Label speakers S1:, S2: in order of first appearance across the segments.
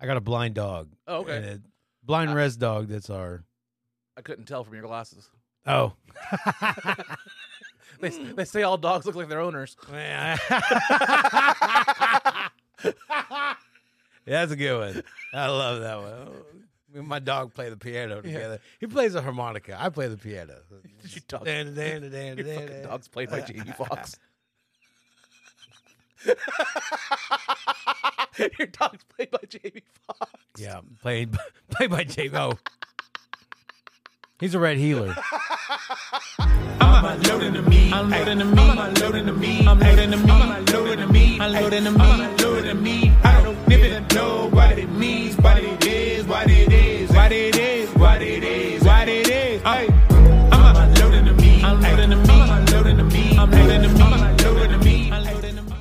S1: I got a blind dog.
S2: Oh, okay.
S1: And a blind res dog. That's our.
S2: I couldn't tell from your glasses.
S1: Oh.
S2: They, they say all dogs look like their owners.
S1: Yeah, that's a good one. I love that one. Oh, Me and my dog play the piano together. He plays the harmonica. I play the piano.
S2: You dog-
S1: Dan, dan, dan, dan,
S2: Your fucking
S1: dan.
S2: dog's played by Jamie Fox. Your dog's played by Jamie Fox.
S1: Yeah, played played by Jay Oh, He's a red healer.
S3: I'm unloading the meat. I'm loading the meat. I'm unloading the meat. I'm loading the meat. I'm unloading the meat. I'm loading the meat. I'm unloading the meat. I don't even know what it means, what it is, what it is, what it is, what it is, what it is. Hey. I'm unloading the meat. I'm loading the meat. I'm unloading the meat. I'm loading the meat. I'm unloading the meat. I'm loading the meat.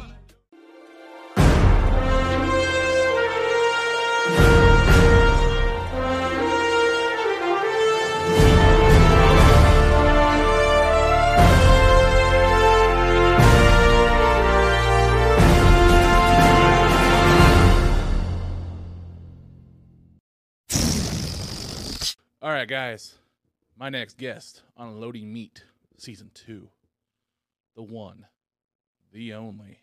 S2: All right, guys. My next guest on Loading Meat Season 2. The one, the only,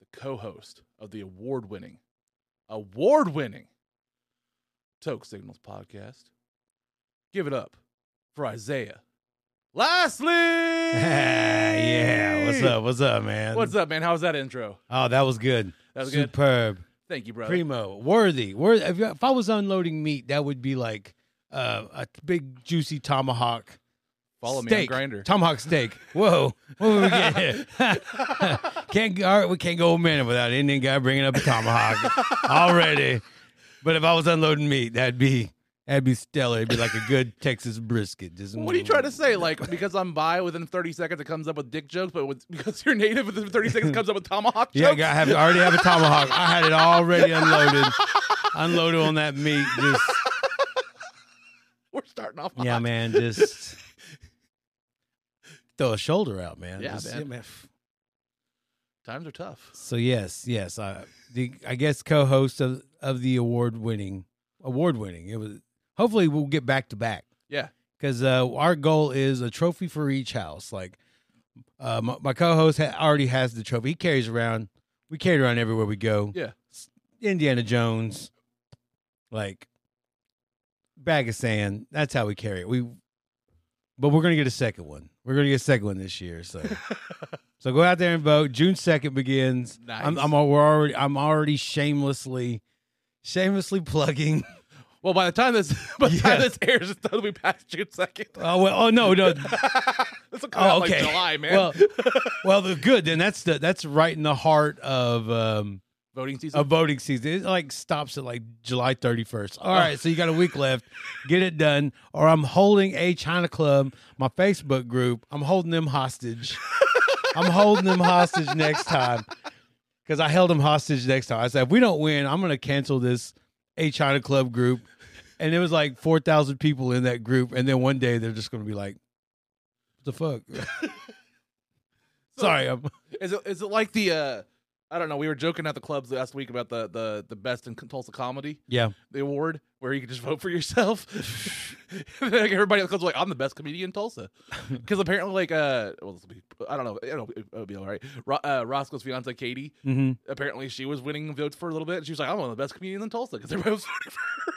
S2: the co host of the award winning, award winning Toke Signals podcast. Give it up for Isaiah Lastly.
S1: yeah. What's up? What's up, man?
S2: What's up, man? How was that intro?
S1: Oh, that was good.
S2: That was good?
S1: Superb.
S2: Thank you, brother.
S1: Primo. Worthy. Worthy. If, if I was unloading meat, that would be like uh, a big juicy tomahawk.
S2: Follow me on
S1: steak.
S2: Grinder.
S1: Tomahawk steak. Whoa. What would we get here? can't, all right, we can't go a minute without an Indian guy bringing up a tomahawk already. But if I was unloading meat, that'd be that'd be stellar. It'd be like a good Texas brisket. Just
S2: What are you trying to say? Like because I'm bi, within 30 seconds it comes up with dick jokes, but with, because you're native, within 30 seconds it comes up with tomahawk
S1: Yeah,
S2: jokes.
S1: I have I already have a tomahawk. I had it already unloaded, unloaded on that meat. Just
S2: We're starting off.
S1: yeah,
S2: hot.
S1: man, just throw a shoulder out, man.
S2: Yeah,
S1: Just-
S2: man.
S1: man, f-
S2: Times are tough.
S1: So yes, yes, I the I guess co-host of of the award winning award winning. It was hopefully we'll get back to back.
S2: Yeah.
S1: because uh, our goal is a trophy for each house. Like uh, my, my co-host ha- already has the trophy. He carries around. We carry it around everywhere we go.
S2: Yeah.
S1: S- Indiana Jones, like bag of sand. That's how we carry it. We, but we're gonna get a second one. We're gonna get a second one this year. So, so go out there and vote. June second begins. I'm,
S2: Nice.
S1: I'm al- we're already I'm already shamelessly, shamelessly plugging.
S2: Well, by the time this by the time
S1: Yeah.
S2: this airs, it's going to be past June 2nd.
S1: Oh well. Oh no no.
S2: this will come
S1: Oh,
S2: out
S1: okay.
S2: like July, man.
S1: Well, well, the good. Then that's the that's right in the heart of um
S2: Voting season.
S1: of voting season. It like stops at like July thirty first. All right, so you got a week left. Get it done, or I'm holding a China Club, my Facebook group. I'm holding them hostage. I'm holding them hostage next time because I held them hostage next time. I said, if we don't win, I'm going to cancel this a China Club group. And there was like four thousand people in that group, and then one day they're just going to be like, "What the fuck." Sorry, I'm,
S2: is it is it like the uh I don't know, we were joking at the clubs last week about the the the best in Tulsa comedy,
S1: yeah.
S2: the award where you can just vote for yourself. And then, like, everybody at the club's like, I'm the best comedian in Tulsa. Because apparently like uh well, this will be, I don't know, it'll, it'll be all right. Ro- uh, Roscoe's fiance Katie,
S1: Mm-hmm.
S2: apparently she was winning votes for a little bit. And she was like, I'm one of the best comedians in Tulsa because everybody was voting for her.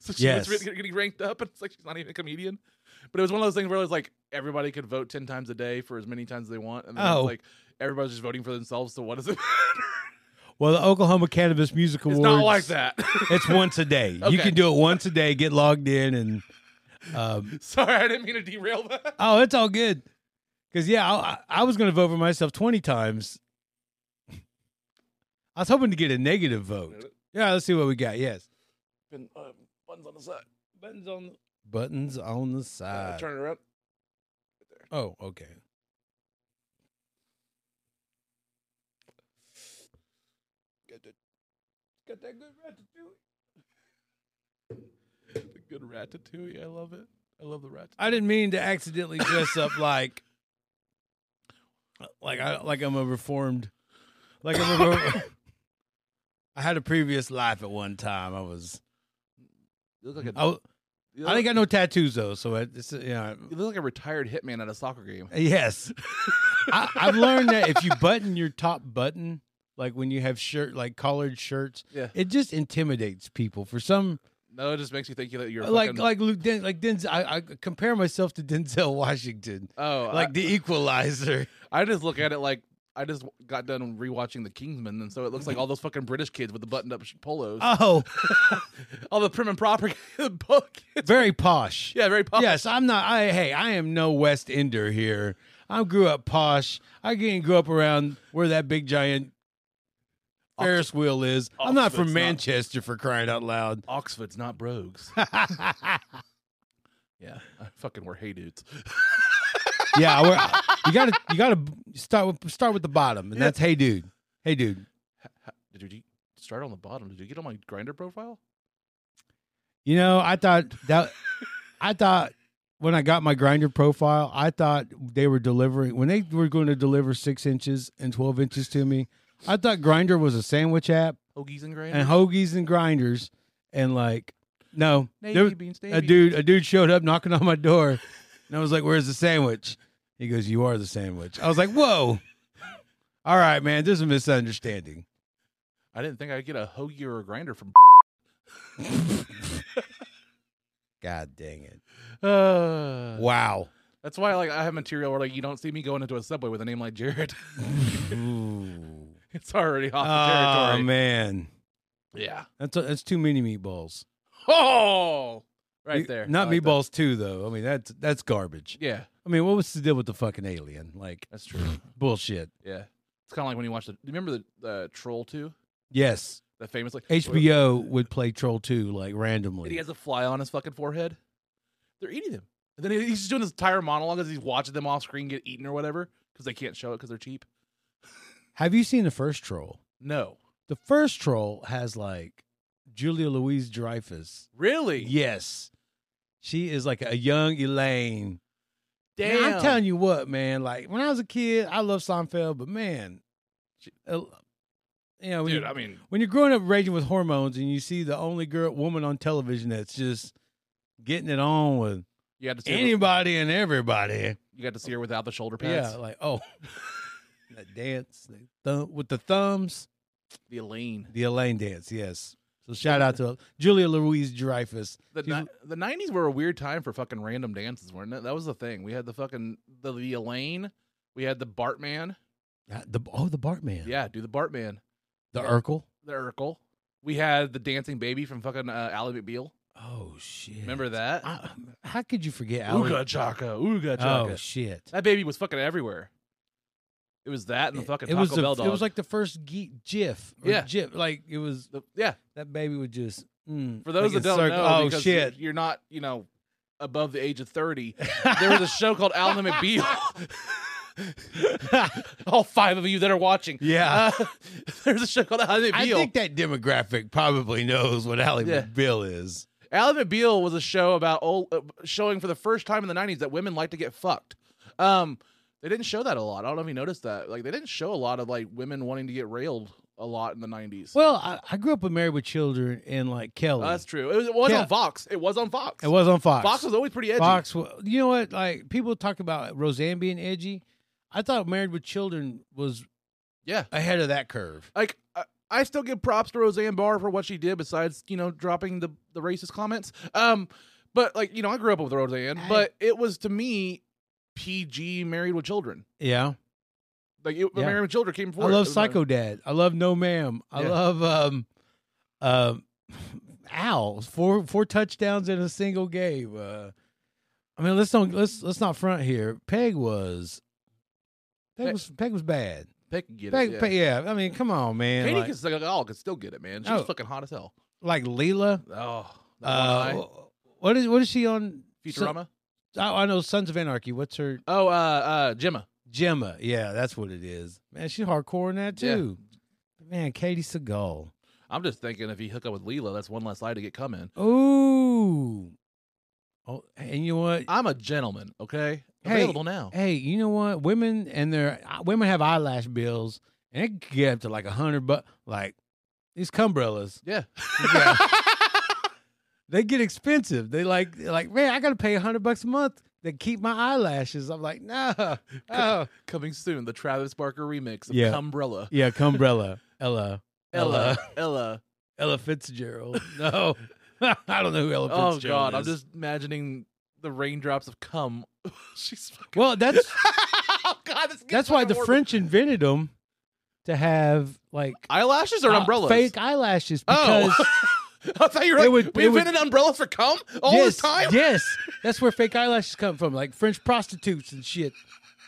S2: So she
S1: Yes.
S2: was really getting ranked up, and it's like she's not even a comedian. But it was one of those things where it was like everybody could vote ten times a day for as many times as they want, and then it's
S1: Oh.
S2: like everybody's just voting for themselves. So what does it? matter?
S1: Well, the Oklahoma Cannabis Music
S2: it's
S1: Awards.
S2: not like that.
S1: It's once a day.
S2: Okay.
S1: You can do it once a day. Get logged in and. Um,
S2: Sorry, I didn't mean to derail that.
S1: oh, it's all good. Because yeah, I, I was going to vote for myself twenty times. I was hoping to get a negative vote. Yeah, let's see what we got. Yes,
S2: Been, uh, buttons on the side. Buttons on. The,
S1: buttons on the
S2: uh,
S1: side.
S2: turn it around.
S1: Oh, okay.
S2: Got that, got that good ratatouille. The good ratatouille. I love it. I love the ratatouille.
S1: I didn't mean to accidentally dress up like, like I like I'm a reformed, like I'm a. I had a previous life at one time. I was.
S2: You look like a.
S1: I, w-
S2: you look
S1: I ain't
S2: like-
S1: got no tattoos though, so it- it's you know.
S2: You look like a retired hitman at a soccer game.
S1: Yes, I, I've learned that if you button your top button, like when you have shirt like collared shirts,
S2: Yeah.
S1: it just intimidates people for some.
S2: No, it just makes you think you that you're a
S1: like
S2: fucking-
S1: like Luke Den, like Denzel. I, I compare myself to Denzel Washington,
S2: oh
S1: like the Equalizer.
S2: I, I just look at it like I just got done rewatching The Kingsman, and so it looks like all those fucking British kids with the buttoned-up sh- polos,
S1: Oh,
S2: all the prim and proper book.
S1: very posh.
S2: yeah, very popular.
S1: Yes, I'm not. I hey, I am no West Ender here. I grew up posh. I didn't grow up around where that big giant Ferris wheel is. I'm not
S2: Oxford's
S1: from
S2: not-
S1: Manchester for crying out loud.
S2: Oxford's not brogues. yeah, I fucking were hey dudes.
S1: yeah, we're, you gotta you gotta start with start with the bottom, and
S2: Yeah.
S1: that's hey dude, hey dude.
S2: Did you start on the bottom? Did you get on my grinder profile?
S1: You know, I thought that I thought when I got my grinder profile, I thought they were delivering when they were going to deliver six inches and twelve inches to me. I thought Grinder was a sandwich app
S2: Hoagies and grinders.
S1: and hoagies and grinders and like no,
S2: Navy
S1: there was-
S2: beans,
S1: a
S2: navy
S1: dude a dude showed up knocking on my door, and I was like, "Where's the sandwich?" He goes, "You are the sandwich." I was like, "Whoa." All right, man. There's a misunderstanding.
S2: I didn't think I'd get a hoagie or a grinder from.
S1: God dang it.
S2: Uh,
S1: Wow.
S2: That's why, like, I have material where like you don't see me going into a subway with a name like Jared.
S1: Ooh.
S2: it's already off the
S1: Oh,
S2: territory.
S1: man.
S2: Yeah.
S1: That's a, that's too many meatballs.
S2: Oh, right
S1: Me-
S2: there.
S1: Not
S2: I like that.
S1: meatballs too, though. I mean, that's that's garbage.
S2: Yeah,
S1: I mean, what was the deal with the fucking alien? Like
S2: that's true.
S1: bullshit.
S2: yeah, it's kind of like when you watch the. do you Remember the uh, Troll Two?
S1: Yes,
S2: That famous like
S1: HBO would play Troll Two like
S2: And he
S1: randomly.
S2: has a fly on his fucking forehead. They're eating him. And then he's just doing this entire monologue as he's watching them off screen get eaten or whatever because they can't show it because they're cheap.
S1: Have you seen the first Troll?
S2: No,
S1: The first Troll has like Julia Louise Dreyfus.
S2: really?
S1: Yes, she is like a young Elaine.
S2: Damn.
S1: Man, I'm telling you what, man. Like when I was a kid, I loved Seinfeld, but man, she- uh, you know, when
S2: dude.
S1: you-
S2: I mean,
S1: when you're growing up raging with hormones and you see the only girl woman on television that's just getting it on with
S2: you had to see her-
S1: anybody and everybody.
S2: you got to see her without the shoulder pads.
S1: Yeah, like oh, that dance the thumb, with the thumbs,
S2: The Elaine.
S1: the Elaine dance. Yes. So shout out to Julia Louise Dreyfus.
S2: The
S1: She's-
S2: ni- the nineties were a weird time for fucking random dances, weren't it? That was the thing. We had the fucking the, the Elaine. We had the Bartman.
S1: Uh, The oh the Bartman,
S2: Yeah, do the Bartman.
S1: the
S2: yeah.
S1: Urkel.
S2: The Urkel. We had the dancing baby from fucking uh, Ally McBeal.
S1: Oh shit!
S2: Remember that?
S1: I, how could you forget? Ah, Ally-
S2: Ooga Chaka. Ooga Chaka.
S1: Oh shit!
S2: That baby was fucking everywhere. It was that and the fucking
S1: it
S2: Taco
S1: was the-
S2: Bell dog.
S1: it was like the first geek GIF. or
S2: Yeah.
S1: GIF. Like it was
S2: The- yeah.
S1: That baby would just. Mm,
S2: For those
S1: like
S2: that don't
S1: a circle-
S2: know,
S1: oh
S2: because
S1: shit!
S2: you're not you know above the age of thirty. there was a show called Alan McBeal. All five of you that are watching.
S1: Yeah.
S2: Uh, there's a show called Alan
S1: I
S2: McBeal.
S1: think that demographic probably knows what Ally
S2: Yeah.
S1: McBeal is.
S2: Alan McBeal was a show about old, uh, showing for the first time in the '90s that women like to get fucked. Um, they didn't show that a lot. I don't know if you noticed that. Like, they didn't show a lot of like women wanting to get railed a lot in the '90s.
S1: Well, I, I grew up with Married with Children and like Kelly.
S2: Oh, that's true. It was, it was
S1: Yeah.
S2: on Vox. It was on Fox.
S1: it was on Fox.
S2: Fox was always pretty edgy.
S1: Fox wa- You know what? Like people talk about Roseanne being edgy. I thought Married with Children was
S2: Yeah.
S1: ahead of that curve.
S2: Like I, I still give props to Roseanne Barr for what she did besides, you know, dropping the the racist comments. Um but like, you know, I grew up with Roseanne,
S1: I-
S2: but it was to me PG married with children.
S1: Yeah,
S2: Like it,
S1: Yeah.
S2: married with children came before.
S1: I
S2: it.
S1: love
S2: It was like-
S1: Psycho Dad. I love No Ma'am. I
S2: Yeah.
S1: love um, um, Al four four touchdowns in a single game. Uh, I mean, let's don't let's let's not front here. Peg was Peg
S2: Pe-
S1: was Peg was bad.
S2: Peck can get
S1: Peg,
S2: it. Yeah.
S1: Peg- yeah. I mean, come on, man.
S2: Katie
S1: like,
S2: could still, oh, could still get it, man. She's
S1: Oh.
S2: fucking hot as hell.
S1: like Leela.
S2: Oh,
S1: Uh,
S2: that one eye.
S1: wh- what is what is she on?
S2: Futurama.
S1: Son- oh, I know Sons of Anarchy. What's her
S2: oh, uh, uh, Gemma.
S1: Gemma? Yeah, that's what it is. Man, she's hardcore in that
S2: Yeah.
S1: too. Man, Katie Seagal.
S2: I'm just thinking if you hook up with Leela, that's one less lie to get come in.
S1: Ooh. Oh, and you know what?
S2: I'm a gentleman, okay?
S1: Hey.
S2: Available now.
S1: Hey, you know what? Women and their uh, women have eyelash bills, and it could get up to like a hundred bucks. Like, These cumbrellas.
S2: Yeah.
S1: They get expensive. They like they're like, man, I gotta pay hundred bucks a month to keep my eyelashes. I'm like, no. Oh.
S2: Coming soon, the Travis Barker remix of
S1: Yeah. Uh-huh.
S2: Cumbrella.
S1: Yeah, cumbrella. Ella.
S2: Ella. Ella.
S1: Ella Fitzgerald. No. I don't know who Ella
S2: Oh,
S1: Fitzgerald
S2: God. I'm
S1: is.
S2: just imagining the raindrops of cum. She's fucking.
S1: Well, that's
S2: oh, God. This gets
S1: that's why
S2: fucking
S1: the
S2: horrible.
S1: French invented them to have like
S2: Eyelashes or
S1: uh,
S2: umbrellas?
S1: fake eyelashes because
S2: Oh. I thought you were
S1: They
S2: like,
S1: would-
S2: we
S1: they would-
S2: invented umbrellas for cum all
S1: yes,
S2: this time?
S1: Yes, that's where fake eyelashes come from, like French prostitutes and shit.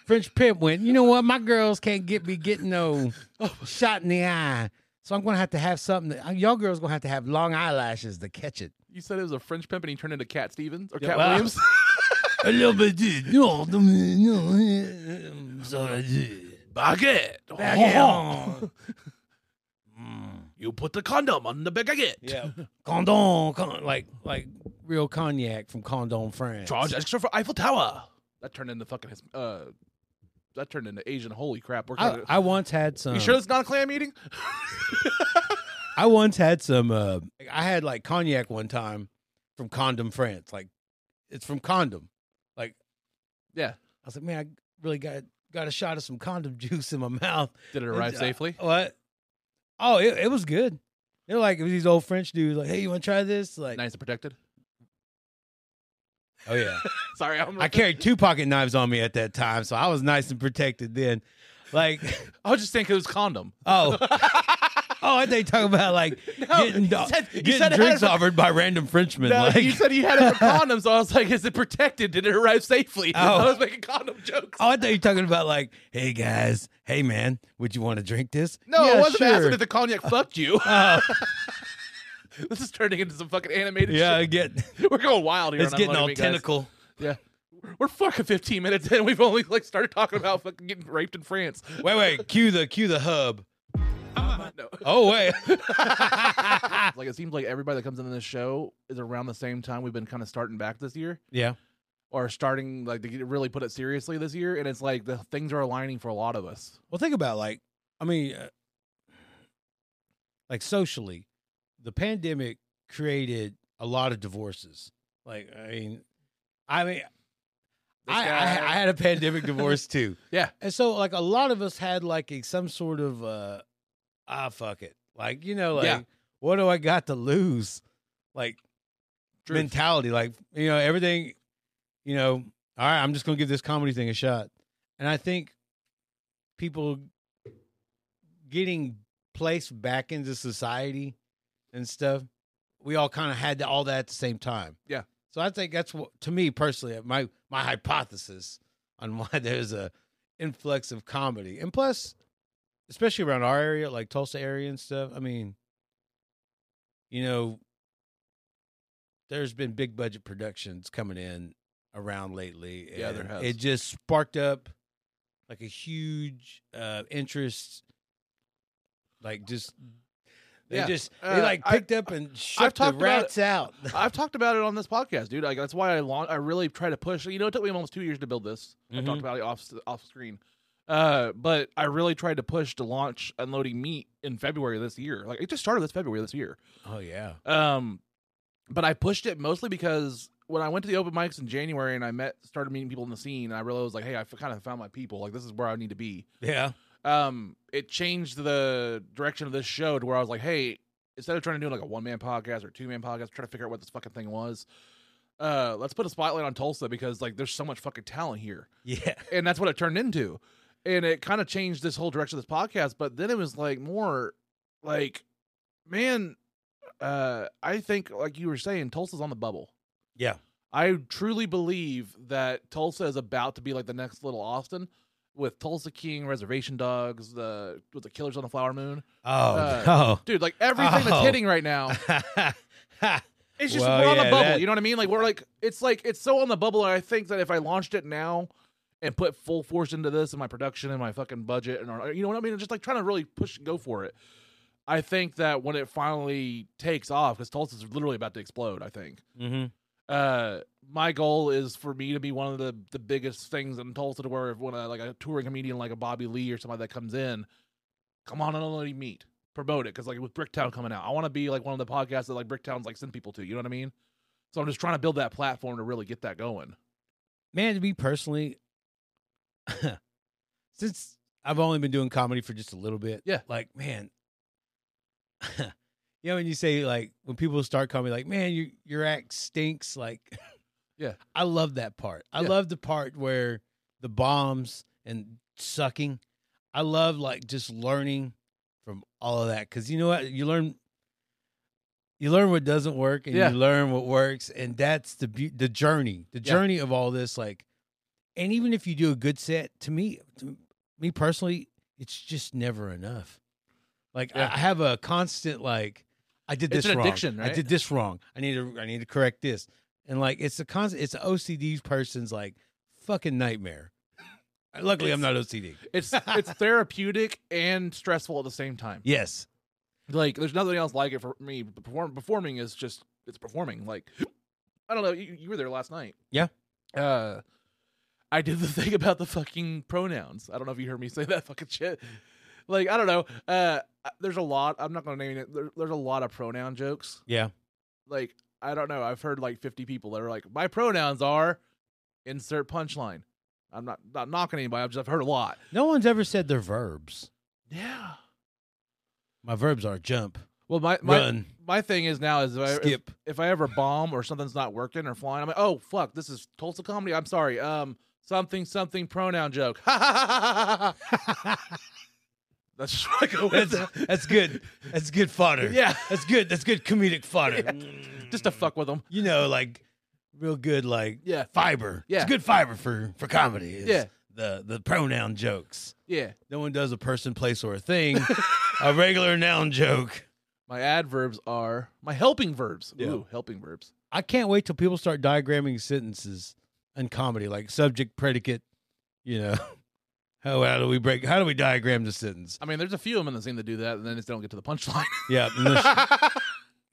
S1: French pimp went, you know what? My girls can't get be getting no shot in the eye, so I'm gonna have to have something. That, y'all girls gonna have to have long eyelashes to catch it.
S2: You said it was a French pimp and he turned into Cat Stevens or
S1: Yeah,
S2: Cat
S1: well-
S2: Williams?
S1: A little bit, dude. No, no, no. Sorry, dude.
S2: Baguette.
S1: Baguette. Oh. Mm.
S2: You put the condom on the baguette.
S1: Yeah, condom, con- like like real cognac from Condom France.
S2: extra for Eiffel Tower. That turned into fucking his. Uh, that turned into Asian. Holy crap! We're
S1: I,
S2: gonna,
S1: I once had some.
S2: you sure it's not a clam eating?
S1: I once had some. Uh, I had like cognac one time from Condom France. Like, it's from Condom. Like,
S2: Yeah.
S1: I was like, man, I really got got a shot of some Condom juice in my mouth.
S2: Did it arrive
S1: Uh,
S2: safely?
S1: What? Oh, it, it was good. They're like it was these old French dudes. Like, hey, you want to try this? Like,
S2: Nice and protected.
S1: oh yeah.
S2: Sorry, I'm.
S1: I carried two pocket knives on me at that time, so I was nice and protected then. Like,
S2: I was just thinking it was condom.
S1: oh. Oh, I think talking about like getting,
S2: you
S1: do-
S2: said- you
S1: getting
S2: said it had
S1: drinks
S2: a-
S1: offered by random Frenchmen.
S2: No,
S1: like,
S2: you said you had it for condoms, so I was like, "Is it protected? Did it arrive safely?" I
S1: Oh.
S2: was making condom jokes.
S1: Oh, I thought you were talking about like, hey guys, hey man, would you want to drink this?
S2: no,
S1: yeah,
S2: I wasn't asking
S1: sure.
S2: if the cognac fucked you.
S1: Uh,
S2: this is turning into some fucking animated.
S1: yeah, I
S2: shit.
S1: get
S2: we're going wild here.
S1: it's
S2: on
S1: getting all
S2: Unloading Me, guys.
S1: tentacle.
S2: Yeah. We're fucking 15 minutes in. We've only like started talking about fucking getting raped in France.
S1: Wait, wait, cue the cue the hub.
S2: No.
S1: Oh wait,
S2: like it seems like everybody that comes into this show is around the same time we've been kind of starting back this year
S1: yeah,
S2: or starting like to get- really put it seriously this year and it's like the things are aligning for a lot of us.
S1: Well, think about like, I mean, uh, like socially, the pandemic created a lot of divorces. Like, I mean, I mean,
S2: This
S1: I, I,
S2: guy-
S1: I had a pandemic divorce too.
S2: Yeah.
S1: and so like a lot of us had like a, some sort of uh, ah, fuck it, like you know, like
S2: Yeah.
S1: what do I got to lose, like
S2: Truth.
S1: mentality, like you know, everything, you know, all right, I'm just gonna give this comedy thing a shot, and I think people getting placed back into society and stuff, we all kind of had all that at the same time.
S2: Yeah.
S1: So I think that's what, to me personally, uh, my my hypothesis on why there's a influx of comedy, and plus, especially around our area, like Tulsa area and stuff. I mean, you know, there's been big budget productions coming in around lately.
S2: Yeah, there
S1: and
S2: has.
S1: It just sparked up like a huge uh interest, like just. They
S2: Yeah.
S1: just they
S2: Uh,
S1: like
S2: I-
S1: picked up and shook the
S2: talked about
S1: rats out.
S2: I've talked about it on this podcast, dude. Like that's why I laun I really try to push. You know, it took me almost two years to build this. I
S1: Mhm.
S2: talked about it off off screen, uh, but I really tried to push to launch unloading meat in February this year. Like it just started this February this year.
S1: Oh yeah,
S2: Um, but I pushed it mostly because when I went to the open mics in January and I met started meeting people in the scene, and I realized like, hey, I kind of found my people. Like this is where I need to be.
S1: yeah,
S2: Um, it changed the direction of this show to where I was like, hey, instead of trying to do like a one man podcast or two man podcast, try to figure out what this fucking thing was. Uh, let's put a spotlight on Tulsa because like there's so much fucking talent here
S1: yeah.
S2: and that's what it turned into and it kind of changed this whole direction of this podcast but then it was like more like man uh i think like you were saying tulsa's on the bubble
S1: Yeah.
S2: i truly believe that tulsa is about to be like the next little austin with tulsa king reservation dogs the with the killers on the flower moon
S1: Oh,
S2: dude like everything
S1: Oh.
S2: that's hitting right now
S1: no.
S2: it's just
S1: Well,
S2: we're on
S1: yeah,
S2: the bubble.
S1: that-
S2: You know what I mean? Like we're like it's like it's so on the bubble. And I think that if I launched it now and put full force into this and my production and my fucking budget and our- you know what I mean, just like trying to really push and go for it. I think that when it finally takes off, because Tulsa's literally about to explode. I think.
S1: mm-hmm.
S2: Uh, my goal is for me to be one of the the biggest things in Tulsa, to where if when a, like a touring comedian like a Bobby Lee or somebody that comes in, come on and let him meet. promote it because like with Bricktown coming out, I want to be like one of the podcasts that like Bricktown's like send people to. You know what I mean? So I'm just trying to build that platform to really get that going.
S1: man, to me personally, since I've only been doing comedy for just a little bit,
S2: Yeah.
S1: like man, you know, when you say like when people start calling me like, man, you, your act stinks, like,
S2: Yeah.
S1: I love that part. I
S2: Yeah.
S1: love the part where the bombs and sucking. I love like just learning from all of that because you know what you learn. You learn what doesn't work, and
S2: Yeah.
S1: you learn what works, and that's the beau- the journey, the
S2: Yeah.
S1: journey of all this. Like, and even if you do a good set, to me, to me personally, it's just never enough. Like I
S2: Yeah.
S1: I have a constant like, I did
S2: It's
S1: this
S2: an
S1: wrong.
S2: addiction,
S1: I
S2: right?
S1: did this wrong. I need to I need to correct this. And like it's a constant, it's an OCD person's like fucking nightmare. Luckily, I'm not OCD.
S2: It's it's therapeutic and stressful at the same time.
S1: Yes,
S2: Like there's nothing else like it for me. The Perform, performing is just it's performing. Like I don't know. You, you were there last night.
S1: Yeah.
S2: Uh, I did the thing about the fucking pronouns. I don't know if you heard me say that fucking shit. Like I don't know. Uh, there's a lot. I'm not gonna name it. There, there's a lot of pronoun jokes.
S1: yeah,
S2: Like I don't know. I've heard like 50 people that are like, my pronouns are insert punchline. I'm not not knocking anybody. I've just I've heard a lot.
S1: no one's ever said their verbs.
S2: Yeah.
S1: My verbs are jump,
S2: Well, my my
S1: run,
S2: my thing is now is if I- if-
S1: skip.
S2: if I ever bomb or something's not working or flying, I'm like, oh fuck, this is Tulsa comedy. I'm sorry. Um, something something pronoun joke. That's just what I go with.
S1: That's, that's good. That's good fodder.
S2: it. yeah,
S1: that's good. That's good comedic fodder. Mm.
S2: just to fuck with them.
S1: you know, like real good, like
S2: Yeah,
S1: fiber.
S2: Yeah.
S1: it's good fiber for for comedy. Is
S2: Yeah.
S1: the the pronoun jokes.
S2: yeah.
S1: No one does a person, place, or a thing. a regular noun joke.
S2: My adverbs are my helping verbs.
S1: Yeah.
S2: Ooh, helping verbs.
S1: I can't wait till people start diagramming sentences in comedy, like subject, predicate. You know, how how do we break? How do we diagram the sentence?
S2: I mean, there's a few of them in the scene that do that, and then they don't get to the punchline.
S1: Yeah,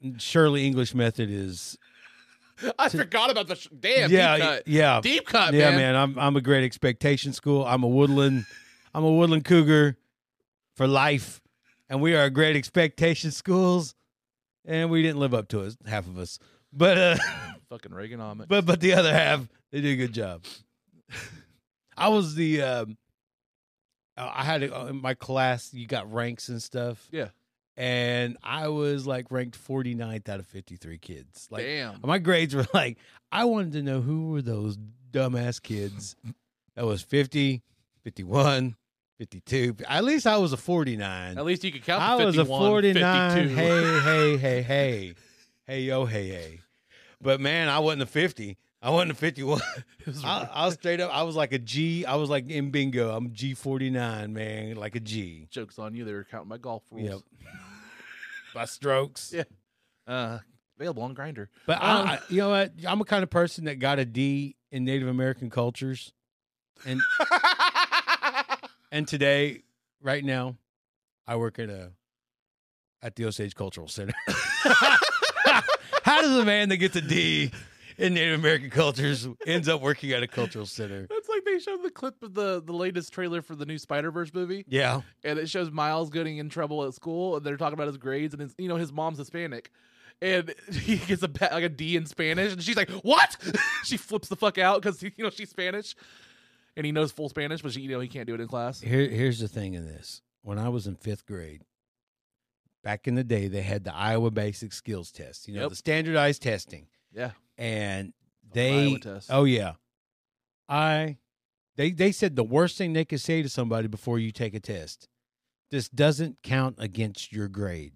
S1: and the Shirley English method is.
S2: I forgot about the sh- damn deep
S1: yeah,
S2: cut.
S1: yeah,
S2: Deep cut,
S1: yeah,
S2: man.
S1: man. I'm I'm a great expectation school. I'm a woodland, I'm a woodland cougar for life, and we are a great expectation schools, and we didn't live up to it, half of us, but uh,
S2: Fucking Reaganomics.
S1: but but the other half they did a good job. I was the um, I I had a, in my class. You got ranks and stuff.
S2: Yeah.
S1: and I was like ranked 49th out of 53 kids. Like
S2: damn.
S1: my grades were like i wanted to know who were those dumbass kids that was 50 51 52 at least i was a 49
S2: At least you could count.
S1: i
S2: to
S1: was a
S2: 51,
S1: 49
S2: 52.
S1: hey hey hey hey hey yo hey hey but man i wasn't a 50 i wasn't a 51
S2: It was
S1: I, I was straight up i was like a g i was like in bingo i'm g49 man like a g
S2: jokes on you. They were counting my golf rules.
S1: yep by strokes
S2: Yeah. Uh, available on Grinder.
S1: But
S2: Um,
S1: I, I- you know what? I'm a kind of person that got a D in Native American cultures, and and today, right now, I work at a at the Osage Cultural Center. How does a man that gets a D in Native American cultures ends up working at a cultural center?
S2: That's like they showed the clip of the the latest trailer for the new Spider Verse movie,
S1: Yeah,
S2: and it shows Miles getting in trouble at school, and they're talking about his grades, and his, you know his mom's Hispanic. And he gets a ba- like a D in Spanish, and she's like, "What?" she flips the fuck out because you know she's Spanish, and he knows full Spanish, but she, you know he can't do it in class.
S1: Here, here's the thing in this. When I was in fifth grade, back in the day, they had the Iowa Basic Skills Test. You know,
S2: Yep.
S1: the standardized testing.
S2: Yeah.
S1: and
S2: Iowa
S1: they.
S2: test.
S1: Oh yeah, I. They they said the worst thing they could say to somebody before you take a test. This doesn't count against your grade.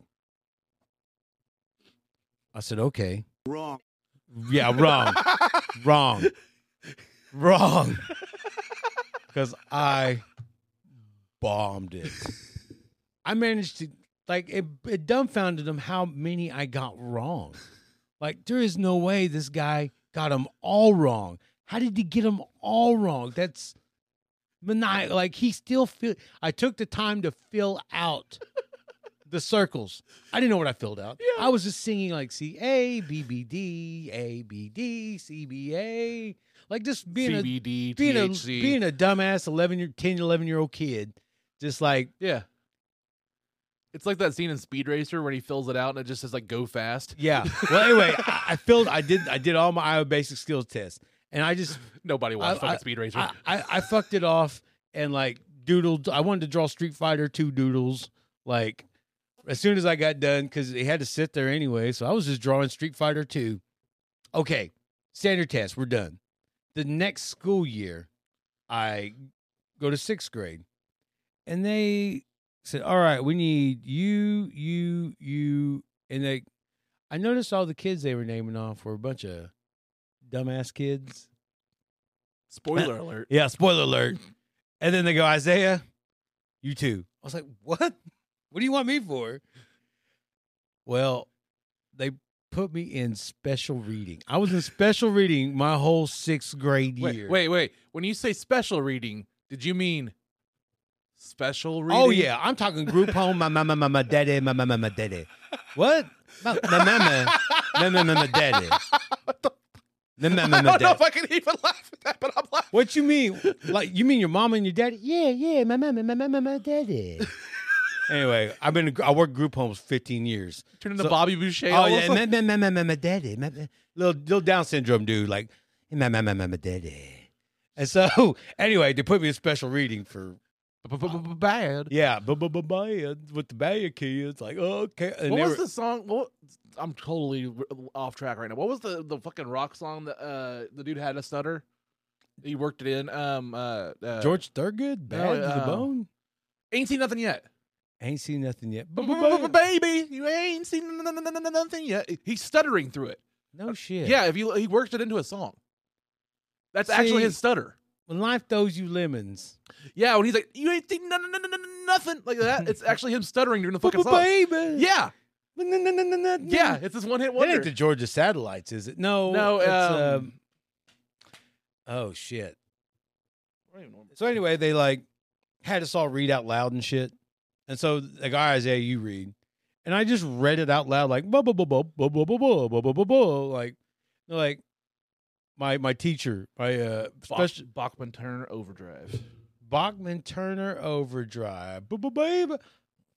S1: I said okay.
S4: Wrong.
S1: Yeah, wrong, wrong, wrong. Because I bombed it. I managed to like it. It dumbfounded them how many I got wrong. Like there is no way this guy got them all wrong. How did he get them all wrong? That's maniacal. Like he still feel. I took the time to fill out the circles. I didn't know what I filled out.
S2: Yeah.
S1: I was just singing like C A B B D A B D C B A. Like just being a
S2: CBD,
S1: being a
S2: THC.
S1: being a dumbass 11 year 10 11 year old kid just like
S2: yeah, It's like that scene in Speed Racer when he fills it out and it just says like "Go fast."
S1: Yeah. Well, anyway, I, I filled. I did. I did all my Iowa basic skills tests, and I just
S2: Nobody wants
S1: I-
S2: fucking
S1: I-
S2: Speed Racer.
S1: I, I, I fucked it off and like doodled. I wanted to draw Street Fighter two doodles. Like as soon as I got done, because it had to sit there anyway. So I was just drawing Street Fighter two. Okay, standard test. We're done. The next school year, I go to sixth grade, and they said, "All right, we need you, you, you," and they. I noticed all the kids they were naming off were a bunch of dumbass kids.
S2: Spoiler alert.
S1: Yeah, spoiler alert. And then they go, Isaiah, you too. I was like, what? What do you want me for? Well, they put me in special reading. I was in special reading my whole sixth grade year.
S2: Wait, wait, wait. When you say special reading, did you mean special reading?
S1: Oh yeah, I'm talking group home. My mama, my my daddy, my mama, my daddy. What? My my mama, my mama, my daddy. My mama,
S2: I
S1: my
S2: don't know if
S1: daddy.
S2: I can even laugh at that, but I'm laughing.
S1: What you mean? Like you mean your mom and your daddy? Yeah, yeah, my mama, my mama, my daddy. anyway, I've been I worked group homes 15 years.
S2: Turning into
S1: So-
S2: Bobby Boucher.
S1: Oh
S2: all of
S1: yeah,
S2: a
S1: my,
S2: sudden.
S1: my, my, my, my, my daddy, my, my- little little Down syndrome dude, like my, my, my, my, my daddy. And so anyway, they put me in special reading for
S2: Bad.
S1: yeah, bu- bu- bu- bad with the bad kids. Like okay, and
S2: What
S1: they
S2: was
S1: were-
S2: the song? What, I'm totally r- off track right now. What was the, the fucking rock song that uh, the dude had a stutter? He worked it in. Um, uh, uh,
S1: George Thurgood, bad to the
S2: uh,
S1: bone.
S2: ain't seen nothing yet.
S1: Ain't seen nothing yet. Bu- bu- bu-
S2: Baby, you ain't seen n- n- n- n- nothing yet. He's stuttering through it.
S1: No shit.
S2: Yeah, if you he worked it into a song. That's actually
S1: See-
S2: his stutter.
S1: when life throws you lemons.
S2: Yeah, when he's like, "You ain't seen none- none- none- none- nothing," like that. It's actually him stuttering during the fucking song.
S1: Baby.
S2: Yeah, yeah.
S1: Yeah.
S2: It's this one hit
S1: That ain't
S2: wonder.
S1: the Georgia Satellites, is it? No.
S2: No,
S1: it's,
S2: um,
S1: oh, shit.
S2: I don't even know.
S1: So anyway, they like had us all read out loud and shit. And so like, all right, Isaiah, you read. And I just read it out loud, like blah blah blah blah blah blah blah blah blah blah blah blah. Like, they're like my my teacher, my uh
S2: Bach-
S1: special
S2: Bachman Turner Overdrive.
S1: Bachman Turner Overdrive. Ba- ba- babe.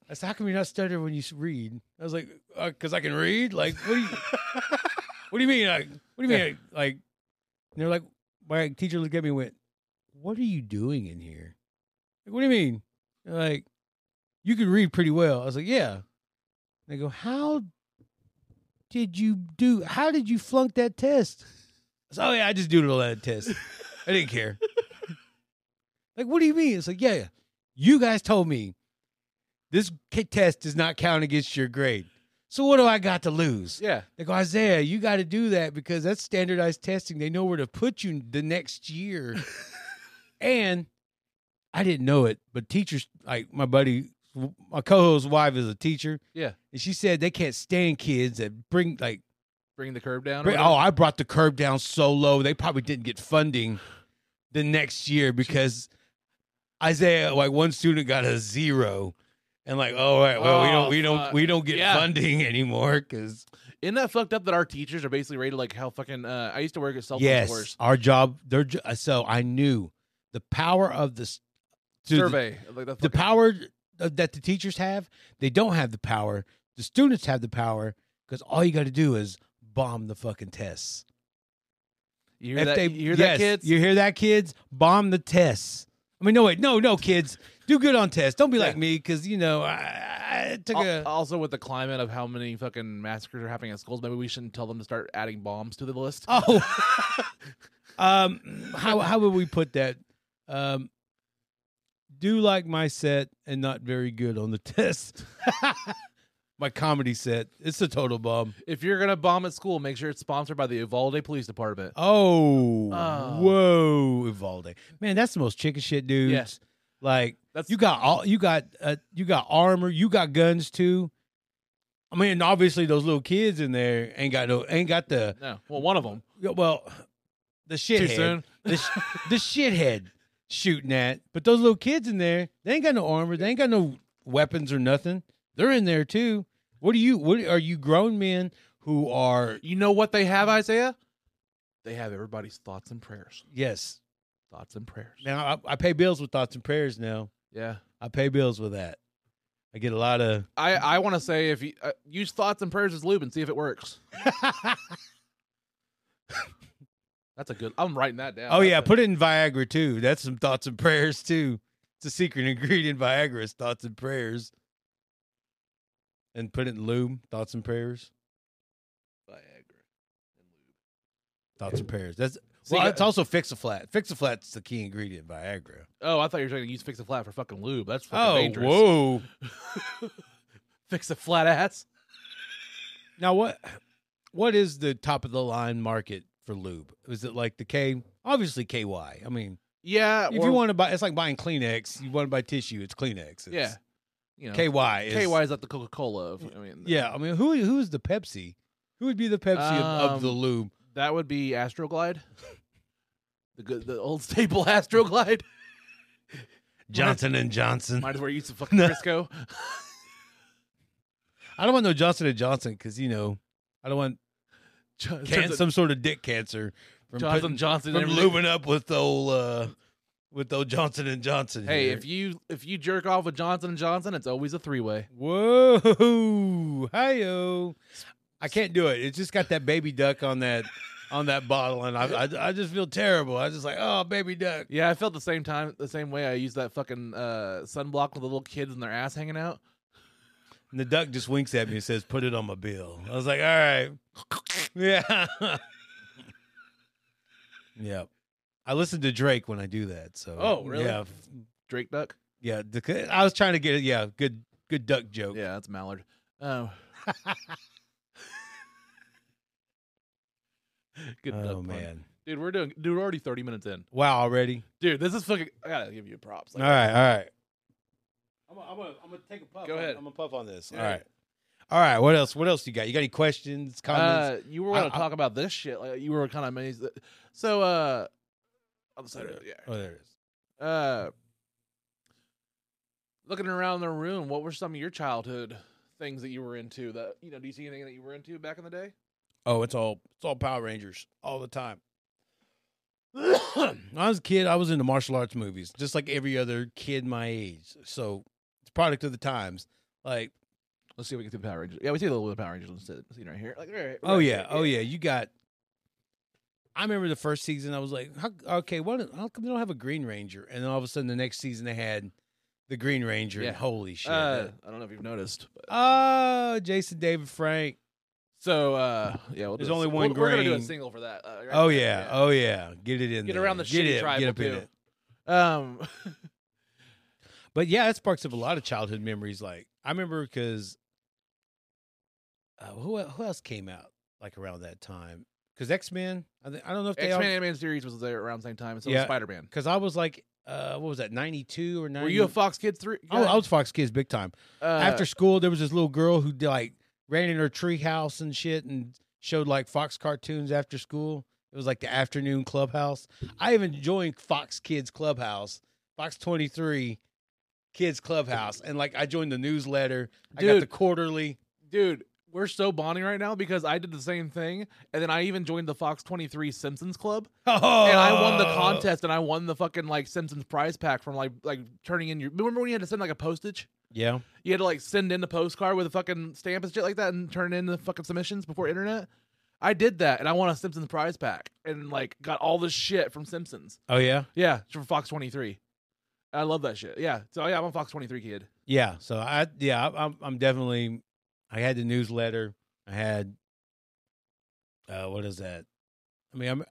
S1: I said, how come you're not stutter when you s- read? I was like, because I can read. Like, what do you, what do you mean? Like, what do you mean? Like, like- and they're like, my teacher looked at me and went, what are you doing in here? Like, what do you mean? They're like, you can read pretty well. I was like, yeah. They go, how did you do? How did you flunk that test? I said, oh yeah, I just doodled that test. I didn't care. Like, what do you mean? It's like, yeah, yeah. you guys told me this k- test does not count against your grade. So what do I got to lose?
S2: Yeah,
S1: They go, Isaiah, you got to do that because that's standardized testing. They know where to put you the next year. and I didn't know it, but teachers, like my buddy, my co-host's wife is a teacher.
S2: Yeah.
S1: And she said they can't stand kids that bring like
S2: bringing the curb down. or
S1: Bra-
S2: whatever.
S1: oh, I brought the curb down so low they probably didn't get funding the next year because Isaiah, like one student got a zero, and like, all right, well, we
S2: Oh,
S1: don't, we don't,
S2: fuck.
S1: we don't get
S2: Yeah.
S1: funding anymore because
S2: Isn't that fucked up that our teachers are basically rated like how fucking? Uh, I used to work at Selfridge
S1: yes,
S2: Worst
S1: our job, their jo- so I knew the power of this
S2: survey. like that
S1: the
S2: fucking-
S1: power that the teachers have, they don't have the power. The students have the power because all you got to do is bomb the fucking tests.
S2: you hear that?
S1: If they-
S2: you hear
S1: yes,
S2: that, kids?
S1: You hear that, kids? Bomb the tests. I mean, no, wait, no, no, kids, do good on tests. Don't be like
S2: Yeah.
S1: me, because you know, I, I took
S2: Al-
S1: a.
S2: also, with the climate of how many fucking massacres are happening at schools, maybe we shouldn't tell them to start adding bombs to the list.
S1: Oh, um, how how would we put that? Um, do like my set and not very good on the test. my comedy set, it's a total bomb.
S2: If you're gonna bomb at school, make sure it's sponsored by the Uvalde Police Department.
S1: Oh,
S2: Oh.
S1: whoa, Evalde, man, that's the most chicken shit, dudes.
S2: Yeah.
S1: Like.
S2: That's
S1: You got all you got uh, you got armor, you got guns too. I mean, obviously those little kids in there ain't got no ain't got the
S2: no. Well, one of them.
S1: well the
S2: Too
S1: shithead.
S2: soon.
S1: The, sh- the shithead shooting at. But those little kids in there, they ain't got no armor, they ain't got no weapons or nothing. They're in there too. What do you what are you grown men who are
S2: You know what they have, Isaiah? They have everybody's thoughts and prayers.
S1: yes.
S2: Thoughts and prayers.
S1: Now I, I pay bills with thoughts and prayers now.
S2: Yeah.
S1: I pay bills with that. I get a lot of.
S2: I, I want to say if you uh, use thoughts and prayers as lube and see if it works. That's a good. I'm writing that down.
S1: oh yeah,
S2: That's a-
S1: put it in Viagra too. That's some thoughts and prayers too. It's a secret ingredient. Viagra is thoughts and prayers. And put it in lube. Thoughts and prayers.
S2: Viagra and lube.
S1: Thoughts and prayers. That's
S2: See,
S1: well.
S2: I-
S1: It's also fix a flat. Fix a flat's the key ingredient. in Viagra.
S2: Oh, I thought you were trying to use fix a flat for fucking lube. That's fucking
S1: Oh,
S2: dangerous.
S1: whoa.
S2: fix a flat ass.
S1: Now what what is the top of the line market for lube? Is it like the K? Obviously KY. I mean,
S2: Yeah.
S1: if
S2: or-
S1: you want to buy, it's like buying Kleenex. You want to buy tissue, it's Kleenex. It's
S2: yeah. You know,
S1: KY. Is,
S2: KY is like the Coca Cola of. I mean,
S1: Yeah, I mean, who who is the Pepsi? Who would be the Pepsi of, of the
S2: Um,
S1: lube?
S2: That would be Astroglide. the good, the old staple Astroglide.
S1: Johnson and Johnson.
S2: Might as well use some fucking
S1: No.
S2: Crisco.
S1: I don't want no Johnson and Johnson because you know I don't want
S2: Johnson,
S1: can- some sort of dick cancer from
S2: Johnson
S1: putting,
S2: Johnson.
S1: from
S2: and everything.
S1: lubing up with the old uh, with the old Johnson and Johnson.
S2: Hey,
S1: here.
S2: if you if you jerk off with Johnson and Johnson, it's always a three way.
S1: Whoa, hiyo! I can't do it. It's just got that baby duck on that on that bottle, and I I, I just feel terrible. I just like, oh, baby duck.
S2: Yeah, I felt the same time the same way I used that fucking uh, sunblock with the little kids and their ass hanging out.
S1: And the duck just winks at me and says, "Put it on my bill." I was like, all right, yeah, yeah. I listen to Drake when I do that. So,
S2: Oh, really?
S1: Yeah,
S2: Drake duck.
S1: yeah. The, I was trying to get it. Yeah, good, good duck joke.
S2: Yeah, that's mallard. Oh. Good duck
S1: oh
S2: pun.
S1: man,
S2: dude. We're doing, dude. We're already thirty minutes in,
S1: wow, already.
S2: dude. This is fucking. I gotta give you props. Like,
S1: all right, all right. I'm gonna, I'm gonna, I'm gonna take a puff.
S2: Go
S1: I'm-
S2: ahead.
S1: I'm gonna puff on this.
S2: Yeah.
S1: All right. All right. What else? What else you got? You got any questions, comments?
S2: Uh, you were
S1: I-
S2: going to
S1: I-
S2: talk about this shit. Like you were kind of amazed. That, so, uh, I'm sorry. Yeah.
S1: oh, there it is.
S2: Uh, looking around the room, what were some of your childhood things that you were into? That you know, do you see anything that you were into back in the day?
S1: Oh, it's all it's all Power Rangers all the time. when I was a kid, I was into martial arts movies, just like every other kid my age. So it's a product of the times. Like,
S2: Let's see if we can see the Power Rangers. Yeah, we see a little bit of Power Rangers instead. Seen right here. Like, right, right,
S1: oh
S2: right
S1: yeah,
S2: here,
S1: oh yeah, you got. I remember the first season. I was like, how, okay, what? How come they don't have a Green Ranger? And then all of a sudden, the next season they had the Green Ranger.
S2: Yeah.
S1: And holy shit!
S2: Uh, I don't know if you've noticed. But,
S1: Oh, Jason David Frank.
S2: so, uh, yeah, we'll do
S1: There's
S2: a
S1: only
S2: sing-
S1: one
S2: we're, We're gonna do
S1: green.
S2: a single for that. Uh, right
S1: Oh
S2: there,
S1: yeah, oh yeah. Get it in.
S2: Get
S1: there.
S2: around the
S1: get
S2: shitty
S1: it,
S2: tribal
S1: get up in
S2: too.
S1: it.
S2: Um,
S1: But yeah, it sparks up a lot of childhood memories. Like I remember because uh, who el- who else came out like around that time? Because X Men. I, thi- I don't know if they
S2: X Men
S1: all.
S2: animated series was there around the same time. So
S1: Yeah.
S2: was Spider Man.
S1: Because I was like, uh, what was that? Ninety two or ninety?
S2: Were you a Fox Kids three?
S1: Oh, I, I was Fox Kids big time.
S2: uh,
S1: After school, there was this little girl who did, like ran in her treehouse and shit, and showed like Fox cartoons after school. It was like the afternoon clubhouse. I even joined Fox Kids Clubhouse, Fox twenty three Kids Clubhouse, and like I joined the newsletter. I got
S2: Dude.
S1: the quarterly.
S2: dude. We're so bonding right now because I did the same thing, and then I even joined the Fox Twenty Three Simpsons Club,
S1: Oh,
S2: and I won the contest, and I won the fucking like Simpsons prize pack from like like turning in your. Remember when you had to send like a postage?
S1: Yeah,
S2: You had to like send in the postcard with a fucking stamp and shit like that, and turn in the fucking submissions before internet. I did that, and I won a Simpsons prize pack, and like got all this shit from Simpsons.
S1: oh yeah,
S2: Yeah, it's from Fox Twenty Three. I love that shit. Yeah, so yeah, I'm a Fox Twenty Three kid.
S1: yeah. So I yeah, I- I'm I'm definitely. I had the newsletter. I had. Uh, what is that? I mean, I'm.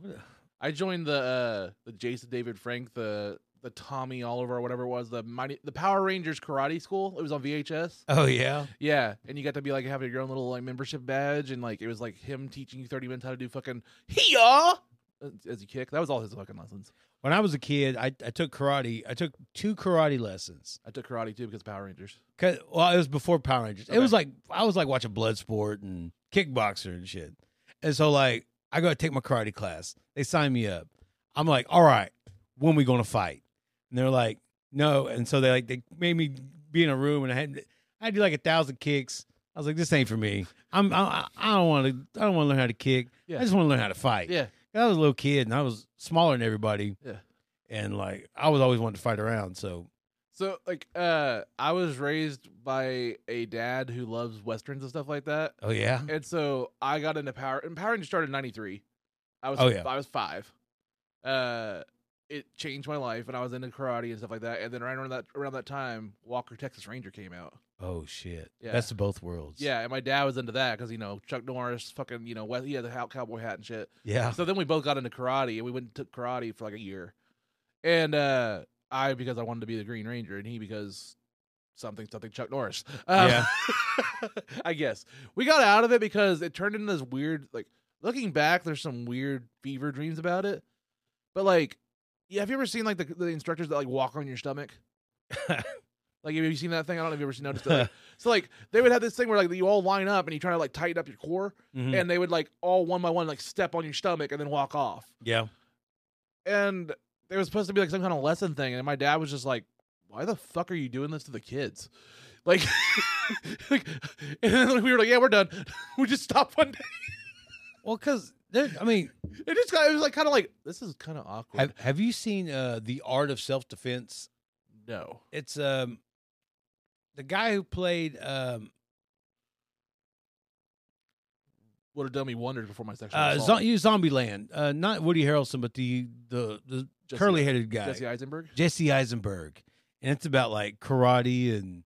S1: what-
S2: I joined the uh, the Jason David Frank, the the Tommy Oliver, or whatever it was, the Mighty, the Power Rangers Karate School. It was on VHS.
S1: Oh yeah.
S2: Yeah, and you got to be like have your own little like membership badge, and like it was like him teaching you thirty minutes how to do fucking hee-yaw as- as you kick. That was all his fucking lessons.
S1: When I was a kid, I, I took karate. I took two karate lessons.
S2: I took karate too because Power Rangers.
S1: Cause well, it was before Power Rangers. It was
S2: Okay.
S1: like I was like watching Bloodsport and Kickboxer and shit. And so like I go take my karate class. They sign me up. I'm like, all right, when we gonna fight? And they're like, no. And so they like they made me be in a room and I had I had to do like a thousand kicks. I was like, this ain't for me. I'm I, I don't want to. I don't want to learn how to kick.
S2: Yeah.
S1: I just want to learn how to fight.
S2: Yeah,
S1: I was a little kid and I was smaller than everybody.
S2: Yeah.
S1: And like I was always wanting to fight around, so
S2: So like uh I was raised by a dad who loves westerns and stuff like that.
S1: Oh yeah.
S2: And so I got into Power and Power Rangers started in ninety three. I was
S1: Oh, yeah.
S2: I was five. Uh it changed my life and I was into karate and stuff like that. And then right around that around that time, Walker Texas Ranger came out.
S1: Oh shit.
S2: Yeah.
S1: That's both worlds.
S2: Yeah, and my dad was into that because you know Chuck Norris, fucking you know, Wes- he had the cow- cowboy hat and shit.
S1: Yeah.
S2: So then we both got into karate and we went and took karate for like a year. And uh I because I wanted to be the Green Ranger and he because something something Chuck Norris. Um, I guess. We got out of it because it turned into this weird like looking back there's some weird fever dreams about it. But like yeah, have you ever seen like the, the instructors that like walk on your stomach? Like have you seen that thing? I don't know if you ever seen noticed it. Like, so like they would have this thing where like you all line up and you try to like tighten up your core
S1: Mhm.
S2: and they would like all one by one like step on your stomach and then walk off.
S1: yeah.
S2: And there was supposed to be like some kind of lesson thing, and my dad was just like, "Why the fuck are you doing this to the kids?" Like, like and then we were like, "Yeah, we're done. we just stopped one day."
S1: Well, because I mean,
S2: It just got, it was like kind of like this is kind of awkward.
S1: have, have you seen uh, the Art of Self Defense?
S2: no,
S1: It's um, the guy who played um,
S2: would have done me wonders before my sexual
S1: uh,
S2: assault.
S1: Zo- you Zombieland, uh, not Woody Harrelson, but the the, the
S2: Jesse-
S1: curly headed guy,
S2: Jesse Eisenberg.
S1: Jesse Eisenberg, and it's about like karate and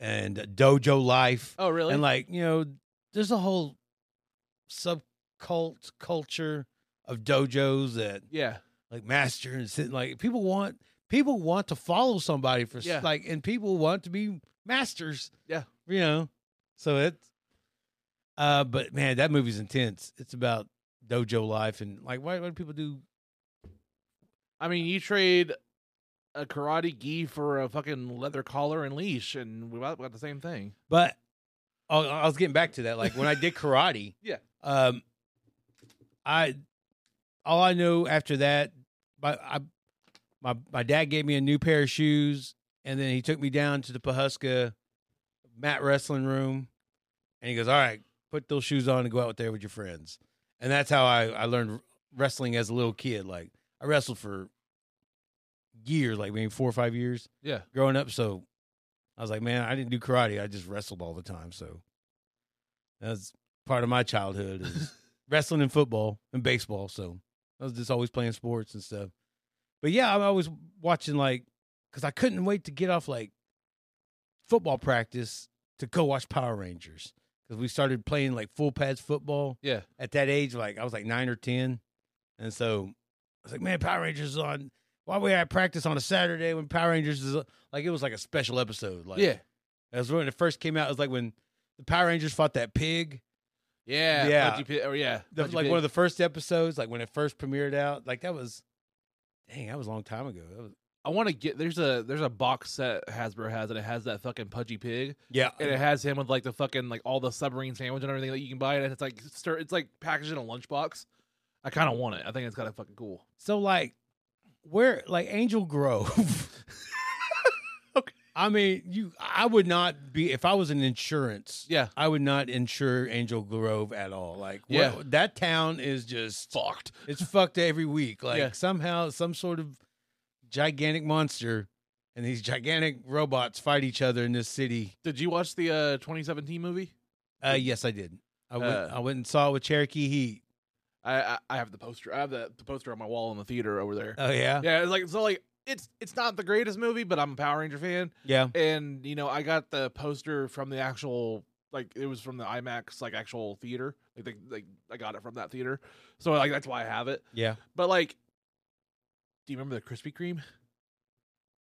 S1: and dojo life.
S2: Oh, really?
S1: And like, you know, there's a whole subcult culture of dojos that
S2: yeah,
S1: like master and sit, like people want people want to follow somebody for s-
S2: Yeah.
S1: like and people want to be masters.
S2: Yeah.
S1: You know. So it's uh but man, that movie's intense. It's about dojo life and like why why do people do
S2: I mean, you trade a karate gi for a fucking leather collar and leash, and we about got the same thing.
S1: But I, I was getting back to that. Like when I did karate,
S2: Yeah.
S1: Um, I all I know after that, my I, my my dad gave me a new pair of shoes, and then he took me down to the Pahuska mat wrestling room, and he goes, "All right, put those shoes on and go out there with your friends." And that's how I I learned wrestling as a little kid. Like I wrestled for years, like maybe four or five years
S2: Yeah.
S1: growing up. So I was like, man, I didn't do karate. I just wrestled all the time. So that's part of my childhood is wrestling and football and baseball. So I was just always playing sports and stuff. But yeah, I'm always watching like because I couldn't wait to get off like football practice to go watch Power Rangers because we started playing like full pads football
S2: Yeah.
S1: at that age, like I was like nine or ten, and so I was like, "Man, Power Rangers is on." Why we at practice on a Saturday when Power Rangers is like it was like a special episode. Like
S2: yeah.
S1: that was when it first came out. It was like when the Power Rangers fought that pig.
S2: Yeah.
S1: Yeah.
S2: Pudgy Pig- or yeah.
S1: That was like one of the first episodes, like when it first premiered out. Like that was, dang, that was a long time ago. That was,
S2: I want to get there's a there's a box set Hasbro has and it has that fucking pudgy pig
S1: yeah,
S2: and it has him with like the fucking like all the submarine sandwich and everything that you can buy and it's like stir it's like packaged in a lunchbox. I kind of want it. I think it's kind of fucking cool.
S1: So like where like Angel Grove.
S2: Okay.
S1: I mean, you I would not be if I was an insurance.
S2: Yeah.
S1: I would not insure Angel Grove at all. Like what-
S2: Yeah.
S1: that town is just
S2: Fucked.
S1: it's fucked every week. Like
S2: Yeah.
S1: somehow some sort of gigantic monster and these gigantic robots fight each other in this city.
S2: Did you watch the uh 2017 movie?
S1: Uh yes, I did. I went
S2: Uh,
S1: I went and saw it with Cherokee Heat.
S2: I I, I have the poster. I have the, the poster on my wall in the theater over there.
S1: Oh yeah.
S2: yeah, it's like so like it's it's not the greatest movie, but I'm a Power Ranger fan.
S1: Yeah.
S2: and you know i got the poster from the actual like it was from the imax like actual theater like they, like i got it from that theater so like that's why i have it
S1: Yeah.
S2: but like do you remember the krispy kreme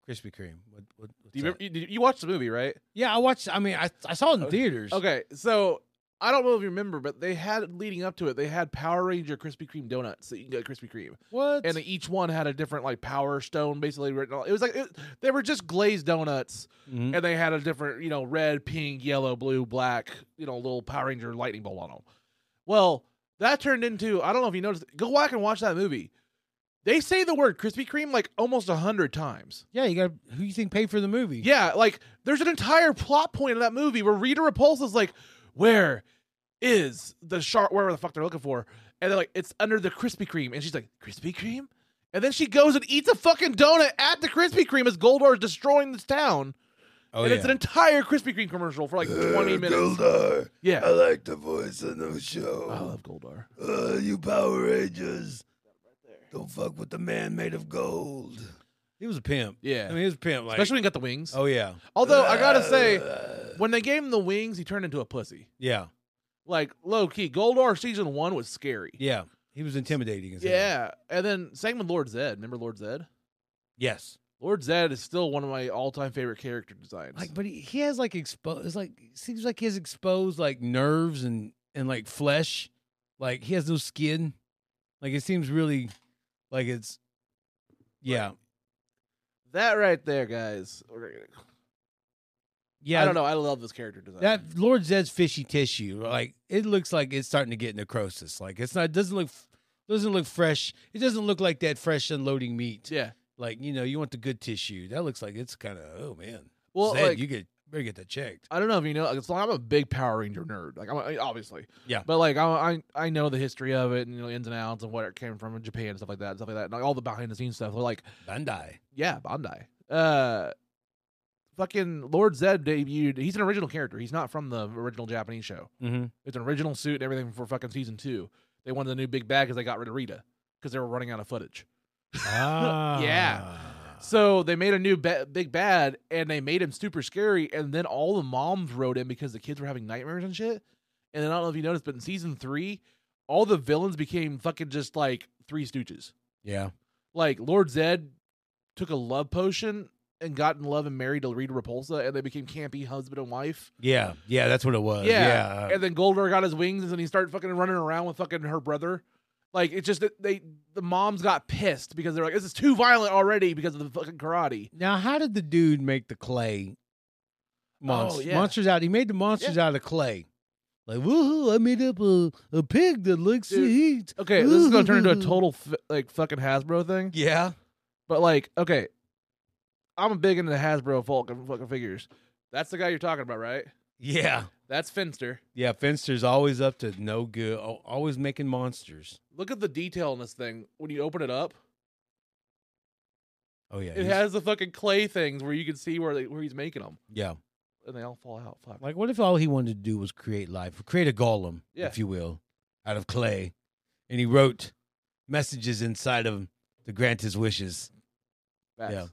S1: Krispy Kreme. What, what, what's
S2: do you
S1: that?
S2: remember you, did- you watched the movie right
S1: Yeah, I watched. I mean, I I saw it in
S2: Okay.
S1: theaters.
S2: okay so i don't know if you remember but they had leading up to it they had power ranger krispy kreme donuts that you can get at krispy kreme
S1: What?
S2: and E each one had a different like power stone basically written on it was like it, they were just glazed donuts
S1: Mhm.
S2: and they had a different, you know, red, pink, yellow, blue, black, you know, little Power Ranger lightning bolt on them. Well, that turned into I don't know if you noticed. Go back and watch that movie. They say the word Krispy Kreme like almost a hundred times.
S1: yeah, you got who you think paid for the movie?
S2: Yeah, like there's an entire plot point in that movie where Rita Repulsa's like, "Where is the shark? Wherever the fuck they're looking for?" And they're like, "It's under the Krispy Kreme," and she's like, "Krispy Kreme." And then she goes and eats a fucking donut at the Krispy Kreme as Goldar is destroying this town.
S1: Oh,
S2: and
S1: yeah.
S2: it's an entire Krispy Kreme commercial for like 20 minutes.
S5: Goldar.
S2: Yeah.
S5: I like the voice on the show.
S2: Goldar.
S5: Uh, you Power Rangers. Don't fuck with the man made of gold.
S1: he was a pimp.
S2: Yeah.
S1: I mean, he was a pimp. Like,
S2: Especially when he got the wings.
S1: oh, yeah.
S2: Although, I gotta say,
S5: uh,
S2: when they gave him the wings, he turned into a pussy.
S1: Yeah.
S2: Like, low key, Goldar season one was scary.
S1: Yeah. He was intimidating. As hell.
S2: Yeah, and then same with Lord Zed. Remember Lord Zed?
S1: Yes.
S2: Lord Zed is still one of my all-time favorite character designs.
S1: Like, but he, he has like exposed. It's like seems like he has exposed like nerves and and like flesh. Like he has no skin. Like it seems really, like it's, yeah,
S2: that right there, guys.
S1: yeah.
S2: I don't know. I love this character design.
S1: That Lord Zed's fishy tissue, like it looks like it's starting to get necrosis. Like it's not. It doesn't look. f- Doesn't look fresh. It doesn't look like that fresh unloading meat.
S2: yeah.
S1: Like you know, you want the good tissue. That looks like it's kind of. Oh man.
S2: Well,
S1: Zed,
S2: like,
S1: you get better get that checked.
S2: I don't know if you know. Like, it's like I'm a big Power Ranger nerd. Like, I'm I- obviously.
S1: Yeah.
S2: But like, I I, I know the history of it and you know ins and outs and where it came from in Japan and stuff like that and stuff like that and like, all the behind the scenes stuff. Like,
S1: Bandai.
S2: Yeah, Bandai. Uh, fucking Lord Zed debuted. He's an original character. He's not from the original Japanese show.
S1: Mm-hmm.
S2: It's an original suit and everything for fucking season two. They wanted a new big bag because they got rid of Rita because they were running out of footage.
S1: Ah.
S2: So they made a new ba- big bad and they made him super scary. And then all the moms wrote in because the kids were having nightmares and shit. And then I don't know if you noticed, but in season three, all the villains became fucking just like Three Stooges.
S1: Yeah.
S2: like Lord Zed took a love potion and got in love and married to Rita Repulsa, and they became campy husband and wife.
S1: Yeah. Yeah. That's what it was.
S2: yeah.
S1: Uh, Yeah.
S2: And then Goldar got his wings, and then he started fucking running around with fucking her brother. Like it's just that they the moms got pissed because they're like, this is too violent already because of the fucking karate.
S1: Now, how did the dude make the clay monster,
S2: Oh, yeah.
S1: monsters out? He made the monsters out of clay. Like, woohoo, I made up a, a pig that likes to
S2: Dude.
S1: eat.
S2: Okay, this is gonna turn into a total f- like fucking Hasbro thing.
S1: Yeah.
S2: But like, okay, I'm big into the Hasbro fucking fucking figures. That's the guy you're talking about, right?
S1: Yeah.
S2: That's Finster.
S1: Yeah. Finster's always up to no good, al- always making monsters.
S2: Look at the detail in this thing. When you open it up,
S1: Oh, yeah.
S2: It
S1: he's-
S2: has the fucking clay things where you can see where they, where he's making them,
S1: yeah.
S2: and they all fall out. Fuck.
S1: Like, what if all he wanted to do was create life, create a golem,
S2: Yeah.
S1: if you will, out of clay? And he wrote messages inside of him to grant his wishes.
S2: Facts.
S1: Yeah.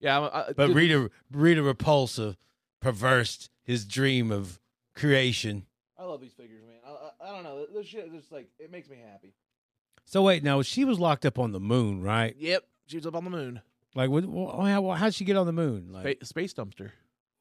S2: yeah. I'm- I,
S1: But
S2: dude,
S1: Rita Rita Repulsa perversed his dream of creation.
S2: I love these figures, man. I, I, I don't know. This shit is just like it makes me happy.
S1: So wait, now she was locked up on the moon, right?
S2: Yep, she was up on the moon.
S1: Like, what, wh- how how'd she get on the moon? Like,
S2: Spa- space dumpster.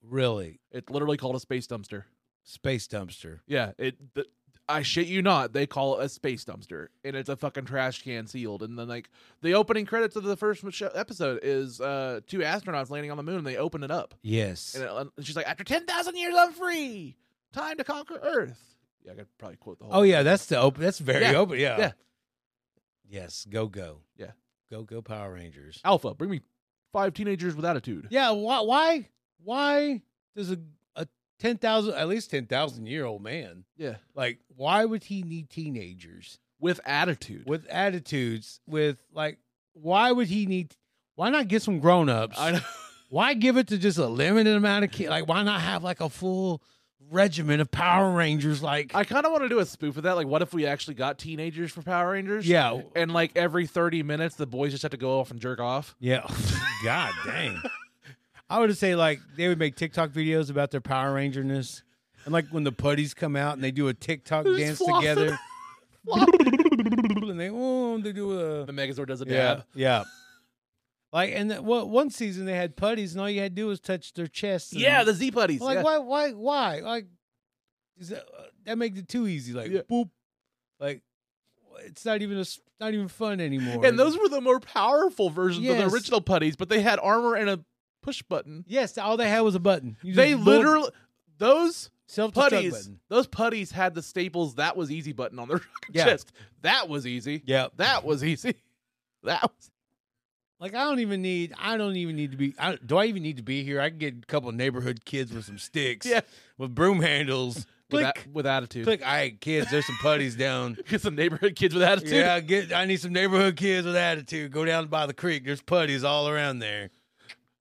S1: really,
S2: It's literally called a space dumpster.
S1: space dumpster?
S2: Yeah. It. The, I shit you not. They call it a space dumpster, and it's a fucking trash can sealed. And then like the opening credits of the first show, episode is uh two astronauts landing on the moon, and they open it up.
S1: Yes.
S2: And, it, and she's like, after 10,000 years, I'm free. Time to conquer Earth. Yeah, I could probably quote the whole
S1: Oh yeah, that's the open. That's very
S2: Yeah.
S1: open. Yeah.
S2: Yeah.
S1: Yes. Go go.
S2: Yeah.
S1: Go go Power Rangers.
S2: Alpha, bring me five teenagers with attitude.
S1: Yeah. Why? Why? Why does a a ten thousand at least ten thousand year old man
S2: Yeah.
S1: like why would he need teenagers?
S2: With attitude.
S1: with attitudes with like why would he need why not get some grown-ups
S2: I know.
S1: why give it to just a limited amount of kids like why not have like a full regiment of power rangers like
S2: I kind of want to do a spoof of that. Like, what if we actually got teenagers for Power Rangers?
S1: yeah
S2: And like every 30 minutes, the boys just have to go off and jerk off.
S1: yeah god dang i would say like they would make tiktok videos about their power rangerness and like when the putties come out and they do a tiktok
S2: They're
S1: dance
S2: just flossing.
S1: together and they oh they do a
S2: uh, The Megazord does a
S1: Yeah,
S2: dab.
S1: yeah. Like and that, well, one season they had putties and all you had to do was touch their chests. and-
S2: Yeah, the Z putties.
S1: like
S2: yeah.
S1: why, why, why? Like is that, uh, that makes it too easy. Like
S2: Yeah.
S1: boop, like it's not even a, s- not even fun anymore.
S2: And those were the more powerful versions of
S1: Yes.
S2: the original putties, but they had armor and a push button.
S1: yes, all they had was a button. You
S2: They
S1: just boop,
S2: literally, those
S1: self-destruct
S2: putties.
S1: button.
S2: Those putties had the staples. That was easy button on their fucking
S1: Yeah.
S2: chest. That was easy.
S1: Yeah,
S2: That was easy. That was.
S1: like I don't even need. I don't even need to be. I, do I even need to be here? I can get a couple of neighborhood kids with some sticks.
S2: Yeah.
S1: with broom handles.
S2: with,
S1: Click.
S2: a- with attitude.
S1: Click, all right, kids, there's some putties down.
S2: Get some neighborhood kids with attitude.
S1: Yeah, get. I need some neighborhood kids with attitude. Go down by the creek. There's putties all around there.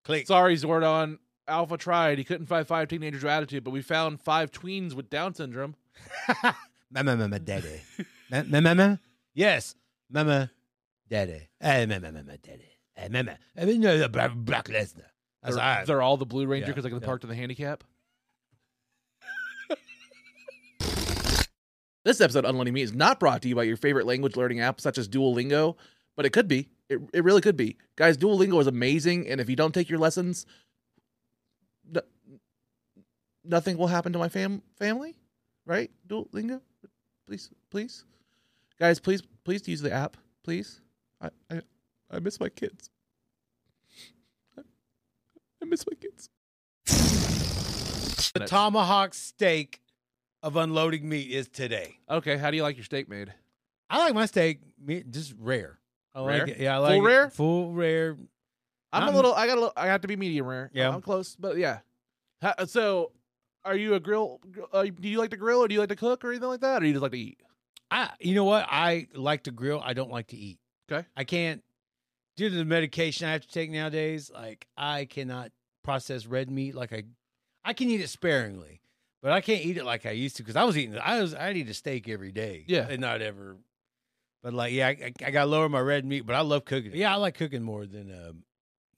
S1: Click.
S2: Sorry, Zordon. Alpha tried. He couldn't find five teenagers with attitude, but we found five tweens with Down syndrome.
S1: Mama, mama, daddy. Ma- ma- Mama, yes, mama, daddy. Eh, Hey, mama, mama, daddy. Eh, Hey, mama. I mean, no, no, Brock Brock Lesnar. That's all
S2: they're,
S1: right.
S2: they're all the Blue Ranger
S1: Yeah,
S2: because I could have
S1: yeah.
S2: parked in the handicap.
S6: This episode of Unlearning Me is not brought to you by your favorite language learning app such as Duolingo, but it could be. It, it really could be. Guys, Duolingo is amazing, and if you don't take your lessons, no, nothing will happen to my fam- family, right? Duolingo? Please, please. Guys, please, please use the app, please. I, I, I miss my kids. I miss my kids.
S1: the tomahawk steak of unloading meat is today.
S2: Okay, how do you like your steak made?
S1: I like my steak me- just rare. Oh, I
S2: Rare?
S1: like it. Yeah, I
S2: Full
S1: like it.
S2: rare?
S1: Full rare.
S2: I'm
S1: I'm-
S2: a little. I got. a little I have to be medium rare.
S1: Yeah.
S2: I'm close, but yeah. Ha- So, are you a grill? Uh, do you like to grill, or do you like to cook, or anything like that, or you just like to eat?
S1: I you know what? I like to grill. I don't like to eat.
S2: Okay.
S1: I can't due to the medication I have to take nowadays, like I cannot process red meat like I I can eat it sparingly, but I can't eat it like I used to because I was eating I was I'd eat a steak every day.
S2: Yeah.
S1: And not ever but like yeah, I, I gotta lower my red meat, but I love cooking. it. Yeah, I like cooking more than um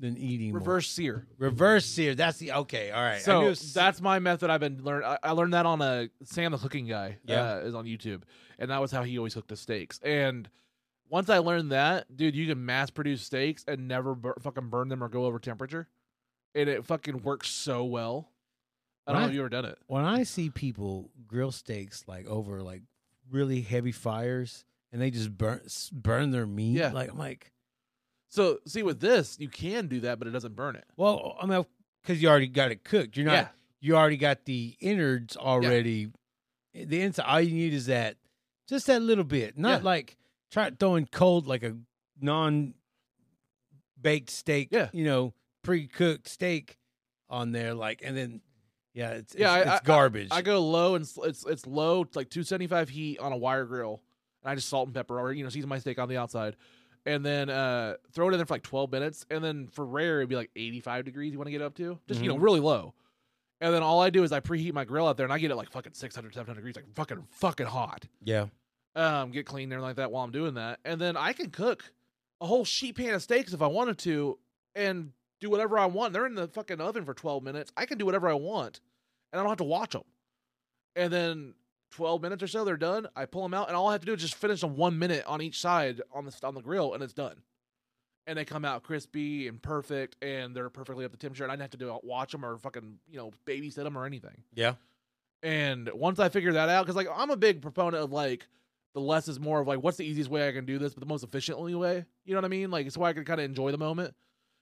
S1: than eating. more.
S2: Reverse sear.
S1: reverse sear. That's the okay. All right. I knew it
S2: So
S1: was-
S2: that's my method. I've been learn. I, I learned that on a Sam the cooking guy.
S1: Yeah.
S2: uh, is on YouTube, and that was how he always cooked the steaks. And once I learned that, dude, you can mass produce steaks and never bur- fucking burn them or go over temperature, and it fucking works so well. I don't know
S1: Right.
S2: if you have ever done it.
S1: when I see people grill steaks like over like really heavy fires and they just burn s- burn their meat,
S2: Yeah.
S1: like I'm like,
S2: So see, with this, you can do that, but it doesn't burn it.
S1: well, I mean, because you already got it cooked. You're not.
S2: Yeah.
S1: You already got the innards already. The inside. All you need is that, just that little bit. Not
S2: Yeah.
S1: like try throwing cold like a non baked steak.
S2: Yeah.
S1: You know, pre cooked steak on there, like, and then yeah, it's
S2: Yeah,
S1: it's,
S2: I-
S1: it's garbage.
S2: I go low and sl- it's it's low, it's like 275 heat on a wire grill, and I just salt and pepper or you know season my steak on the outside, and then uh throw it in there for like 12 minutes, and then for rare it'd be like 85 degrees you want to get up to, just you know really low, and then all I do is I preheat my grill out there and I get it like fucking 600 700 degrees, like fucking fucking hot,
S1: yeah.
S2: um get clean there like that while I'm doing that, and then I can cook a whole sheet pan of steaks if I wanted to, and do whatever I want. They're in the fucking oven for 12 minutes. I can do whatever I want, and I don't have to watch them. And then 12 minutes or so, they're done. I pull them out, and all I have to do is just finish them one minute on each side on the on the grill, and it's done. And they come out crispy and perfect, and they're perfectly up to temperature. And I didn't have to do uh, watch them or fucking you know babysit them or anything.
S1: Yeah.
S2: And once I figure that out, because like I'm a big proponent of like the less is more of like what's the easiest way I can do this, but the most efficiently way. You know what I mean? Like it's why I can kind of enjoy the moment.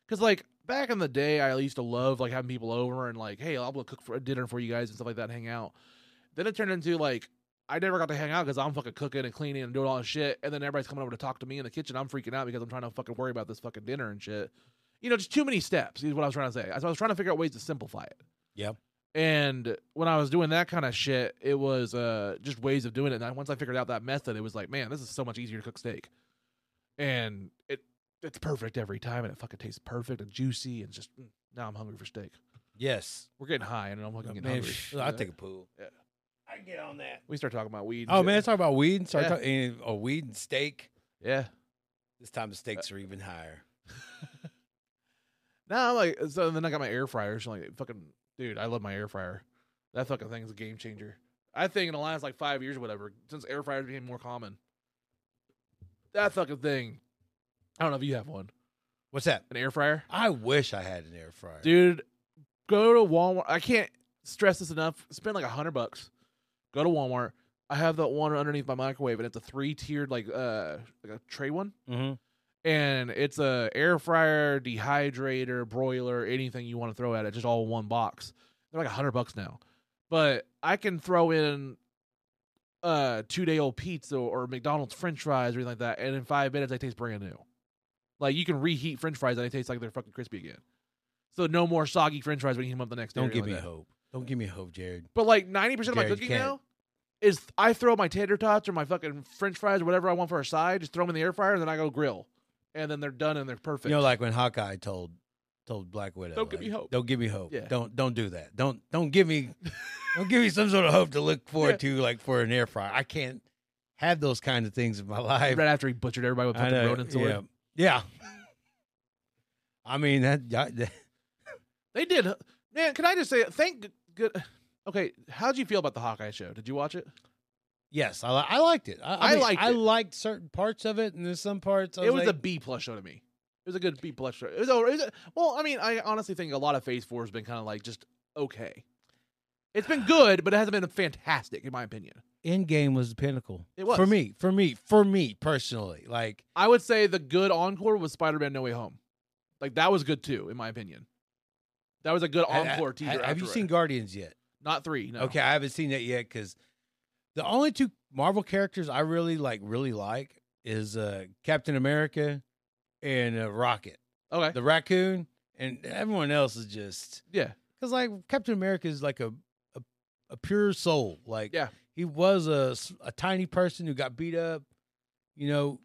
S2: Cause like back in the day, I used to love like having people over and like, hey, I'm gonna cook for dinner for you guys and stuff like that, and hang out. Then it turned into like I never got to hang out because I'm fucking cooking and cleaning and doing all this shit, and then everybody's coming over to talk to me in the kitchen. I'm freaking out because I'm trying to fucking worry about this fucking dinner and shit. You know, just too many steps is what I was trying to say. I I was trying to figure out ways to simplify it.
S1: Yep.
S2: And when I was doing that kind of shit, it was uh, just ways of doing it. And I, once I figured out that method, it was like, man, this is so much easier to cook steak, and it it's perfect every time, and it fucking tastes perfect and juicy, and just mm, now I'm hungry for steak.
S1: Yes.
S2: We're getting high, and I'm fucking getting
S1: Man,
S2: hungry.
S1: sh- I'll take a pool.
S2: Yeah.
S1: I can get on that.
S2: We start talking about weed. and
S1: Oh
S2: shit.
S1: man, let's talk about weed and start
S2: Yeah.
S1: talking oh, weed and steak.
S2: yeah.
S1: This time the stakes
S2: Uh,
S1: are even higher.
S2: No, I'm like so. Then I got my air fryer. So like, fucking dude, I love my air fryer. That fucking thing's a game changer. I think in the last like five years or whatever, since air fryers became more common, that fucking thing. I don't know if you have one,
S1: What's that?
S2: an air fryer,
S1: I wish I had an air fryer.
S2: dude. Go to Walmart. I can't stress this enough. Spend like a hundred bucks. Go to Walmart. I have that one underneath my microwave, and it's a three tiered like uh like a tray one.
S1: Mhm.
S2: and it's a air fryer, dehydrator, broiler, anything you want to throw at it, just all in one box. They're like a hundred bucks now, but I can throw in uh two day old pizza or McDonald's French fries or anything like that, and in five minutes they taste brand new. Like you can reheat French fries and they taste like they're fucking crispy again. So no more soggy French fries when you heat them up the next day. or
S1: Don't give
S2: anything
S1: me
S2: like that.
S1: hope. Don't give me hope, Jared.
S2: But like ninety percent of my
S1: Jared, you
S2: cooking
S1: can't.
S2: now is I throw my tater tots or my fucking French fries or whatever I want for a side, just throw them in the air fryer, and then I go grill, and then they're done and they're perfect.
S1: You know, like when Hawkeye told told Black Widow,
S6: Don't give
S1: like,
S6: me hope.
S1: Don't give me hope.
S2: Yeah.
S1: Don't don't do that. Don't don't give me don't give me some sort of hope to look forward to, like for an air fryer. I can't have those kind of things in my life.
S2: right after he butchered everybody with
S1: I
S2: fucking
S1: know,
S2: rodent sword.
S1: Yeah. yeah. I mean that, yeah, that-
S2: They did. Man, can I just say thank good. Okay, how'd you feel about the Hawkeye show? Did you watch it?
S1: Yes, I, li- I liked it. I, I,
S2: I
S1: mean,
S2: liked
S1: I
S2: it.
S1: liked certain parts of it, and there's some parts. I
S2: it was
S1: like,
S2: a B plus show to me. It was a good B plus show. It was, all- it was a- well, I mean, I honestly think a lot of Phase Four has been kind of like just okay. It's been good, but it hasn't been fantastic in my opinion.
S1: Endgame was the pinnacle.
S2: It was.
S1: for me, for me, for me personally. Like
S2: I would say the good encore was Spider Man No Way Home. Like that was good too, in my opinion. That was a good
S1: I- I-
S2: encore teaser.
S1: I- Have you
S2: afterward.
S1: seen Guardians yet?
S2: Not three. No.
S1: Okay, I haven't seen that yet because the only two Marvel characters I really like, really like, is uh, Captain America and uh, Rocket,
S2: Okay.
S1: the raccoon, and everyone else is just
S2: Yeah.
S1: because like Captain America is like a a, a pure soul. Like
S2: Yeah.
S1: he was a s- a tiny person who got beat up. You know,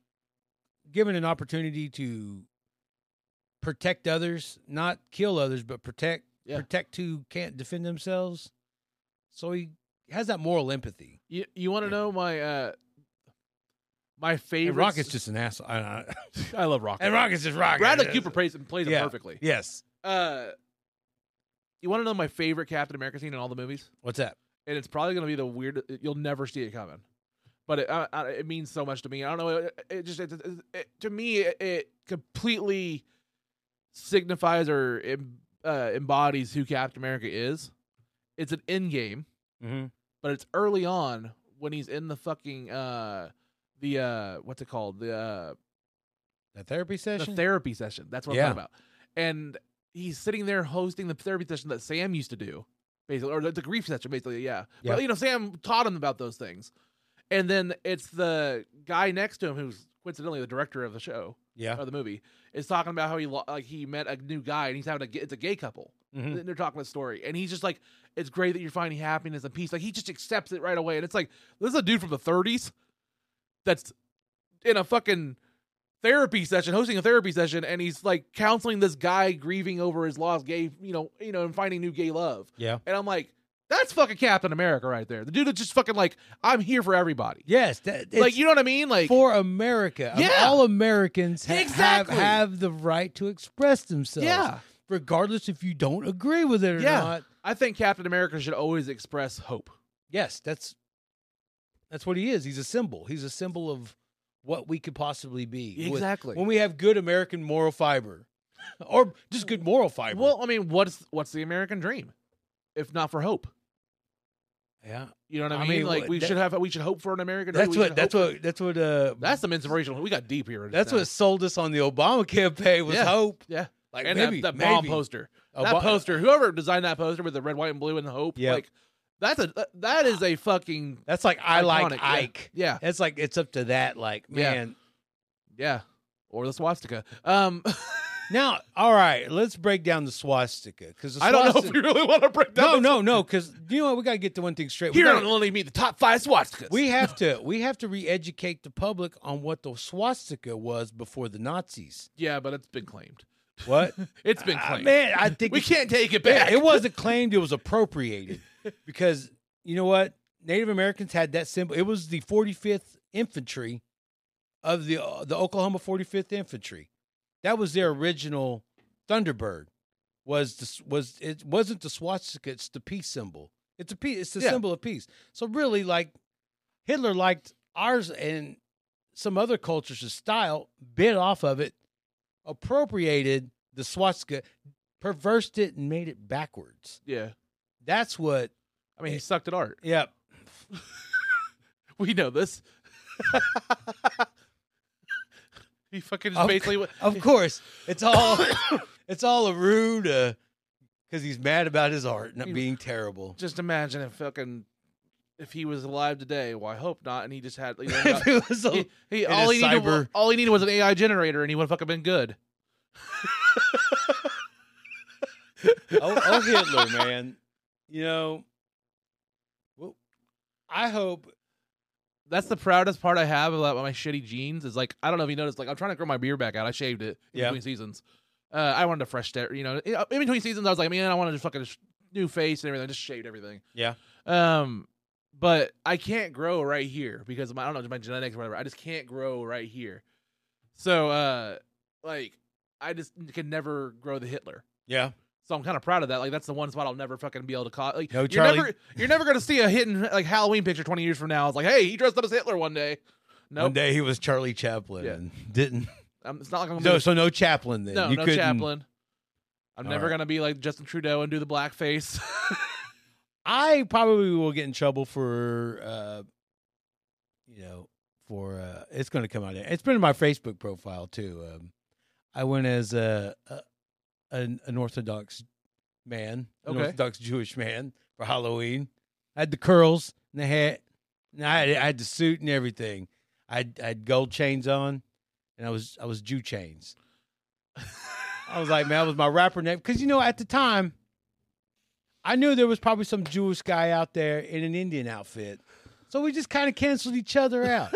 S1: given an opportunity to protect others, not kill others, but protect
S2: Yeah.
S1: protect who can't defend themselves. So he has that moral empathy.
S2: You you want to know my uh my
S1: And
S2: favorite?
S1: Rocket's just an asshole. I- I-
S2: I love Rocket.
S1: and Rocket's just Rocket.
S2: Bradley Cooper plays him plays
S1: Yeah.
S2: him perfectly.
S1: Yes.
S2: Uh, you want to know my favorite Captain America scene in all the movies?
S1: What's that?
S2: And it's probably gonna be the weirdest. You'll never see it coming, but it I, I, it means so much to me. I don't know. It, it just it, it, it- to me it, it completely signifies or em, uh, embodies who Captain America is. It's an end game,
S1: Mm-hmm.
S2: but it's early on when he's in the fucking uh the uh what's it called the uh
S1: The therapy session.
S2: the therapy session. That's what
S1: Yeah.
S2: I'm talking about. And he's sitting there hosting the therapy session that Sam used to do, basically, or the, the grief session, basically. Yeah.
S1: Yeah.
S2: But, you know, Sam taught him about those things. And then it's the guy next to him, who's coincidentally the director of the show
S1: yeah.
S2: or the movie, is talking about how he lo- like he met a new guy and he's having a g- it's a gay couple.
S1: Mhm.
S2: And they're talking about the story, and he's just like, "It's great that you're finding happiness and peace." Like he just accepts it right away, and it's like this is a dude from the 30s that's in a fucking therapy session, hosting a therapy session, and he's like counseling this guy grieving over his lost gay, you know, you know, and finding new gay love.
S1: Yeah.
S2: And I'm like, that's fucking Captain America right there. The dude that's just fucking like, I'm here for everybody.
S1: Yes. That,
S2: like
S1: it's-
S2: you know what I mean? Like
S1: for America. Of
S2: Yeah.
S1: All Americans ha-
S2: Exactly.
S1: have have the right to express themselves.
S2: yeah.
S1: Regardless if you don't agree with it or
S2: Yeah.
S1: not.
S2: I think Captain America should always express hope.
S1: Yes, that's that's what he is. He's a symbol. He's a symbol of what we could possibly be. With-
S2: Exactly.
S1: when we have good American moral fiber. or just good moral fiber.
S2: Well, I mean, what's what's the American dream, if not for hope?
S1: yeah.
S2: You know what I
S1: I
S2: mean?
S1: mean,
S2: like
S1: what-
S2: we
S1: that-
S2: should have, we should hope for an American. dream.
S1: That's
S2: We
S1: what
S2: should
S1: that's
S2: hope-
S1: what that's what uh
S2: That's some inspirational. We got deep here.
S1: that's
S2: now.
S1: what sold us on the Obama campaign was
S2: Yeah.
S1: hope.
S2: Yeah.
S1: Like
S2: and
S1: maybe
S2: that, that bomb
S1: maybe.
S2: poster,
S1: Oba-
S2: that poster. Whoever designed that poster with the red, white, and blue and the hope,
S1: Yep.
S2: like that's a that- that is a fucking
S1: That's like I
S2: Iconic,
S1: like
S2: yeah.
S1: Ike.
S2: yeah
S1: It's like it's up to that. Like
S2: Yeah.
S1: man,
S2: yeah or the swastika. Um,
S1: Now, all right, let's break down the swastika because
S2: I don't know if we really want to break
S1: no,
S2: down.
S1: no, no, because you know what? We got to get the one thing straight. We
S2: here
S1: gotta-
S2: on only meet the top five swastikas.
S1: we have to we have to re-educate the public on what the swastika was before the Nazis.
S2: yeah, but it's been claimed.
S1: What?
S2: It's been
S1: Ah,
S2: claimed.
S1: man, I think
S2: we
S1: it-
S2: can't take it
S1: yeah,
S2: back.
S1: it wasn't claimed; it was appropriated because you know what? Native Americans had that symbol. It was the 45th Infantry of the uh, the Oklahoma 45th Infantry. That was their original Thunderbird. Was the, was it wasn't the swastika? It's the peace symbol. It's a peace. It's the
S2: Yeah.
S1: symbol of peace. So really, like Hitler liked ours and some other cultures' style, bit off of it, appropriated the swastika, perversed it, and made it backwards.
S2: Yeah,
S1: That's what.
S2: I mean, he sucked at art.
S1: Yep.
S2: We know this. he fucking just
S1: Of
S2: basically. went-
S1: Of course, it's all it's all a rude because he's mad about his art not
S2: You-
S1: being terrible.
S2: Just imagine if fucking if he was alive today. Well, I hope not. And he just had. You know,
S1: If
S2: got-
S1: it was a-
S2: he, he-
S1: in
S2: all
S1: a
S2: he needed. wa-
S1: cyber-
S2: All he needed was an AI generator, and he would have fucking been good.
S1: oh, oh Hitler, man. you know, well, I hope
S2: That's the proudest part I have about my shitty jeans is like I don't know if you noticed like I'm trying to grow my beard back out. I shaved it in
S1: Yeah.
S2: between seasons. Uh, I wanted a fresh stare, you know. In in between seasons, I was like, man, I want to just fucking sh- new face and everything. I just shaved everything.
S1: Yeah.
S2: Um, but I can't grow right here because of my, I don't know my genetics or whatever. I just can't grow right here. So uh, like I just can never grow the Hitler.
S1: yeah.
S2: So I'm kind of proud of that. Like that's the one spot I'll never fucking be able to call. Like
S1: No,
S2: you're
S1: Charlie.
S2: never you're never gonna see a hidden like Halloween picture 20 years from now. It's like, hey, he dressed up as Hitler one day. No,
S1: One day he was Charlie Chaplin
S2: Yeah.
S1: and didn't.
S2: I'm, Um, it's not like I'm gonna
S1: No,
S2: be,
S1: so no Chaplin then.
S2: no,
S1: you
S2: no
S1: couldn't-
S2: Chaplin. I'm
S1: All
S2: never
S1: right.
S2: gonna be like Justin Trudeau and do the blackface.
S1: I probably will get in trouble for, uh, you know, for uh, it's going to come out. It's been in my Facebook profile too. Um, I went as a, a an, an Orthodox man, an
S2: Okay.
S1: Orthodox Jewish man for Halloween. I had the curls and the hat, and I had, I had the suit and everything. I had, I had gold chains on, and I was I was Jew chains. I was like, man, that was my rapper name because you know at the time. I knew there was probably some Jewish guy out there in an Indian outfit. So we just kind of canceled each other out.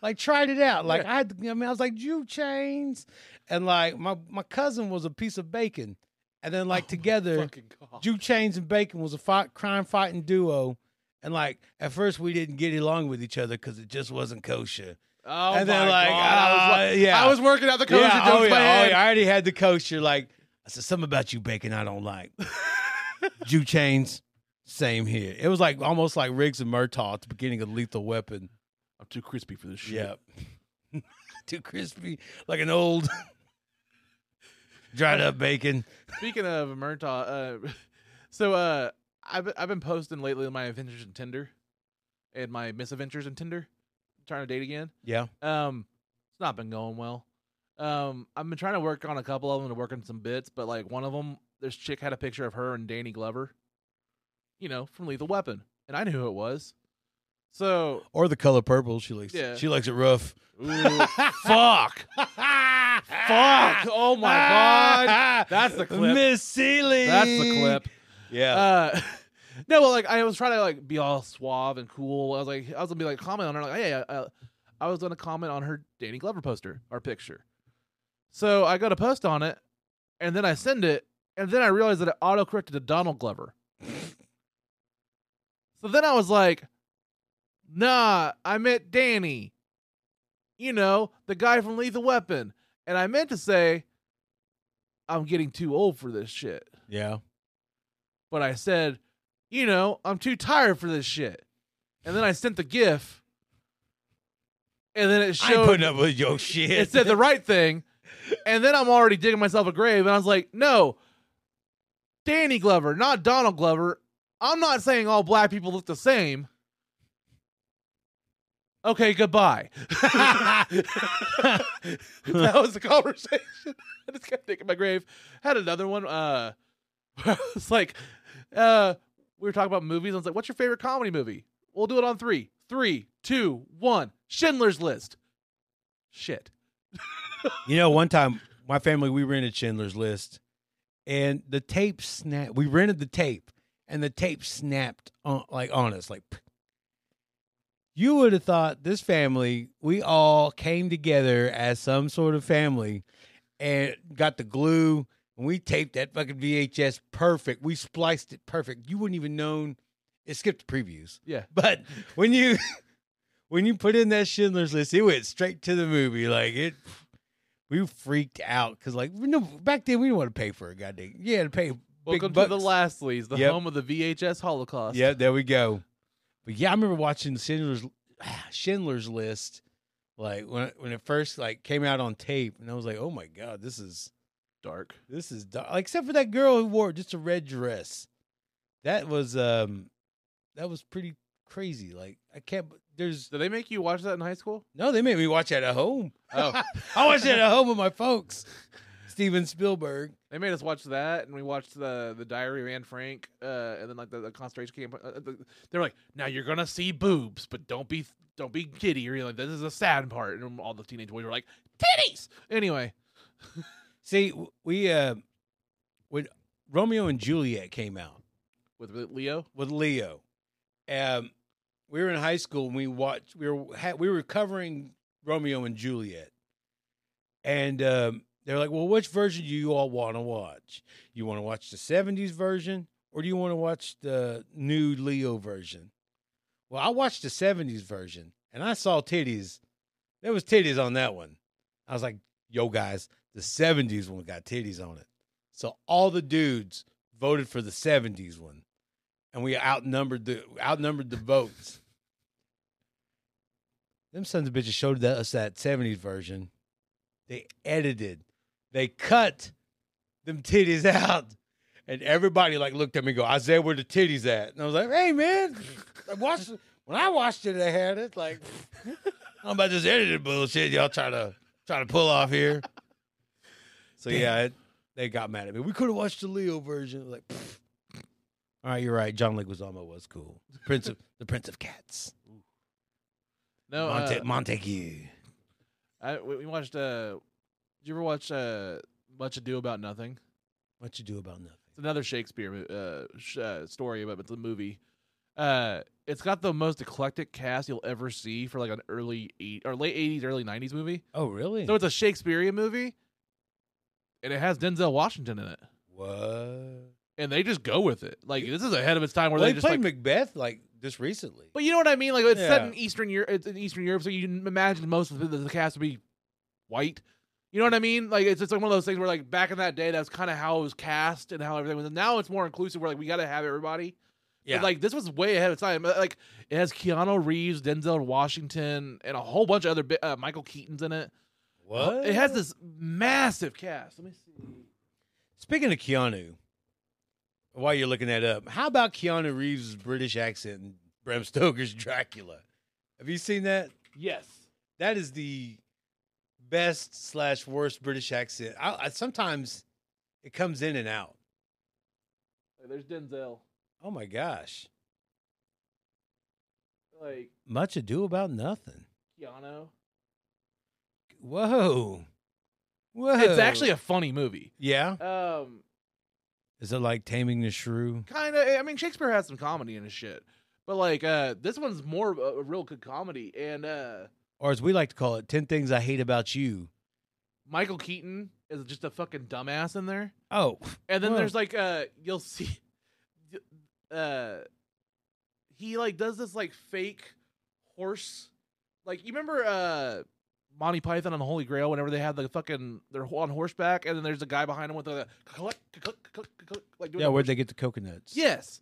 S1: like tried it out. Like I had I mean I was like Jew chains and like my my cousin was a piece of bacon. And then
S2: Oh,
S1: like together
S6: Fucking God.
S1: Jew Chains and Bacon was a fight, crime fighting duo. And like at first we didn't get along with each other because it just wasn't kosher.
S2: oh
S1: and then
S2: my
S1: like,
S2: God, I was
S1: uh,
S2: like-
S1: yeah.
S2: I was working out the kosher jokes
S1: oh,
S2: in my
S1: oh,
S2: head.
S1: I already had the kosher. Like I said, something about you bacon I don't like. Jew chains, same here. It was like almost like Riggs and Murtaugh at the beginning of Lethal Weapon.
S6: I'm too crispy for this shit.
S1: Yep. Too crispy, like an old dried up bacon.
S2: Speaking of Murtaugh, uh, so uh, I've I've been posting lately my adventures in Tinder, and my misadventures in Tinder, trying to date again.
S1: Yeah.
S2: Um, it's not been going well. Um, I've been trying to work on a couple of them to work on some bits, but like one of them, this chick had a picture of her and Danny Glover, you know, from Lethal Weapon, and I knew who it was. So
S1: Or the color purple. She likes.
S2: Yeah.
S1: She likes it rough.
S2: ooh,
S1: Fuck.
S2: fuck! Oh my god, that's the clip.
S1: Miss Seeley.
S2: That's the clip.
S1: Yeah.
S2: Uh, no, well, like I was trying to like be all suave and cool. I was like, I was gonna be like comment on her, like, hey, uh, I was gonna comment on her Danny Glover poster or picture. So I go to post on it, and then I send it, and then I realized that it auto corrected to Donald Glover. so then I was like, Nah, I meant Danny. You know, the guy from Lethal Weapon, and I meant to say, I'm getting too old for this shit
S1: yeah.
S2: but I said, you know, I'm too tired for this shit. And then I sent the GIF, and then it
S1: I ain't putting
S2: showed
S1: up with your shit.
S2: it said the right thing, and then I'm already digging myself a grave, and I was like, no, Danny Glover, not Donald Glover. I'm not saying all black people look the same. Okay, goodbye. that was the conversation. I just kept digging my grave. Had another one. Uh, where I was like, uh, we were talking about movies. I was like, what's your favorite comedy movie? We'll do it on three, three, two, one. Schindler's List. Shit.
S1: You know, one time my family we rented Schindler's List, and the tape snapped. We rented the tape, and the tape snapped on like on us. Like you would have thought this family we all came together as some sort of family, and got the glue. And we taped that fucking VHS perfect. We spliced it perfect. You wouldn't even known. It skipped the previews.
S2: Yeah.
S1: But when you when you put in that Schindler's List, it went straight to the movie. Like it, we freaked out because like we know back then we didn't want to pay for it. Goddamn, you had to pay.
S2: Welcome
S1: big bucks.
S2: to the Lastleys, the
S1: Yep.
S2: home of the VHS Holocaust.
S1: Yeah, there we go. But yeah, I remember watching Schindler's Schindler's List, like when it- when it first like came out on tape, and I was like, oh my god, this is
S2: Dark.
S1: this is dark. Like, except for that girl who wore just a red dress. That was um, that was pretty crazy. Like I can't. There's
S2: Did they make you watch that in high school?
S1: No, they made me watch it at home.
S2: Oh.
S1: I watched it at home with my folks. Steven Spielberg.
S2: They made us watch that, and we watched the the Diary of Anne Frank, uh, and then like the, the concentration camp. Uh, the, they were like, "Now you're gonna see boobs, but don't be don't be giddy." Or you're like, "This is the sad part." And all the teenage boys were like, "Titties." Anyway,
S1: See, w- we uh when Romeo and Juliet came out,
S2: with Leo.
S1: with Leo. Um, we were in high school and we watched. We were ha we were covering Romeo and Juliet, and um, they're like, "Well, which version do you all want to watch? You want to watch the '70s version, or do you want to watch the new Leo version?" Well, I watched the '70s version, and I saw titties. There was titties on that one. I was like, "Yo, guys, the '70s one got titties on it." So all the dudes voted for the '70s one and we outnumbered the outnumbered the votes. Them sons of bitches showed that, us that '70s version. They edited, they cut them titties out, and everybody like looked at me and go, "Isaiah, where the titties at?" And I was like, "Hey, man, I watched it- when I watched it, they had it. Like, I'm about this edited bullshit y'all try to try to pull off here." So yeah, it, they got mad at me. We could have watched the Leo version. Like. pfft. All right, you're right. John Leguizamo was cool. Prince of the Prince of Cats.
S2: No, uh,
S1: Monte, Montague.
S2: I, we we watched. Uh, did you ever watch uh, Much Ado About Nothing?
S1: What you do about nothing?
S2: It's another Shakespeare mo- uh, sh- uh, story, but it's a movie. Uh, it's got the most eclectic cast you'll ever see for like an early eight or late eighties, early nineties movie.
S1: Oh, really?
S2: So it's a Shakespearean movie, and it has Denzel Washington in it,
S1: what?
S2: and they just go with it. Like this is ahead of its time, where
S1: Well, they,
S2: they just
S1: played
S2: like.
S1: Macbeth like just recently.
S2: but you know what I mean? Like it's set
S1: Yeah.
S2: in Eastern Europe. It's in Eastern Europe, so you can imagine most of the, the cast would be white. You know what I mean? Like it's just like one of those things where like back in that day, that's kind of how it was cast and how everything was. And now it's more inclusive. Where like we got to have everybody. But, like this was way ahead of time. Uh, Like it has Keanu Reeves, Denzel Washington, and a whole bunch of other bi- uh, Michael Keaton's in it.
S1: what?
S2: It has this massive cast. Let me see.
S1: Speaking of Keanu, while you're looking that up, how about Keanu Reeves' British accent and Bram Stoker's Dracula? Have you seen that?
S2: Yes.
S1: That is the best slash worst British accent. I, I sometimes it comes in and out.
S2: Like, there's Denzel.
S1: Oh my gosh.
S2: Like
S1: Much ado about nothing.
S2: Keanu.
S1: Whoa. Whoa.
S2: It's actually a funny movie.
S1: Yeah.
S2: Um,
S1: Is it like taming the shrew?
S2: kind of. I mean, Shakespeare has some comedy in his shit, but like uh, this one's more of a, a real good comedy. And uh,
S1: Or as we like to call it, 10 things I hate about you.
S2: Michael Keaton is just a fucking dumbass in there.
S1: Oh.
S2: And then
S1: Whoa.
S2: there's like uh you'll see uh he like does this like fake horse like you remember uh Monty Python and the Holy Grail whenever they had the fucking they're on horseback and then there's a guy behind him with a click, click, click, click, like doing
S1: Yeah,
S2: the
S1: where'd
S2: horse-
S1: they get the coconuts?
S2: Yes.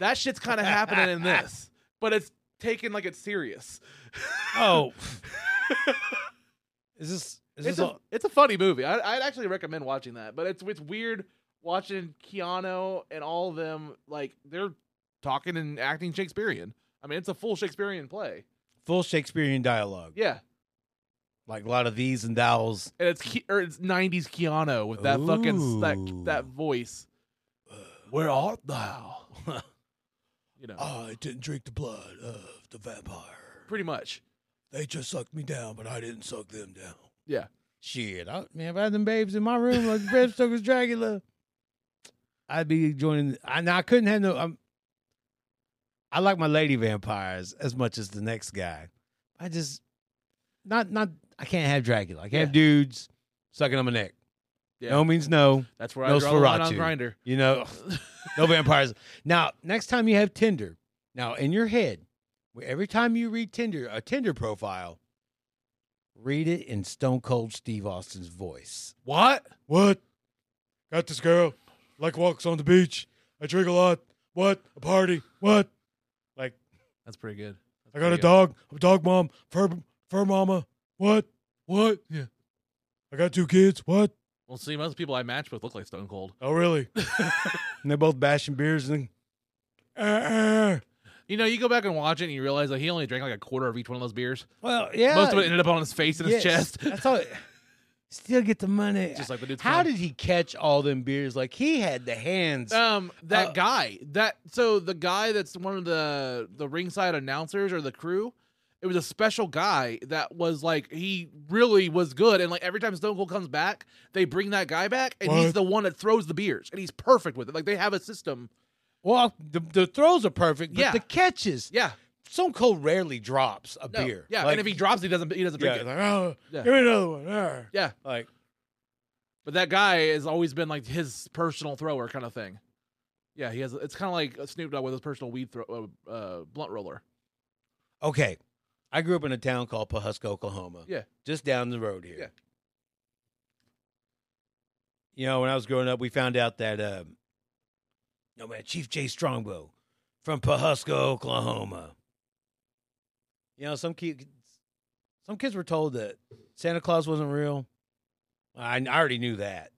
S2: That shit's kind of happening in this, but it's taken like it's serious.
S1: Oh. is this is
S2: it's
S1: this
S2: a,
S1: all,
S2: it's a funny movie. I, I'd actually recommend watching that. But it's it's weird watching Keanu and all of them like they're talking and acting Shakespearean. I mean, it's a full Shakespearean play.
S1: full Shakespearean dialogue?
S2: Yeah,
S1: Like a lot of these and thous.
S2: and it's Ke- or it's '90s Keanu with that fucking s- that
S1: Ooh.
S2: that voice. Where art thou? you know,
S5: I didn't drink the blood of the vampire.
S2: pretty much.
S5: They just sucked me down, but I didn't suck them down.
S1: Shit. I, man, if I had them babes in my room like Bram Stoker's Dracula, I'd be joining. I, now, I couldn't have no. I'm, I like my lady vampires as much as the next guy. I just, not, not, I can't have Dracula. I can't have
S2: Yeah.
S1: dudes sucking on my neck.
S2: Yeah.
S1: No means no.
S2: That's where I draw the line on
S1: Nosferatu.
S2: Grinder.
S1: You know, no vampires. Now, next time you have Tinder, now in your head, every time you read Tinder, a Tinder profile, read it in Stone Cold Steve Austin's voice.
S2: What?
S5: What? Got this girl. Like walks on the beach. I drink a lot. What? A party. What?
S2: That's pretty good.
S5: I got a
S2: Pretty good.
S5: dog. I'm a dog mom. Fur, fur mama. What? What?
S2: Yeah.
S5: I got two kids. What?
S2: Well, see, most people I match with look like Stone Cold.
S5: Oh, really?
S1: And they're both bashing beers and
S5: Eh, eh.
S2: You know, you go back and watch it, and you realize that he only drank like a quarter of each one of those beers.
S1: well, yeah.
S2: Most of it ended up on his face and his
S1: yes,
S2: chest.
S1: That's all. Still get the money.
S2: Just like the dude's
S1: How
S2: phone.
S1: did he catch all them beers? Like he had the hands.
S2: Um, that
S1: Uh,
S2: guy, that so the guy that's one of the the ringside announcers or the crew, it was a special guy that was like he really was good, and like every time Stone Cold comes back, they bring that guy back, and he's
S5: What?
S2: the one that throws the beers, and he's perfect with it. Like they have a system
S1: Well, the, the throws are perfect, but
S2: Yeah.
S1: the catches.
S2: Yeah,
S1: Stone Cold rarely drops a
S2: no,
S1: beer.
S2: Yeah,
S1: Like-
S2: and if he drops, he doesn't. He doesn't
S1: yeah, it's
S2: drink it.
S1: like, oh,
S2: Yeah.
S1: give me another one. Arr.
S2: Yeah,
S1: Like
S2: but that guy has always been like his personal thrower kind of thing. Yeah, he has. It's kind of like Snoop Dogg with his personal weed throw, uh, uh, blunt roller.
S1: okay, I grew up in a town called Pahuska, Oklahoma.
S2: Yeah.
S1: just down the road here.
S2: Yeah.
S1: You know, when I was growing up, we found out that um, no man, Chief Jay Strongbow from Pahuska, Oklahoma. You know, some kids, some kids were told that Santa Claus wasn't real. I, I already knew that,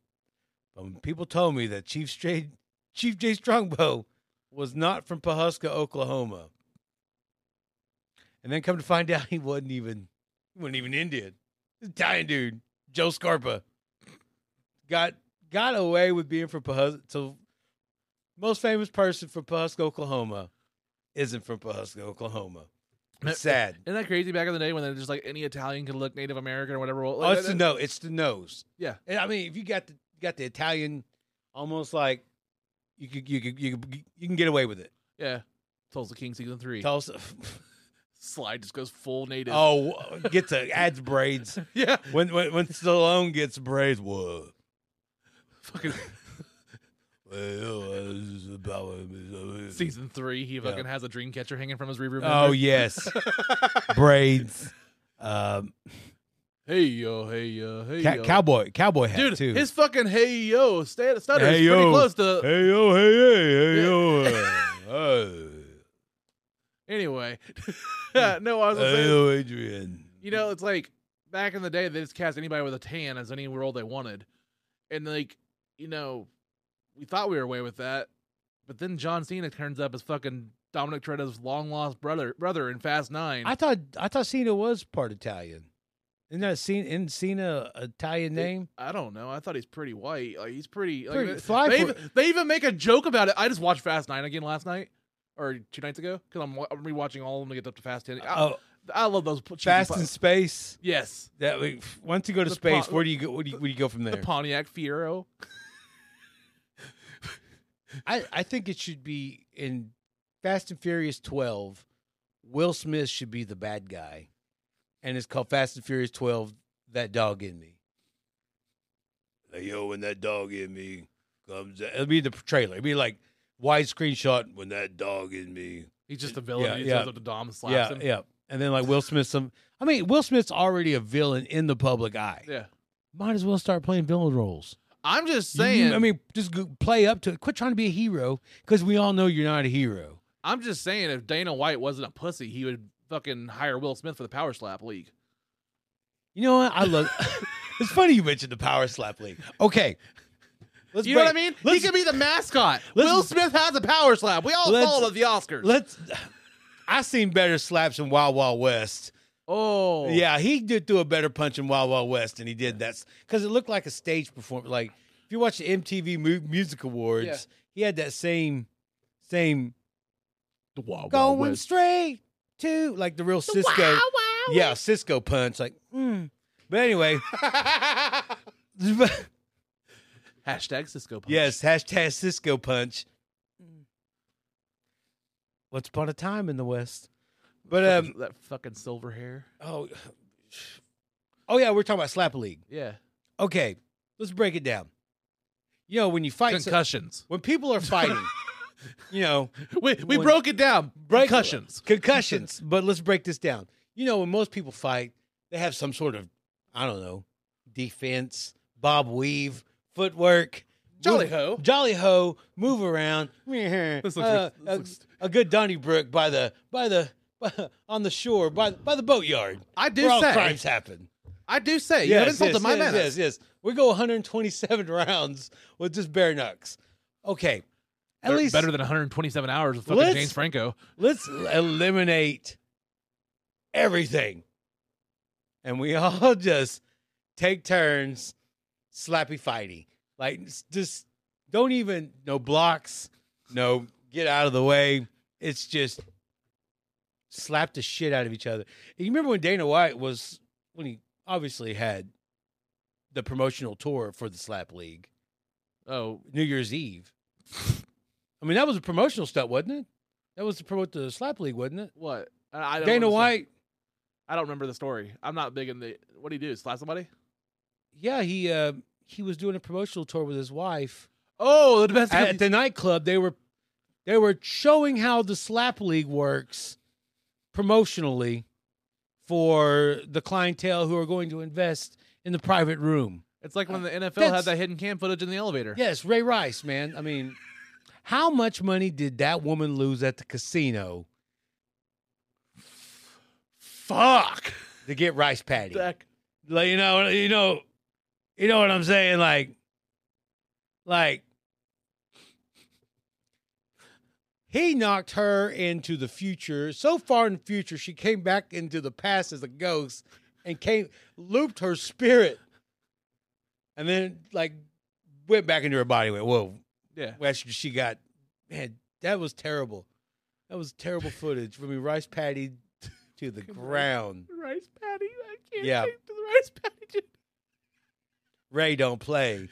S1: but when people told me that Chief Jay, Chief Jay Strongbow was not from Pahuska, Oklahoma. And then come to find out he wasn't even he wasn't even Indian. Italian dude, Joe Scarpa. Got got away with being from Pahuska. So most famous person from Pahuska, Oklahoma isn't from Pahuska, Oklahoma. It's sad.
S2: Isn't that crazy? Back in the day when they just like any Italian could look Native American or whatever. Well,
S1: Oh,
S2: like,
S1: it's the
S2: that-
S1: no, it's the nose.
S2: Yeah.
S1: And I mean, if you got the you got the Italian almost like you could you could you could, you can get away with it.
S2: yeah. Tulsa King season three.
S1: Tulsa.
S2: Slide just goes full Native.
S1: Oh, get to adds braids.
S2: yeah.
S1: When when when Stallone gets braids, whoa.
S2: Fucking season three, he fucking has a dream catcher hanging from his rear view
S1: Oh
S2: mirror.
S1: yes, braids. Um,
S2: Hey yo, hey yo, hey
S1: ca-
S2: yo.
S1: cowboy, cowboy hat
S2: Dude,
S1: too.
S2: his fucking hey yo sta- stutter
S1: Hey,
S2: is pretty
S1: yo.
S2: close to.
S1: hey yo, hey hey,
S2: Yeah.
S1: hey yo, uh,
S2: Anyway, no, I was
S1: uh,
S2: gonna
S1: hey
S2: say,
S1: yo, Adrian.
S2: you know, it's like back in the day, they just cast anybody with a tan as any role they wanted, and like, you know, we thought we were away with that, but then John Cena turns up as fucking Dominic Toretto's long lost brother brother in Fast Nine.
S1: I thought I thought Cena was part Italian. Isn't that Cena? In Cena Italian name?
S2: I don't know. I thought he's pretty white. Like he's pretty. Like,
S1: Pretty
S2: they-
S1: fly
S2: they,
S1: for-
S2: even, they even make a joke about it. I just watched Fast Nine again last night or two nights ago because I'm, wa- I'm rewatching all of them to get up to Fast Ten. I,
S1: Oh,
S2: I love those. p- cheesy
S1: Fast
S2: pop-
S1: in Space.
S2: yes,
S1: That we, once you go to
S2: The
S1: space,
S2: pop-
S1: where do you go? Where do you, where do you go from there?
S2: the Pontiac Fiero.
S1: I, I think it should be in Fast and Furious 12. Will Smith should be the bad guy, and it's called Fast and Furious 12. That dog in me. Like, yo, when that dog in me comes, out. it'll be the trailer. It'll be like widescreen shot. When that dog in me,
S2: He's just a villain.
S1: Yeah,
S2: he
S1: yeah.
S2: goes up to Dom, and slaps
S1: yeah,
S2: him.
S1: yeah. And then like Will Smith, some. I mean, Will Smith's already a villain in the public eye.
S2: Yeah.
S1: Might as well start playing villain roles.
S2: I'm just
S1: You- you-
S2: saying.
S1: I mean, just go- play up to it. Quit trying to be a hero because we all know you're not a hero.
S2: I'm just saying. If Dana White wasn't a pussy, he would fucking hire Will Smith for the Power Slap League.
S1: You know what? I love. it's funny you mentioned the power slap league. Okay, let's.
S2: You know
S1: break-
S2: what I mean?
S1: Let's,
S2: he could be the mascot.
S1: let's-
S2: Will Smith has a power slap. We all
S1: Let's-
S2: follow the Oscars.
S1: let's. I seen better slaps in Wild Wild West.
S2: oh,
S1: Yeah, he did do a better punch in Wild Wild West than he did that because it looked like a stage performance. Like if you watch the MTV Mu- Music Awards,
S2: Yeah.
S1: he had that same, same
S2: The Wild Wild
S1: going
S2: West.
S1: straight to like the real Cisco. yeah, Cisco punch. Like, mm. but anyway.
S2: Hashtag Cisco Punch.
S1: Yes, hashtag Cisco Punch. Once upon a time in the West, but um,
S2: that fucking silver hair.
S1: oh, oh yeah, we're talking about slap league.
S2: Yeah.
S1: Okay, let's break it down. You know when you fight, so-
S2: Concussions.
S1: when people are fighting, you know
S2: We, we
S1: When-
S2: broke it down.
S1: break-
S2: Concussions.
S1: concussions. But let's break this down. You know when most people fight, they have some sort of I don't know defense, bob weave, footwork.
S2: Jolly
S1: move-
S2: ho.
S1: Jolly ho, move around.
S2: looks
S1: Uh,
S2: rid- this
S1: a-
S2: looks-
S1: a, good Donnybrook by the by the by, on the shore by by the boatyard.
S2: I do
S1: where all
S2: say.
S1: crimes happen.
S2: I do say. you have insulted my
S1: yes,
S2: manners.
S1: yes, yes. We go 127 rounds with just bare knucks. Okay, at
S2: Better-
S1: least
S2: better than 127 hours with fucking
S1: Let's-
S2: James Franco.
S1: let's eliminate everything, and we all just take turns slappy fighty. Like s- just don't even no blocks, no get out of the way. It's just slap the shit out of each other. And you remember when Dana White was when he obviously had the promotional tour for the Slap League,
S2: Oh,
S1: New Year's Eve. I mean, that was a promotional stunt, wasn't it? That was to promote the slap league, wasn't it?
S2: What? I, I don't
S1: Dana
S2: understand-
S1: White.
S2: I don't remember the story. I'm not big in the. What do you do? Slap somebody?
S1: Yeah, he uh, he was doing a promotional tour with his wife
S2: Oh, the domestic.
S1: at the nightclub. They were they were showing how the slap league works promotionally for the clientele who are going to invest in the private room.
S2: it's like when the NFL
S1: That's-
S2: had that hidden cam footage in the elevator.
S1: Yes, Ray Rice, man. I mean, how much money did that woman lose at the casino
S6: Fuck.
S1: to get Rice Patty?
S2: That-
S1: like you know you know you know what i'm saying like like he knocked her into the future so far in the future she came back into the past as a ghost and came looped her spirit and then like went back into her body went whoa
S2: Yeah.
S1: well, she, she got man that was terrible that was terrible footage from me rice patty to the ground
S2: Rice patty. I can't
S1: Yeah.
S2: take to the rice patty. dude.
S1: Ray don't play.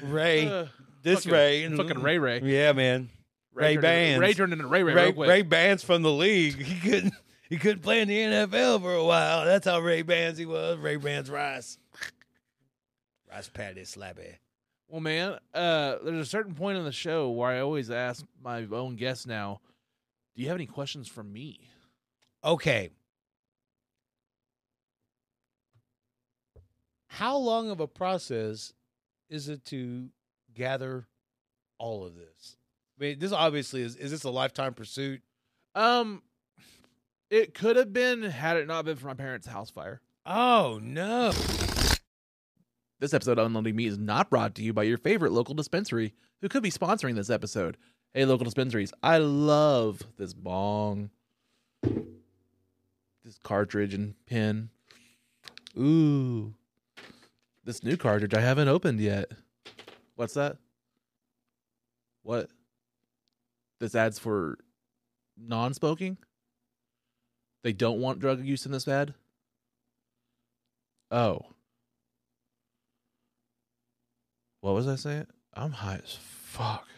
S1: Ray,
S2: Uh,
S1: this
S2: fucking-
S1: Ray, Mm-hmm.
S2: fucking Ray Ray.
S1: Yeah, man. Ray
S2: turned into-
S1: Bans.
S2: Ray turned into Ray Ray.
S1: Ray,
S2: real quick.
S1: Ray Bans from the league. He couldn't. He couldn't play in the NFL for a while. That's how Ray Bans he was. Ray Bans Rice. Rice Patty Slappy.
S2: Well, man, uh, there's a certain point in the show where I always ask my own guests now, do you have any questions for me?
S1: Okay. How long of a process is it to gather all of this? I mean, this obviously is is this a lifetime pursuit?
S2: Um, it could have been had it not been for my parents' house fire.
S1: Oh no.
S2: This episode of Unloading Me is not brought to you by your favorite local dispensary who could be sponsoring this episode. Hey, local dispensaries, I love this bong, this cartridge and pin. Ooh, this new cartridge I haven't opened yet. What's that? What? This ad's for non smoking? They don't want drug use in this ad? Oh. What was I saying? I'm high as fuck.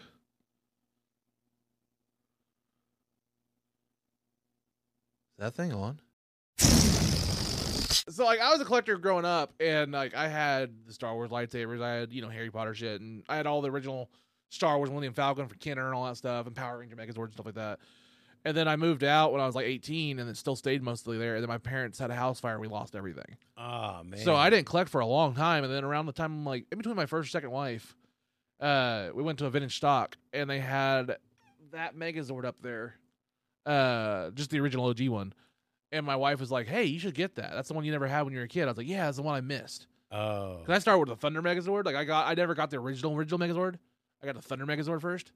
S2: Is that thing on? So like I was a collector growing up and like I had the Star Wars lightsabers, I had, you know, Harry Potter shit, and I had all the original Star Wars Millennium Falcon for Kenner and all that stuff and Power Ranger Megazord and stuff like that. And then I moved out when I was like 18 and it still stayed mostly there. And then my parents had a house fire and we lost everything.
S1: Oh man.
S2: So I didn't collect for a long time, and then around the time like in between my first and second wife, uh, we went to a vintage stock and they had that Megazord up there, uh, just the original OG one. And my wife was like, "Hey, you should get that. That's the one you never had when you were a kid." I was like, "Yeah, that's the one I missed."
S1: Oh.
S2: Cause I started with the Thunder Megazord. Like I got, I never got the original original Megazord. I got the Thunder Megazord first.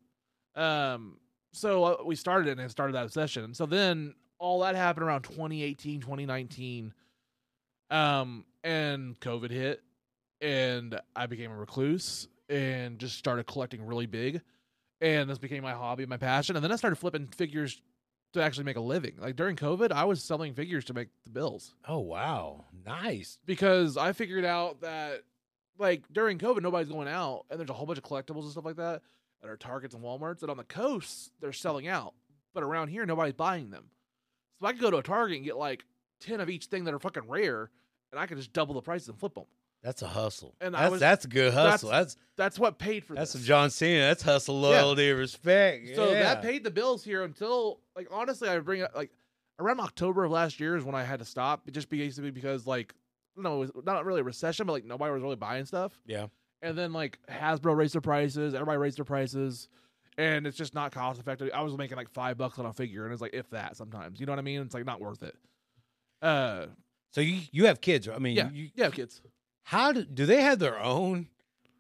S2: Um, so uh, we started it and started that obsession. So then all that happened around 2018, 2019. Um, and COVID hit, and I became a recluse and just started collecting really big. And this became my hobby, my passion. And then I started flipping figures to actually make a living. Like during COVID, I was selling figures to make the bills
S1: Oh wow. Nice.
S2: because I figured out that like during COVID, nobody's going out, and there's a whole bunch of collectibles and stuff like that at our Targets and WalMarts, and on the coasts they're selling out, but around here nobody's buying them. So I could go to a Target and get like ten of each thing that are fucking rare, and I could just double the prices and flip them.
S1: That's a hustle.
S2: And I
S1: that's
S2: was-
S1: that's a good hustle. That's
S2: That's what paid for
S1: that's,
S2: this.
S1: some John Cena. That's hustle, loyalty, and respect.
S2: So that
S1: Yeah.
S2: paid the bills here until like honestly, I bring up like around October of last year is when I had to stop, It just basically because like no, it was not really a recession, but like nobody was really buying stuff.
S1: Yeah.
S2: And then like Hasbro raised their prices, everybody raised their prices, and it's just not cost effective. I was making like five bucks on a figure, and it's like if that sometimes, you know what I mean? It's like not worth it. Uh,
S1: So you you have kids? right? I mean,
S2: yeah,
S1: you,
S2: yeah, kids.
S1: how do do they have their own,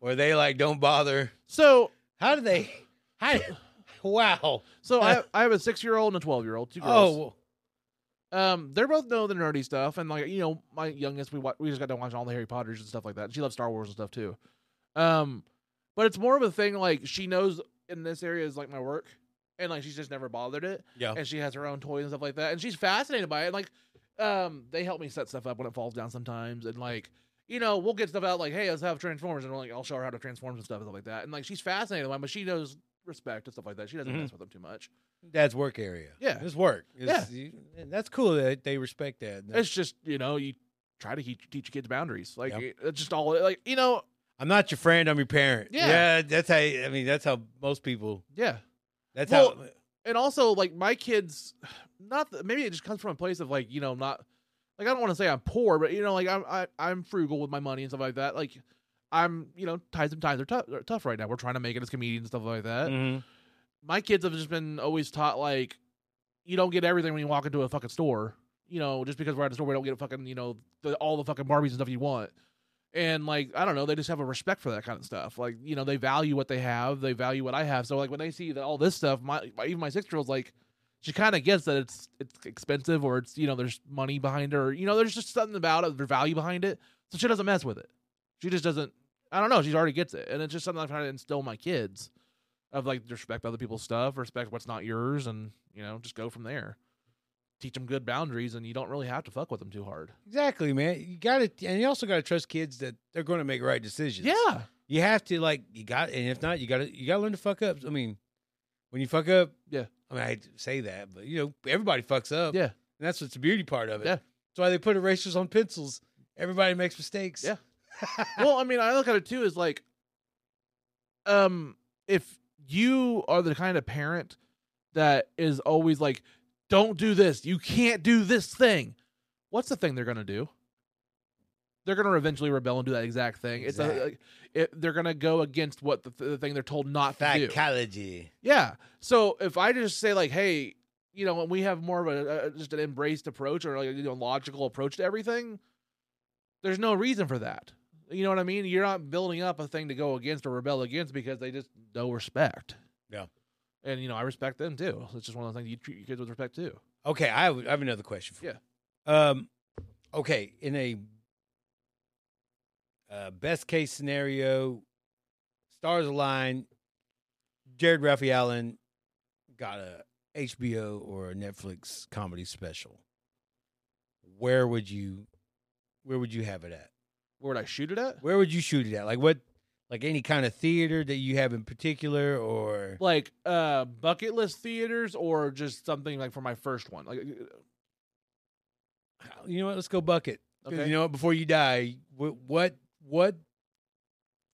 S1: or they like don't bother?
S2: So
S1: How do they? How? wow.
S2: so I I have a six year old and a twelve year old, two girls.
S1: Uh, Oh.
S2: Um, they're both know the nerdy stuff, and like you know, my youngest, we wa- we just got done watching all the Harry Potters and stuff like that. And she loves Star Wars and stuff too. Um, but it's more of a thing like she knows in this area is like my work, and like she's just never bothered it.
S1: Yeah.
S2: and she has her own toys and stuff like that, and she's fascinated by it. And like, um, they help me set stuff up when it falls down sometimes, and like. You know, we'll get stuff out like, "Hey, let's have Transformers," and like, I'll show her how to transform and stuff and stuff like that. And like, she's fascinated by, it, but she knows respect and stuff like that. She doesn't
S1: Mhm.
S2: mess with them too much.
S1: Dad's work area.
S2: Yeah.
S1: It's work. It's, yeah. that's cool that they respect that.
S2: It's just you know you try to teach, teach your kids boundaries. Like
S1: Yep.
S2: it- it's just all like you know
S1: I'm not your friend. I'm your parent.
S2: Yeah.
S1: that's how. I mean, that's how most people.
S2: yeah.
S1: That's how.
S2: Well, And also like my kids, not th- maybe it just comes from a place of like you know not like I don't want to say I'm poor, but you know like I'm I, I'm frugal with my money and stuff like that. Like I'm you know times and times are tough are tough right now. We're trying to make it as comedians and stuff like that.
S1: Mhm.
S2: my kids have just been always taught like you don't get everything when you walk into a fucking store. You know, just because we're at a store, we don't get a fucking you know the, all the fucking Barbies and stuff you want. And like I don't know, they just have a respect for that kind of stuff. Like you know, they value what they have, they value what I have. So like when they see that all this stuff, my, my even my six year old's like, she kind of gets that it's it's expensive or it's you know there's money behind it or you know there's just something about it, there's value behind it. So she doesn't mess with it. She just doesn't. I don't know. She already gets it, and it's just something I'm trying to instill in my kids of like respect other people's stuff, respect what's not yours, and you know just go from there. Teach them good boundaries, and you don't really have to fuck with them too hard.
S1: Exactly, man. You got to, and you also got to trust kids that they're going to make right decisions.
S2: Yeah,
S1: you have to like you got, and if not, you got to you got to learn to fuck up. I mean, when you fuck up,
S2: Yeah.
S1: I mean, I say that, but you know, everybody fucks up.
S2: Yeah.
S1: and that's what's the beauty part of it.
S2: Yeah.
S1: that's why they put erasers on pencils. Everybody makes mistakes.
S2: Yeah. well, I mean, I look at it too as like, um, if you are the kind of parent that is always like, "Don't do this. You can't do this thing." What's the thing they're gonna do? They're gonna eventually rebel and do that exact thing. It's
S1: Exact.
S2: a, like, it, they're gonna go against what the, the thing they're told not to do.
S1: Psychology.
S2: Yeah. So if I just say like, hey, you know, when we have more of a, a just an embraced approach or like you know, logical approach to everything, there's no reason for that. You know what I mean? You're not building up a thing to go against or rebel against because they just know respect.
S1: Yeah.
S2: And you know, I respect them too. It's just one of those things you treat your kids with respect too.
S1: Okay, I have, I have another question. For
S2: Yeah.
S1: You. Um, okay, in a uh, best case scenario, stars align. Jared Ralphie Allen got a HBO or a Netflix comedy special. Where would you, where would you have it at?
S2: Where would I shoot it at?
S1: Where would you shoot it at? Like what, like any kind of theater that you have in particular, or
S2: Like uh bucket list theaters or just something like for my first one. Like
S1: you know what? Let's go bucket. 'Cause
S2: okay.
S1: You know what? Before you die, what what what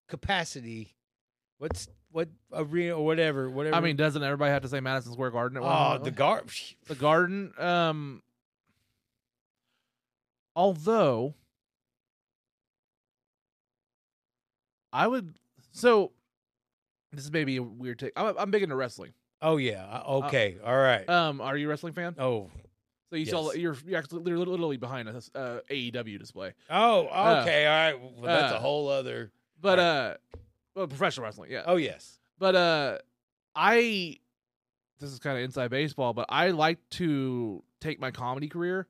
S1: capacity? What's what arena or whatever? Whatever.
S2: I mean, doesn't everybody have to say Madison Square Garden at one
S1: oh,
S2: point?
S1: the gar.
S2: the garden um although i would so this is maybe a weird take i'm, I'm big into wrestling
S1: Oh yeah. I-
S2: Uh,
S1: Okay. All right.
S2: um are you a wrestling fan
S1: oh.
S2: so you saw
S1: yes.
S2: you're, you're actually you're literally behind a uh, aew display
S1: Oh.
S2: uh,
S1: Okay. all right. Well, that's
S2: uh,
S1: a whole other.
S2: but
S1: Right.
S2: uh well, professional wrestling yeah
S1: Oh yes.
S2: But uh I this is kind of inside baseball, but I like to take my comedy career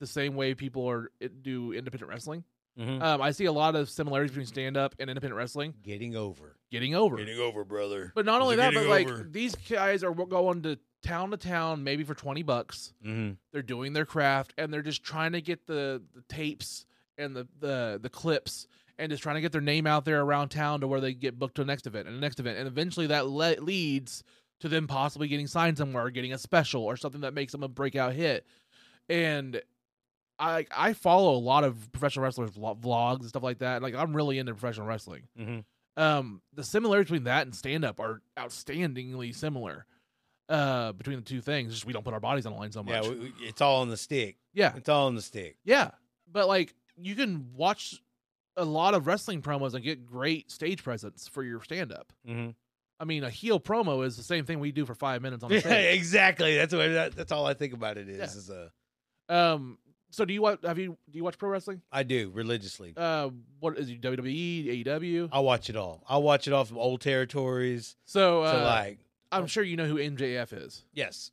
S2: the same way people are it- do independent wrestling.
S1: Mhm.
S2: Um, I see a lot of similarities between stand up and independent wrestling
S1: Getting over.
S2: getting over.
S5: Getting over, brother.
S2: but not only that, but
S5: getting
S2: like
S5: over.
S2: these guys are going to town to town maybe for 20 bucks
S1: Mm-hmm.
S2: they're doing their craft and they're just trying to get the, the tapes and the, the the clips and just trying to get their name out there around town to where they get booked to the next event and the next event and eventually that le- leads to them possibly getting signed somewhere or getting a special or something that makes them a breakout hit and i i follow a lot of professional wrestlers vlo- vlogs and stuff like that like i'm really into professional wrestling
S1: Mhm.
S2: um the similarities between that and stand up are outstandingly similar uh between the two things just we don't put our bodies on the line so much
S1: Yeah. We, we- it's all on the stick.
S2: yeah
S1: It's all on the stick.
S2: yeah, but like you can watch a lot of wrestling promos and get great stage presence for your stand up.
S1: Mm-hmm.
S2: I mean, a heel promo is the same thing we do for five minutes on the
S1: Yeah.
S2: stage.
S1: Exactly. That's what. That, that's all I think about. It is.
S2: Yeah.
S1: Is uh, a.
S2: Um, so do you watch? Have you do you watch pro wrestling?
S1: I do religiously.
S2: Uh, what is it, E, WWE, AEW?
S1: I watch it all. I watch it off of old territories
S2: So,
S1: to
S2: uh,
S1: like
S2: I'm sure you know who MJF is.
S1: yes.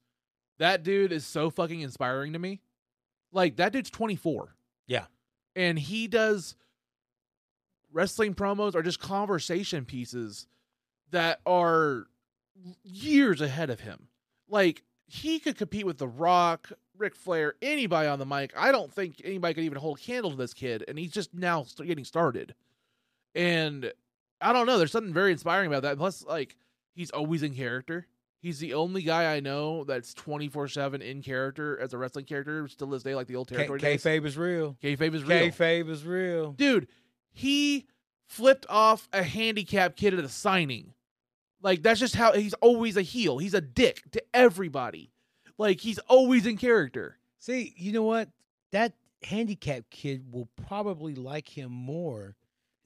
S2: That dude is so fucking inspiring to me. Like that dude's 24.
S1: Yeah.
S2: And he does wrestling promos or just conversation pieces that are years ahead of him. Like he could compete with The Rock, Ric Flair, anybody on the mic. I don't think anybody could even hold candle to this kid and he's just now st- getting started. And I don't know, there's something very inspiring about that. Plus like he's always in character. He's the only guy I know that's twenty four seven in character as a wrestling character still to this day, like the old
S1: K-
S2: territory days.
S1: Kayfabe is real.
S2: Kayfabe is real.
S1: Kayfabe is real.
S2: Dude, he flipped off a handicapped kid at a signing. Like that's just how he's always a heel. He's a dick to everybody. Like he's always in character.
S1: See, you know what? That handicapped kid will probably like him more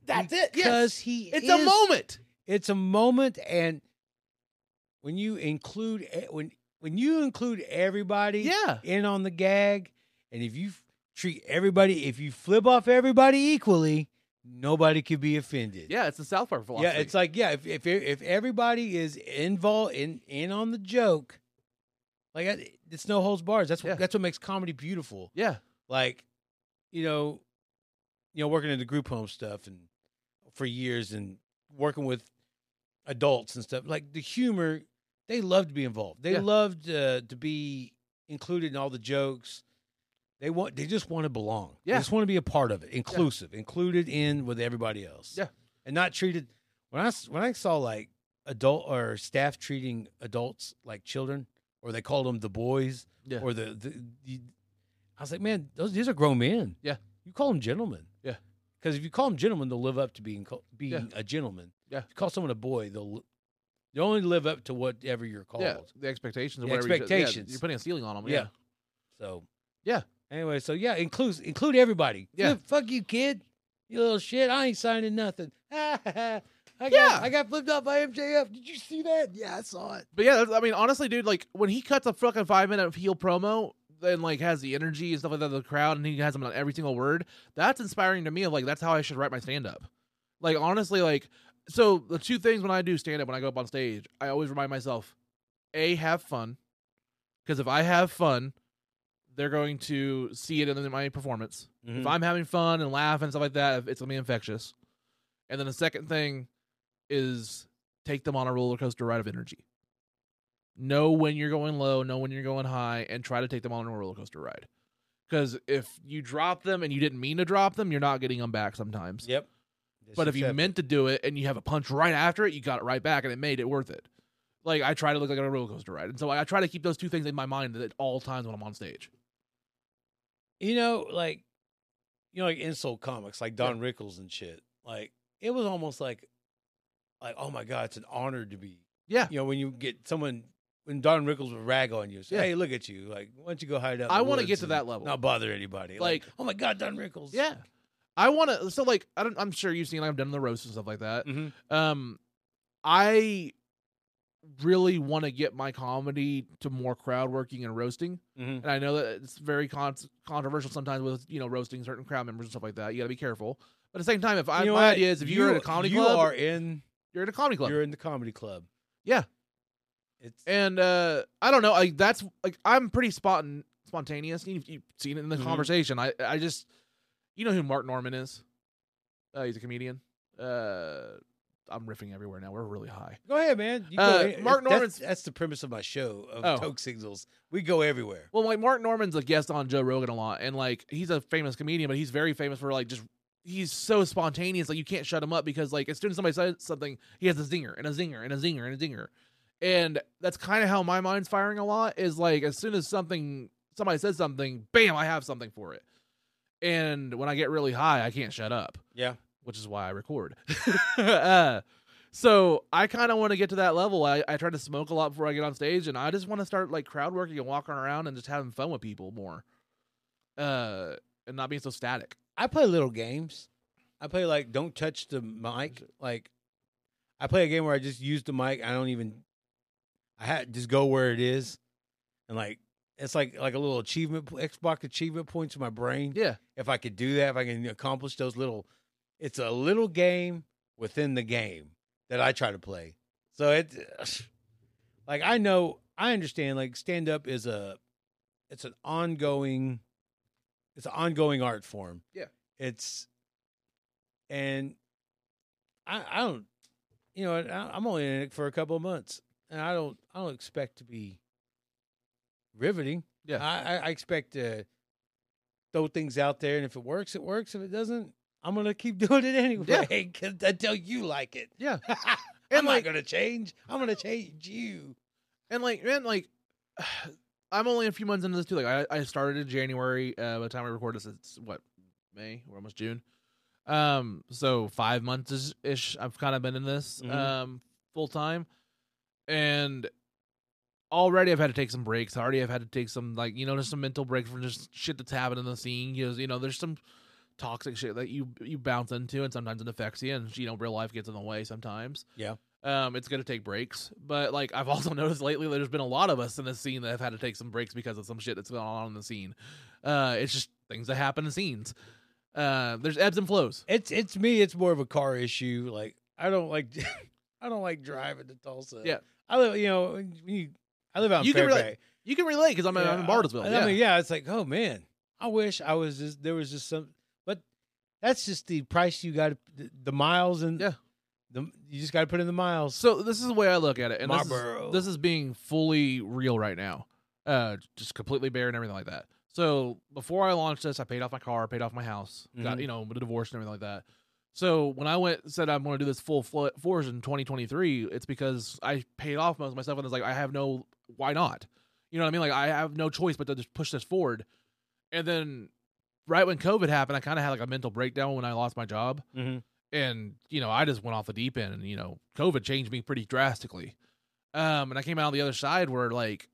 S2: That's it. Yes.
S1: because he
S2: It's a
S1: is-
S2: moment.
S1: It's a moment, and when you include e- when when you include everybody
S2: Yeah.
S1: in on the gag, and if you f- treat everybody, if you flip off everybody equally, nobody could be offended.
S2: Yeah, it's the South Park philosophy.
S1: Yeah, it's like yeah, if if if everybody is involved in in on the joke, like I- it's no holds bars. That's what
S2: Yeah.
S1: that's what makes comedy beautiful.
S2: yeah.
S1: Like, you know, you know, working in the group home stuff and for years and working with adults and stuff. Like the humor, they loved to be involved. They
S2: Yeah.
S1: loved uh, to be included in all the jokes. They want they just want to belong.
S2: Yeah.
S1: They just want to be a part of it, inclusive, included in with everybody else.
S2: Yeah.
S1: And not treated when I s- when I saw like adult or staff treating adults like children or they called them the boys
S2: Yeah.
S1: or the, the, the I was like, man, those these are grown men.
S2: Yeah.
S1: You call them gentlemen.
S2: Yeah.
S1: Because if you call them gentlemen, they'll live up to being called, being
S2: Yeah.
S1: a gentleman.
S2: Yeah.
S1: If you call someone a boy, they'll they only live up to whatever you're called.
S2: Yeah, the expectations. Of
S1: The
S2: whatever you- yeah,
S1: expectations.
S2: You're putting a ceiling on them.
S1: Yeah.
S2: Yeah.
S1: So
S2: Yeah.
S1: Anyway, so yeah, includes include everybody.
S2: Yeah.
S1: Look, fuck you, kid. You little shit. I ain't signing nothing. I got,
S2: Yeah.
S1: I got flipped off by MJF. Did you see that? Yeah, I saw it.
S2: But yeah, that's, I mean, honestly, dude, like when he cuts a fucking five minute heel promo and like has the energy and stuff like that of the crowd, and he has them on every single word. That's inspiring to me. Of like, that's how I should write my stand up. Like honestly, like so the two things when I do stand up when I go up on stage, I always remind myself, a have fun, because if I have fun, they're going to see it in my performance.
S1: Hmm.
S2: If I'm having fun and laughing and stuff like that, it's gonna be infectious. And then the second thing is take them on a roller coaster ride of energy. Know when you're going low, know when you're going high, and try to take them on a roller coaster ride. Because if you drop them and you didn't mean to drop them, you're not getting them back sometimes.
S1: Yep.
S2: but if you meant to do it and you have a punch right after it, you got it right back, and it made it worth it. Like I try to look like a roller coaster ride, and so I, I try to keep those two things in my mind at all times when I'm on stage.
S1: you know, like, you know, like insult comics, like Don Rickles and shit. Like, it was almost like, like, oh my god, it's an honor to be.
S2: Yeah.
S1: You know, when you get someone, when Don Rickles would rag on you, say,
S2: Yeah.
S1: hey, look at you, like, why don't you go hide out? in
S2: I
S1: the
S2: wanna
S1: woods
S2: get to
S1: and
S2: that level.
S1: not bother anybody.
S2: Like-
S1: oh my god, Don Rickles.
S2: Yeah. I want to. So, like, I don't, I'm sure you've seen, like, I've done the roast and stuff like that.
S1: Mhm.
S2: Um, I really want to get my comedy to more crowd working and roasting.
S1: Mhm.
S2: And I know that it's very con- controversial sometimes with, you know, roasting certain crowd members and stuff like that. You got to be careful. But at the same time, if I,
S1: You know
S2: my
S1: what?
S2: idea is if you're
S1: You-
S2: at a comedy
S1: you
S2: club,
S1: are in,
S2: you're at a comedy club.
S1: you're in the comedy club.
S2: Yeah.
S1: It's
S2: and uh i don't know like that's like i'm pretty spontan spontaneous you've, you've seen it in the
S1: Mhm.
S2: conversation i i just you know who mark norman is uh he's a comedian uh i'm riffing everywhere now we're really high
S1: go ahead, man. You
S2: Uh,
S1: go, it-
S2: Mark
S1: that's-
S2: Norman's-
S1: That's, the premise of my show of
S2: Oh.
S1: Toke Signals. We go everywhere.
S2: well like mark norman's a guest on joe rogan a lot and like he's a famous comedian but he's very famous for like just he's so spontaneous like you can't shut him up because like as soon as somebody says something he has a zinger and a zinger and a zinger and a zinger and that's kind of how my mind's firing a lot is like as soon as something somebody says something bam i have something for it and when i get really high i can't shut up
S1: Yeah.
S2: which is why i record uh, so i kind of want to get to that level I, I try to smoke a lot before i get on stage and i just want to start like crowd working and walking around and just having fun with people more uh and not being so static
S1: I play little games. I play like don't touch the mic. Like I play a game where I just use the mic. I don't even. I had just go where it is, and like it's like like a little achievement po- Xbox achievement points in my brain.
S2: yeah
S1: If I could do that, if I can accomplish those little, it's a little game within the game that I try to play. So it, like I know I understand like stand up is a, it's an ongoing, it's an ongoing art form.
S2: Yeah.
S1: It's, and I I don't, you know I, I'm only in it for a couple of months and I don't I don't expect to be riveting.
S2: Yeah.
S1: I, I, I expect to throw things out there, and if it works, it works. If it doesn't, I'm gonna keep doing it anyway 'cause until you like it.
S2: Yeah. And
S1: I'm
S2: like,
S1: not gonna change. I'm gonna change you.
S2: and like, man, like, I'm only a few months into this too. Like, I, I started in January. Uh, by the time we record this, it's what May or almost June. Um, so five months ish. I've kind of been in this
S1: Mhm.
S2: um full time, and already I've had to take some breaks. Already I've had to take some like you know just some mental break from just shit that's happening in the scene. You know, you know there's some toxic shit that you you bounce into, and sometimes it affects you, and you know real life gets in the way sometimes.
S1: Yeah.
S2: Um, it's gonna take breaks, but like I've also noticed lately, there's been a lot of us in the scene that have had to take some breaks because of some shit that's going on in the scene. Uh, it's just things that happen in scenes. Uh, there's ebbs and flows.
S1: It's it's me. It's more of a car issue. Like I don't like I don't like driving to Tulsa.
S2: Yeah.
S1: I live. You know, you, I live out in
S2: You can relate.
S1: Fairbanks.
S2: You can relate because I'm, I'm in Bartlesville.
S1: And
S2: Yeah.
S1: I mean, yeah, it's like, oh man, I wish I was just there was just some, but that's just the price you got the, the miles and
S2: Yeah.
S1: the you just got to put in the miles.
S2: So this is the way I look at it, and this
S1: Marlboro.
S2: is, this is being fully real right now, uh, just completely bare and everything like that. So before I launched this, I paid off my car, paid off my house, got
S1: Mhm.
S2: you know the divorce and everything like that. So when I went said I'm going to do this full fl- force in 2023, it's because I paid off most of my stuff, and it's like I have no why not, you know what I mean? Like I have no choice but to just push this forward. And then right when COVID happened, I kind of had like a mental breakdown when I lost my job
S1: Mhm.
S2: and you know i just went off the deep end and you know covid changed me pretty drastically um and i came out on the other side where like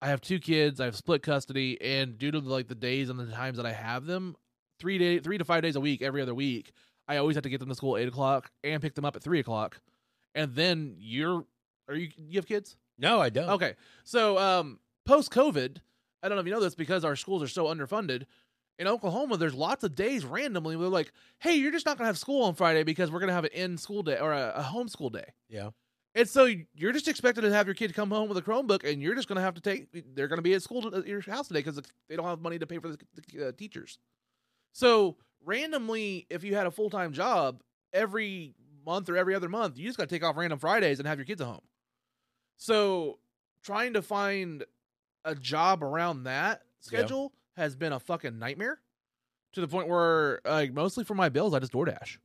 S2: i have two kids i have split custody and due to like the days and the times that i have them three day three to five days a week every other week i always have to get them to school at eight o'clock and pick them up at three o'clock and then you're are you you have kids
S1: No, I don't.
S2: Okay. So um, post COVID, I don't know if you know this because our schools are so underfunded. In Oklahoma, there's lots of days randomly where they're like, hey, you're just not going to have school on Friday because we're going to have an in school day or a, a homeschool day.
S1: Yeah.
S2: And so you're just expected to have your kid come home with a Chromebook and you're just going to have to take, they're going to be at school to, at your house today because they don't have money to pay for the, the uh, teachers. So randomly, if you had a full time job every month or every other month, you just got to take off random Fridays and have your kids at home. So trying to find a job around that schedule has been a fucking nightmare to the point where like mostly for my bills I just DoorDash.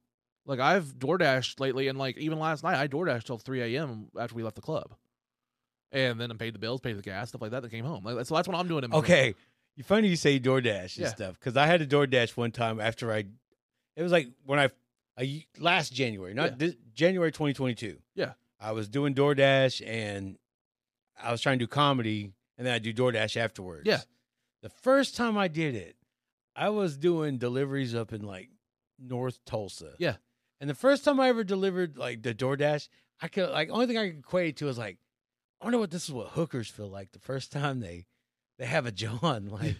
S2: Like I've DoorDashed lately and like even last night I DoorDashed till 3 a.m. after we left the club. And then I paid the bills, paid the gas, stuff like that that came home. Like, so that's what I'm doing. In between.
S1: Okay. You funny you say DoorDash and
S2: Yeah.
S1: stuff because I had a DoorDash one time after I, it was like when I, a y- last January, not
S2: Yeah.
S1: this, January 2022.
S2: Yeah.
S1: I was doing DoorDash and I was trying to do comedy and then I do DoorDash afterwards.
S2: Yeah.
S1: The first time I did it, I was doing deliveries up in like North Tulsa.
S2: Yeah.
S1: And the first time I ever delivered like the DoorDash, I could like only thing I could equate it to is like, I wonder what this is what hookers feel like the first time they they have a John. Like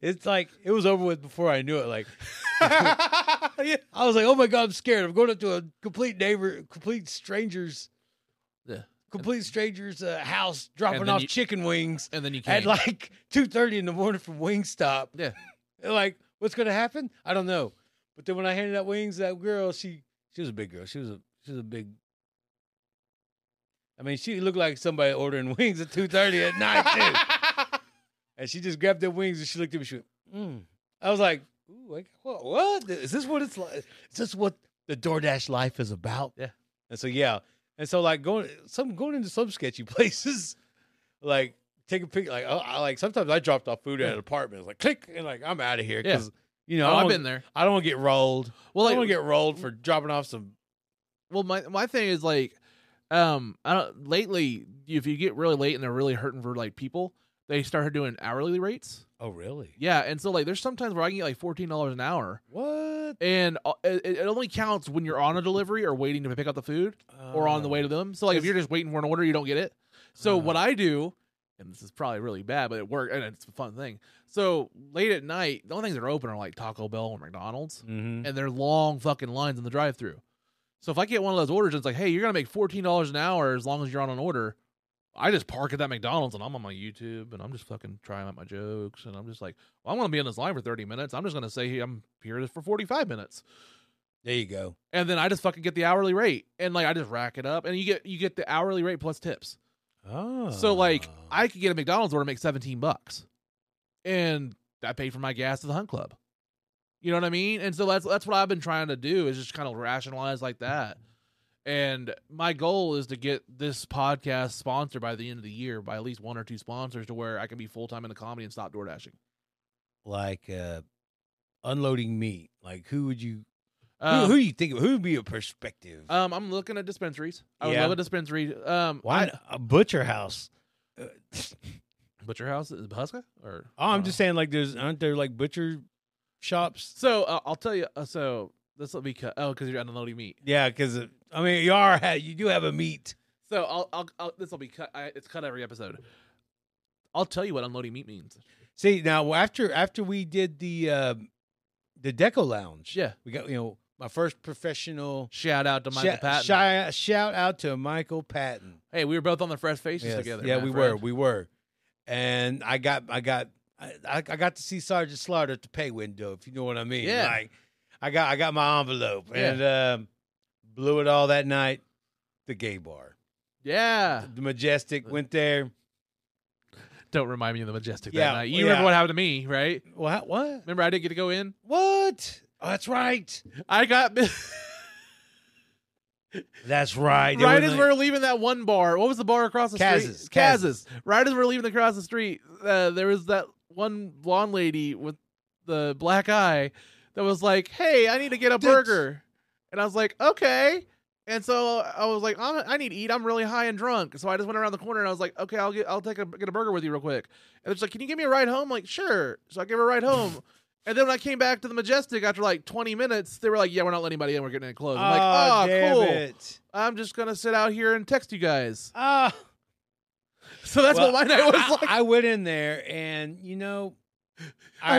S1: it's like it was over with before I knew it. Like I was like, oh my god, I'm scared. I'm going up to a complete neighbor, complete strangers,
S2: Yeah.
S1: complete strangers' uh, house, dropping
S2: then
S1: off
S2: you-
S1: chicken wings
S2: And then you
S1: at
S2: can't.
S1: like two thirty in the morning from Wingstop.
S2: Yeah.
S1: They're like, what's gonna happen? I don't know. But then when I handed out wings, that girl, she she was a big girl. She was a she was a big. I mean, she looked like somebody ordering wings at two thirty at night too. and she just grabbed the wings and she looked at me. She went, mm. I was like, ooh, like, what, what is this? What it's like? Is this what the DoorDash life is about?
S2: Yeah.
S1: And so yeah, and so like going some going into some sketchy places, like take a pic. Like I, I like sometimes I dropped off food at an apartment. It's like click and like I'm out of here
S2: Yeah.
S1: because you know
S2: oh,
S1: I
S2: I've
S1: don't-
S2: been there.
S1: I don't want to get rolled.
S2: Well,
S1: I
S2: like,
S1: don't want to get rolled for dropping off some.
S2: well my my thing is like um i don't lately if you get really late and they're really hurting for like people they start doing hourly rates
S1: Oh really?
S2: yeah and so like there's sometimes where i can get like $14 an hour
S1: What?
S2: and uh, it, it only counts when you're on a delivery or waiting to pick up the food or
S1: Uh,
S2: on the way to them so like if
S1: It's-
S2: you're just waiting for an order you don't get it so
S1: Uh.
S2: what i do and this is probably really bad but it worked and it's a fun thing so late at night the only things that are open are like taco bell or mcdonald's
S1: Mm-hmm.
S2: and they're long fucking lines in the drive through. So if I get one of those orders and it's like, hey, you're gonna make fourteen dollars an hour as long as you're on an order, I just park at that McDonald's and I'm on my YouTube and I'm just fucking trying out my jokes and I'm just like, well, I'm gonna be on this line for thirty minutes. I'm just gonna say hey, I'm here for forty five minutes.
S1: There you go.
S2: And then I just fucking get the hourly rate and like I just rack it up and you get you get the hourly rate plus tips.
S1: Oh.
S2: So like I could get a McDonald's order and make seventeen bucks, and I paid for my gas to the Hunt Club. You know what I mean? And so that's that's what I've been trying to do is just kind of rationalize like that, And my goal is to get this podcast sponsored by the end of the year by at least one or two sponsors to where I can be full time in the comedy and stop door dashing.
S1: Like uh, unloading meat. Like who would you?
S2: Um,
S1: who, who do you think? Who would be a perspective?
S2: um, I'm looking at dispensaries. I would
S1: Yeah.
S2: love a dispensary. Um,
S1: Why
S2: I-
S1: n- a butcher house? Uh,
S2: Butcher House is it Huska or
S1: oh, I'm
S2: uh,
S1: just saying. Like there's aren't there like butcher shops?
S2: So uh, I'll tell you. Uh, so this will be cut. Oh, because you're unloading meat.
S1: Yeah, because I mean you are ha- you do have a meat.
S2: So I'll, I'll, I'll this will be cut. I, it's cut every episode. I'll tell you what unloading meat means.
S1: See now after after we did the uh, the deco lounge,
S2: Yeah.
S1: we got you know my first professional
S2: Shout out to Michael
S1: Sha-
S2: Patton.
S1: shy- shout out to Michael Patton.
S2: hey, we were both on the Fresh Faces
S1: Yes.
S2: together.
S1: yeah,
S2: my
S1: we were,
S2: friend.
S1: we were, and I got I got I, I I got to see Sergeant Slaughter at the pay window, if you know what I mean.
S2: Yeah.
S1: like I got I got my envelope
S2: Yeah.
S1: and um, blew it all that night. The gay bar,
S2: Yeah.
S1: the majestic went there.
S2: Don't remind me of the Majestic
S1: Yeah,
S2: that night. You
S1: yeah.
S2: remember what happened to me, right?
S1: What what
S2: Remember I didn't get to go in.
S1: what? Oh, that's right.
S2: I got
S1: That's right. They
S2: right
S1: were
S2: as
S1: like-
S2: we're leaving that one bar. What was the bar across the
S1: Kaz's,
S2: street?
S1: Kaz's.
S2: Right as we're leaving across the street, uh, there was that one blonde lady with the black eye that was like, "Hey, I need to get a
S1: That's-
S2: burger," and I was like, "Okay." And so I was like, I'm, "I need to eat. I'm really high and drunk." So I just went around the corner and I was like, "Okay, I'll get I'll take a get a burger with you real quick." And it's like, "Can you give me a ride home?" I'm like, "Sure." So I gave her a ride home. And then when I came back to the Majestic after like 20 minutes, they were like, "Yeah, we're not letting anybody in. We're getting it closed." I'm
S1: oh,
S2: like, "Oh,
S1: damn
S2: cool."
S1: It.
S2: I'm just gonna sit out here and text you guys.
S1: Ah.
S2: So that's
S1: Well,
S2: what my night
S1: I,
S2: was like.
S1: I went in there and you know,
S2: I-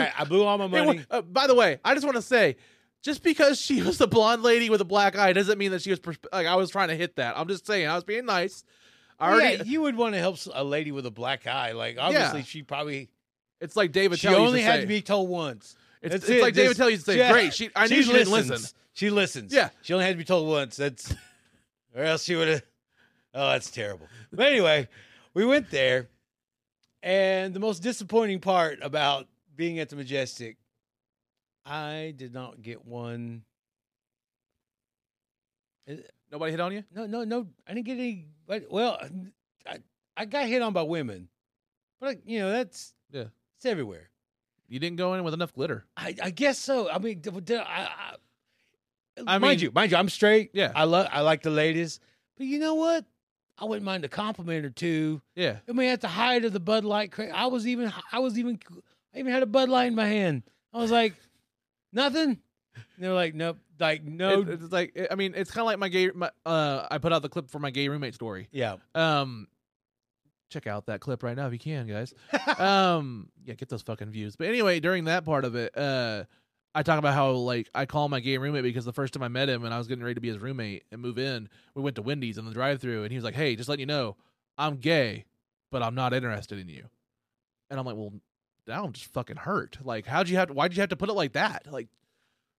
S1: I, I blew all my
S2: It wa-
S1: money.
S2: uh, by the way, I just want to say, just because she was a blonde lady with a black eye doesn't mean that she was pers- like I was trying to hit that. I'm just saying I was being nice. I already,
S1: yeah, you would want to help s- a lady with a black eye. Like obviously, she probably
S2: it's like David.
S1: she
S2: Tell
S1: only
S2: used
S1: had
S2: say.
S1: to be told once.
S2: It's,
S1: that's
S2: it's
S1: it,
S2: like David
S1: just-
S2: Tell used to say.
S1: yeah.
S2: Great. She. I knew she, didn't listen.
S1: She listens.
S2: Yeah.
S1: she only had to be told once. That's or else she would have. Oh, that's terrible. But anyway, we went there, and the most disappointing part about being at the Majestic, I did not get one.
S2: Nobody hit on you.
S1: No, no, no. I didn't get any. but- Well, I, I got hit on by women, but you know that's
S2: Yeah.
S1: it's everywhere.
S2: You didn't go in with enough glitter.
S1: I, I guess so. I mean, did, did I, I,
S2: I
S1: mind
S2: mean-
S1: you, mind you, I'm straight.
S2: Yeah.
S1: I love, I like the ladies, but you know what? I wouldn't mind a compliment or two.
S2: Yeah.
S1: I mean, at the height of the Bud Light, cra- I was even, I was even, I even had a Bud Light in my hand. I was like, nothing. And they're like, nope, like no,
S2: It- it's like I mean, it's kind of like my gay. My, uh, I put out the clip for my gay roommate story.
S1: yeah,
S2: Um, check out that clip right now if you can, guys. um, yeah, get those fucking views. But anyway, during that part of it, uh, I talk about how like I call my gay roommate because the first time I met him and I was getting ready to be his roommate and move in, we went to Wendy's in the drive-through and he was like, "Hey, just letting you know, I'm gay, but I'm not interested in you." And I'm like, "Well, now I'm just fucking hurt. Like, how'd you have? why'd you have to put it like that? Like,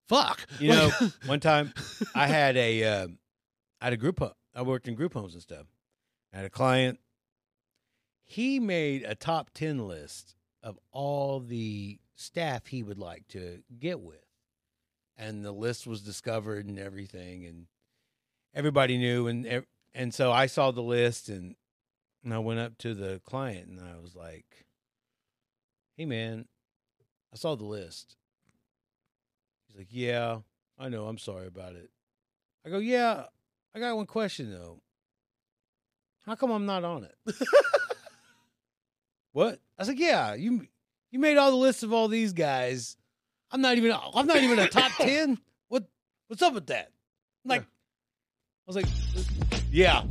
S2: fuck.
S1: You know, one time I had a um, I had a group home. I worked in group homes and stuff. I had a client. He made a top ten list of all the staff he would like to get with, and the list was discovered and everything, and everybody knew, and ev- and so I saw the list and and I went up to the client and I was like, "Hey man, I saw the list." He's like, "Yeah." I know. I'm sorry about it. I go, yeah. I got one question though. How come I'm not on it? what? I was like, yeah. You you made all the lists of all these guys. I'm not even. I'm not even a top ten. What What's up with that? I'm like, I was like, yeah.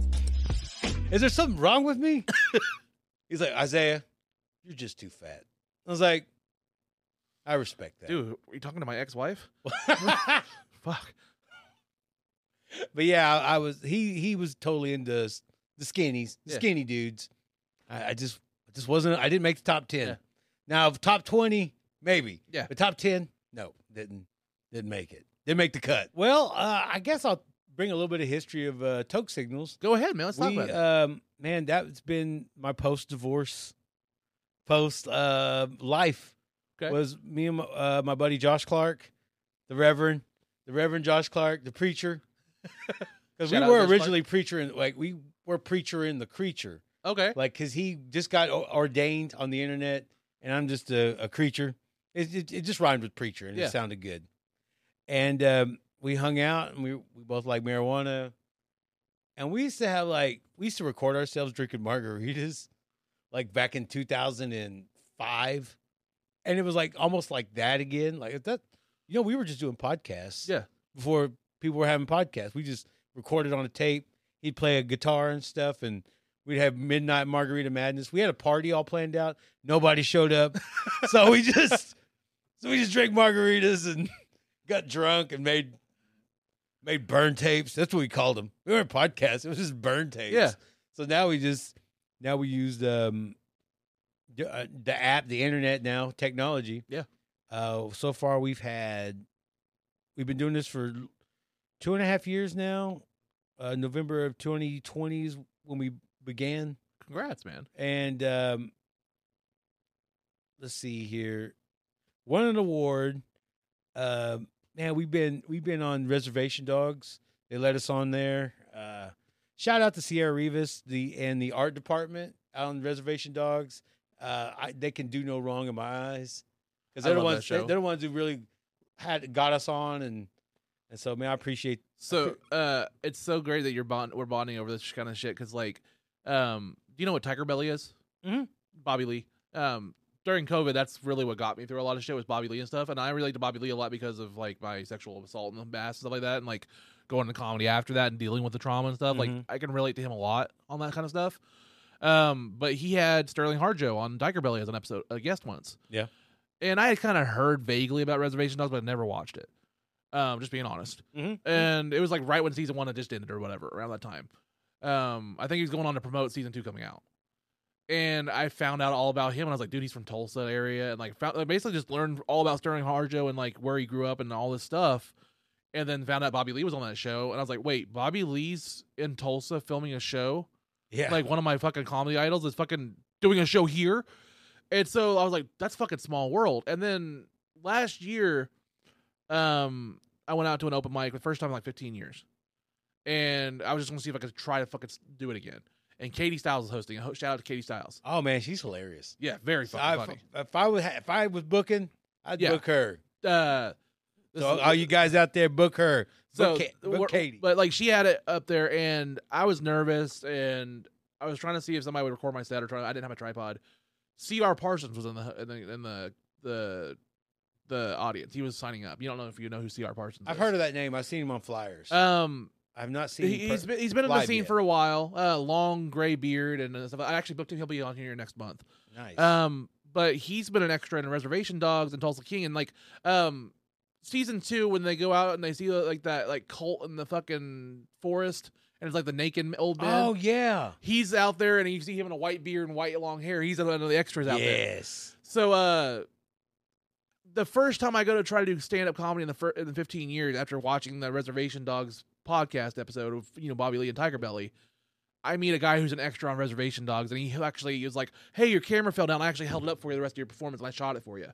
S1: Is there something wrong with me? He's like, Isaiah, you're just too fat. I was like, I respect that.
S2: Dude, are you talking to my ex-wife? Fuck.
S1: But yeah, I, I was he he was totally into s- the skinnies, the
S2: Yeah.
S1: skinny dudes. I, I just I just wasn't I didn't make the top ten.
S2: Yeah.
S1: Now if top twenty, maybe.
S2: Yeah.
S1: But top ten, no, didn't didn't make it. Didn't make the cut. Well, uh, I guess I'll bring a little bit of history of uh, Toke signals.
S2: Go ahead, man. Let's talk
S1: We,
S2: about it.
S1: um, man, that's been my post divorce, post uh, life
S2: Okay.
S1: was me and my, uh, my buddy Josh Clark, the Reverend, the Reverend Josh Clark, the preacher. Because we
S6: Shout out
S1: were
S6: Vince Clark.
S1: originally preacher in like we were preacher in the creature,
S2: Okay.
S1: like because he just got o- ordained on the internet, and I'm just a, a creature. It, it it just rhymed with preacher, and
S2: Yeah.
S1: it sounded good. And um, we hung out, and we we both like marijuana, and we used to have like we used to record ourselves drinking margaritas, like back in 2005, and it was like almost like that again. Like if that, you know, we were just doing podcasts.
S2: Yeah.
S1: Before people were having podcasts, we just recorded on a tape. He'd play a guitar and stuff, and we'd have midnight margarita madness. We had a party all planned out. Nobody showed up, so we just so we just drank margaritas and got drunk and made made burn tapes. That's what we called them. We weren't podcasts. It was just burn tapes.
S2: Yeah.
S1: So now we just now we used um the, uh, the app, the internet now, technology.
S2: Yeah.
S1: Uh, so far we've had we've been doing this for two and a half years now. Uh, November of 2020 is when we began.
S2: Congrats, man.
S1: And um, let's see here, won an award. Um man, we've been we've been on Reservation Dogs. They let us on there. Uh, shout out to Sierra Rivas the and the art department out on Reservation Dogs. Uh, I, they can do no wrong in my eyes because
S2: I
S1: they're the
S2: love that
S1: ones they,
S2: show.
S1: they're the ones who really had got us on and and so man, I appreciate
S2: So uh it's so great that you're bond we're bonding over this kind of shit because like um do you know what Tiger Belly is?
S1: Mhm.
S2: Bobby Lee. Um during COVID that's really what got me through a lot of shit was Bobby Lee and stuff. And I relate to Bobby Lee a lot because of like my sexual assault and the mass and stuff like that and like going to comedy after that and dealing with the trauma and stuff. Like
S1: Mhm.
S2: I can relate to him a lot on that kind of stuff. Um but he had Sterling Harjo on Tiger Belly as an episode a guest once.
S1: Yeah.
S2: And I had kind of heard vaguely about Reservation Dogs, but I never watched it. Um, just being honest
S1: Mhm.
S2: and it was like right when season one had just ended or whatever around that time. Um, I think he was going on to promote season two coming out, and I found out all about him. And I was like, dude, he's from Tulsa area, and like, found, like basically just learned all about Sterling Harjo and like where he grew up and all this stuff. And then found out Bobby Lee was on that show, and I was like, wait, Bobby Lee's in Tulsa filming a show
S1: yeah.
S2: like one of my fucking comedy idols is fucking doing a show here. And so I was like, that's fucking small world. And then last year, um, I went out to an open mic the first time in like 15 years. And I was just gonna see if I could try to fucking s- do it again. And Katie Styles is hosting. Ho- Shout out to Katie Styles.
S1: oh man, she's hilarious.
S2: Yeah, very
S1: So
S2: fucking
S1: I-
S2: funny.
S1: if I was if I was booking, I'd
S2: Yeah.
S1: book her.
S2: Uh, this
S1: So
S2: is-
S1: all you guys out there, book her.
S2: so
S1: Book, Ka-
S2: we're-
S1: book Katie.
S2: But like she had it up there, and I was nervous, and I was trying to see if somebody would record my set or try. I didn't have a tripod. C.R. Parsons was in the in the in the, the the audience. He was signing up. You don't know if you know who C.R. Parsons.
S1: I've heard of that name. I've seen him on flyers.
S2: Um,
S1: I've not seen.
S2: he,
S1: him
S2: has
S1: per-
S2: been he's been in the
S1: live
S2: scene
S1: yet.
S2: for a while. Uh, long gray beard and uh, stuff. I actually booked him. He'll be on here next month.
S1: nice.
S2: Um, but he's been an extra in Reservation Dogs and Tulsa King, and like, um, season two when they go out and they see uh, like that like cult in the fucking forest, and it's like the naked old man.
S1: oh yeah.
S2: he's out there, and you see him in a white beard and white long hair. He's one of the extras out there.
S1: Yes.
S2: So uh the first time I go to try to do stand up comedy in the fir- in the 15 years after watching the Reservation Dogs podcast episode of you know Bobby Lee and Tiger Belly, I meet a guy who's an extra on Reservation Dogs and he actually was like, "Hey, your camera fell down. I actually held it up for you the rest of your performance and I shot it for you."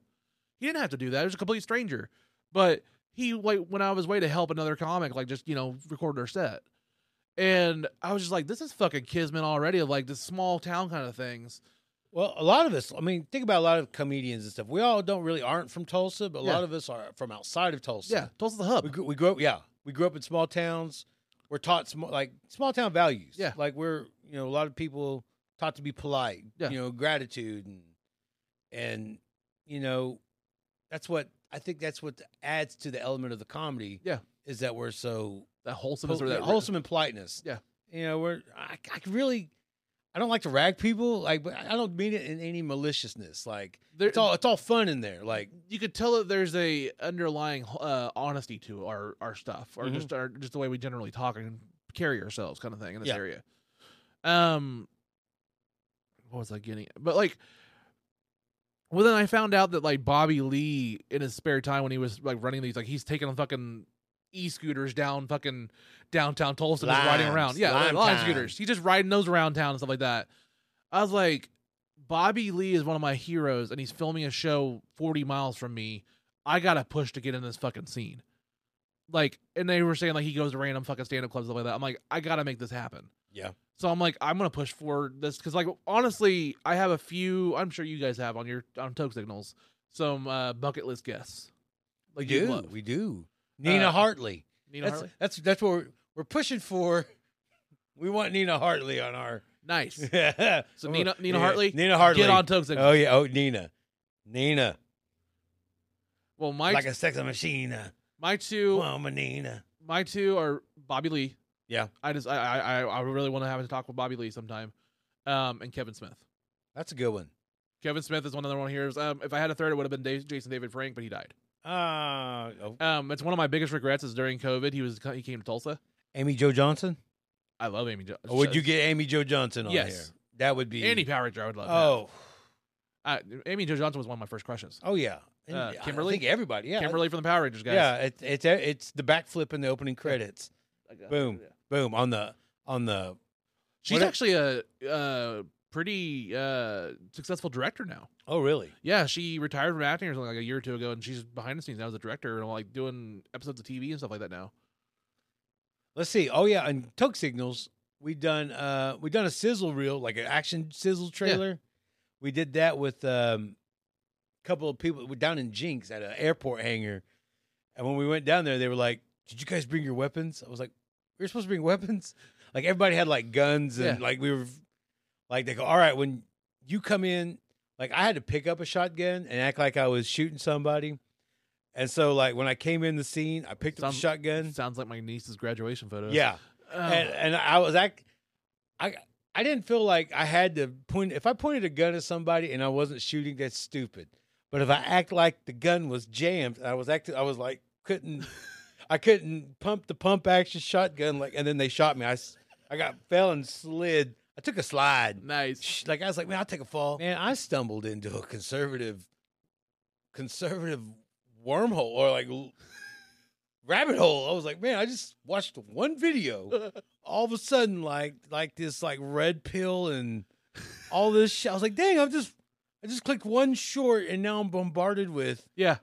S2: He didn't have to do that. It was a complete stranger, but he like went out of his way to help another comic like just you know record their set. And I was just like, this is fucking kismet already of like this small town kind of things.
S1: Well, a lot of us. I mean, think about a lot of comedians and stuff. We all don't really aren't from Tulsa, but a
S2: Yeah.
S1: lot of us are from outside of Tulsa.
S2: Yeah, Tulsa's the hub.
S1: We grew, we grew up. Yeah, we grew up in small towns. We're taught small, like small town values.
S2: Yeah.
S1: like we're you know a lot of people taught to be polite.
S2: Yeah.
S1: you know gratitude and and you know that's what I think that's what adds to the element of the comedy.
S2: Yeah.
S1: is that we're so
S2: that wholesome
S1: pol-
S2: or that
S1: wholesome and politeness.
S2: Yeah.
S1: you know we're I, I really I don't like to rag people like but I don't mean it in any maliciousness. Like
S2: There,
S1: it's all it's all fun in there. Like
S2: you could tell that there's a underlying uh, honesty to our our stuff, or
S1: Mhm.
S2: just our just the way we generally talk and carry ourselves, kind of thing in this
S1: Yeah.
S2: area. Um, what was I getting? at? But like, well, then I found out that like Bobby Lee in his spare time when he was like running these, like he's taking fucking e scooters down fucking downtown Tulsa, just riding
S1: Limes,
S2: around. Yeah, like,
S1: lime
S2: line
S1: time.
S2: scooters. He's just riding those around town and stuff like that. I was like, Bobby Lee is one of my heroes, and he's filming a show 40 miles from me. I gotta push to get in this fucking scene. like, and they were saying like he goes to random fucking stand up clubs stuff like that. I'm like, I gotta make this happen.
S1: Yeah.
S2: So I'm like, I'm gonna push for this because like honestly, I have a few. I'm sure you guys have on your on Toke Signals some uh, bucket list guests.
S1: We
S2: Like you
S1: do.
S2: love
S1: We do. Nina
S2: Uh,
S1: Hartley.
S2: Nina
S1: That's,
S2: Hartley.
S1: that's that's what we're, we're pushing for. We want Nina Hartley on our.
S2: Nice.
S1: so
S2: So Nina- Nina Hartley,
S1: Nina Hartley.
S2: Get on Toke Signals.
S1: Oh yeah. Oh Nina. Nina.
S2: well, my
S1: like a sex machine. uh,
S2: my two
S1: Mama Nina.
S2: my two are Bobby Lee.
S1: Yeah.
S2: I just I I I I really want to have a talk with Bobby Lee sometime, um, and Kevin Smith.
S1: That's a good one.
S2: Kevin Smith is one other one here. Um, if I had a third, it would have been Da- Jason David Frank, but he died.
S1: Uh, oh,
S2: Um, it's one of my biggest regrets is during COVID he was he came to Tulsa.
S1: Amy Joe Johnson.
S2: I love Amy. Jo-
S1: Or would Oh, you get Amy Joe Johnson on
S2: Yes.
S1: here? That would be
S2: Andy Power I would love. Oh,
S1: Oh,
S2: uh, Amy Jo Johnson was one of my first crushes.
S1: oh yeah. And
S2: Uh,
S1: I
S2: Kimberly?
S1: think everybody. Yeah.
S2: Kimberly from the Power Rangers guys.
S1: Yeah. It's it's it's the backflip in the opening credits. Boom. Boom on the on the.
S2: She's
S1: What-
S2: actually a, uh pretty uh, successful director now.
S1: Oh really?
S2: Yeah, she retired from acting or something like a year or two ago, and she's behind the scenes now as a director and like doing episodes of TV and stuff like that now.
S1: Let's see. Oh yeah, and Toke Signals. We done uh we done a sizzle reel, like an action sizzle trailer. We did that with um a couple of people we're down in Jinx at an airport hangar. And when we went down there, they were like, Did you guys bring your weapons? I was like, We were supposed to bring weapons? Like everybody had like guns and
S2: Yeah.
S1: like we were like they go, All right, when you come in, like I had to pick up a shotgun and act like I was shooting somebody. And so like when I came in the scene, I picked up
S2: Sounds-
S1: the shotgun.
S2: Sounds like my niece's graduation photo.
S1: Yeah
S2: Oh.
S1: and, and I was act, I I didn't feel like I had to point. If I pointed a gun at somebody and I wasn't shooting, that's stupid. But if I act like the gun was jammed, I was acting. I was like couldn't, I couldn't pump the pump action shotgun like, and then they shot me. I s- I got fell and slid. I took a slide.
S2: nice.
S1: Sh- Like I was like, man, I'll take a fall. Man, I stumbled into a conservative, conservative wormhole or like l- rabbit hole. I was like, man, I just watched one video. All of a sudden, like like this like red pill and all this shit. I was like, dang, I'm just I just clicked one short and now I'm bombarded with
S2: Yeah,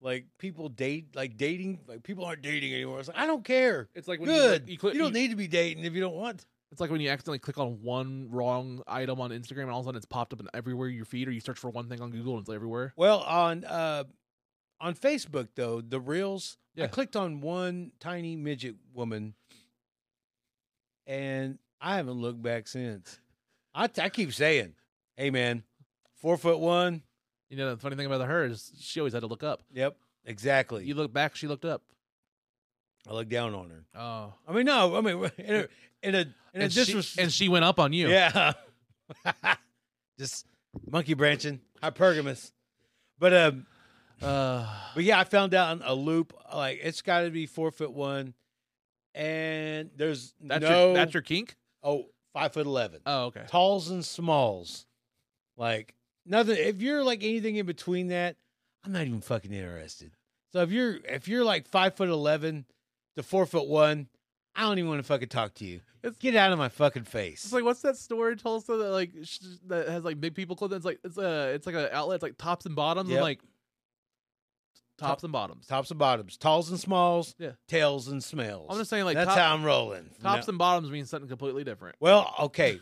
S1: like people date like dating like people aren't dating anymore. I was like, I don't care.
S2: it's like when
S1: Good.
S2: You,
S1: You,
S2: you, click,
S1: don't need to be dating if you don't want. to.
S2: It's like when you accidentally click on one wrong item on Instagram, and all of a sudden it's popped up in everywhere your feed, or you search for one thing on Google and it's everywhere.
S1: Well, on uh, on Facebook though, the reels. I
S2: Yeah.
S1: clicked on one tiny midget woman, and I haven't looked back since. I I keep saying, "Hey man, four foot one."
S2: You know, the funny thing about her is she always had to look up.
S1: Yep, exactly.
S2: You look back, she looked up.
S1: I looked down on her.
S2: Oh,
S1: I mean, no, I mean in a in a, in a
S2: and, she,
S1: disres-
S2: and she went up on you.
S1: Yeah. Just monkey branching, hypergamous. But um,
S2: Uh,
S1: But yeah, I found out on a loop like it's got to be four foot one, and there's
S2: that's
S1: no
S2: your that's your kink.
S1: oh five foot eleven
S2: Oh, okay.
S1: talls and smalls, like nothing. If you're like anything in between that, I'm not even fucking interested. So if you're if you're like five foot eleven to four foot one, I don't even want to fucking talk to you.
S2: It's-
S1: Get out of my fucking face.
S2: It's like what's that store in Tulsa that like sh- that has like big people clothing? It's like it's a it's like an outlet. It's like tops and bottoms
S1: Yep.
S2: and like tops and bottoms.
S1: tops and bottoms, talls and smalls,
S2: Yeah.
S1: tails and smells.
S2: I'm just saying like
S1: that's
S2: top-
S1: how I'm rolling. No.
S2: tops and bottoms means something completely different.
S1: Well, okay.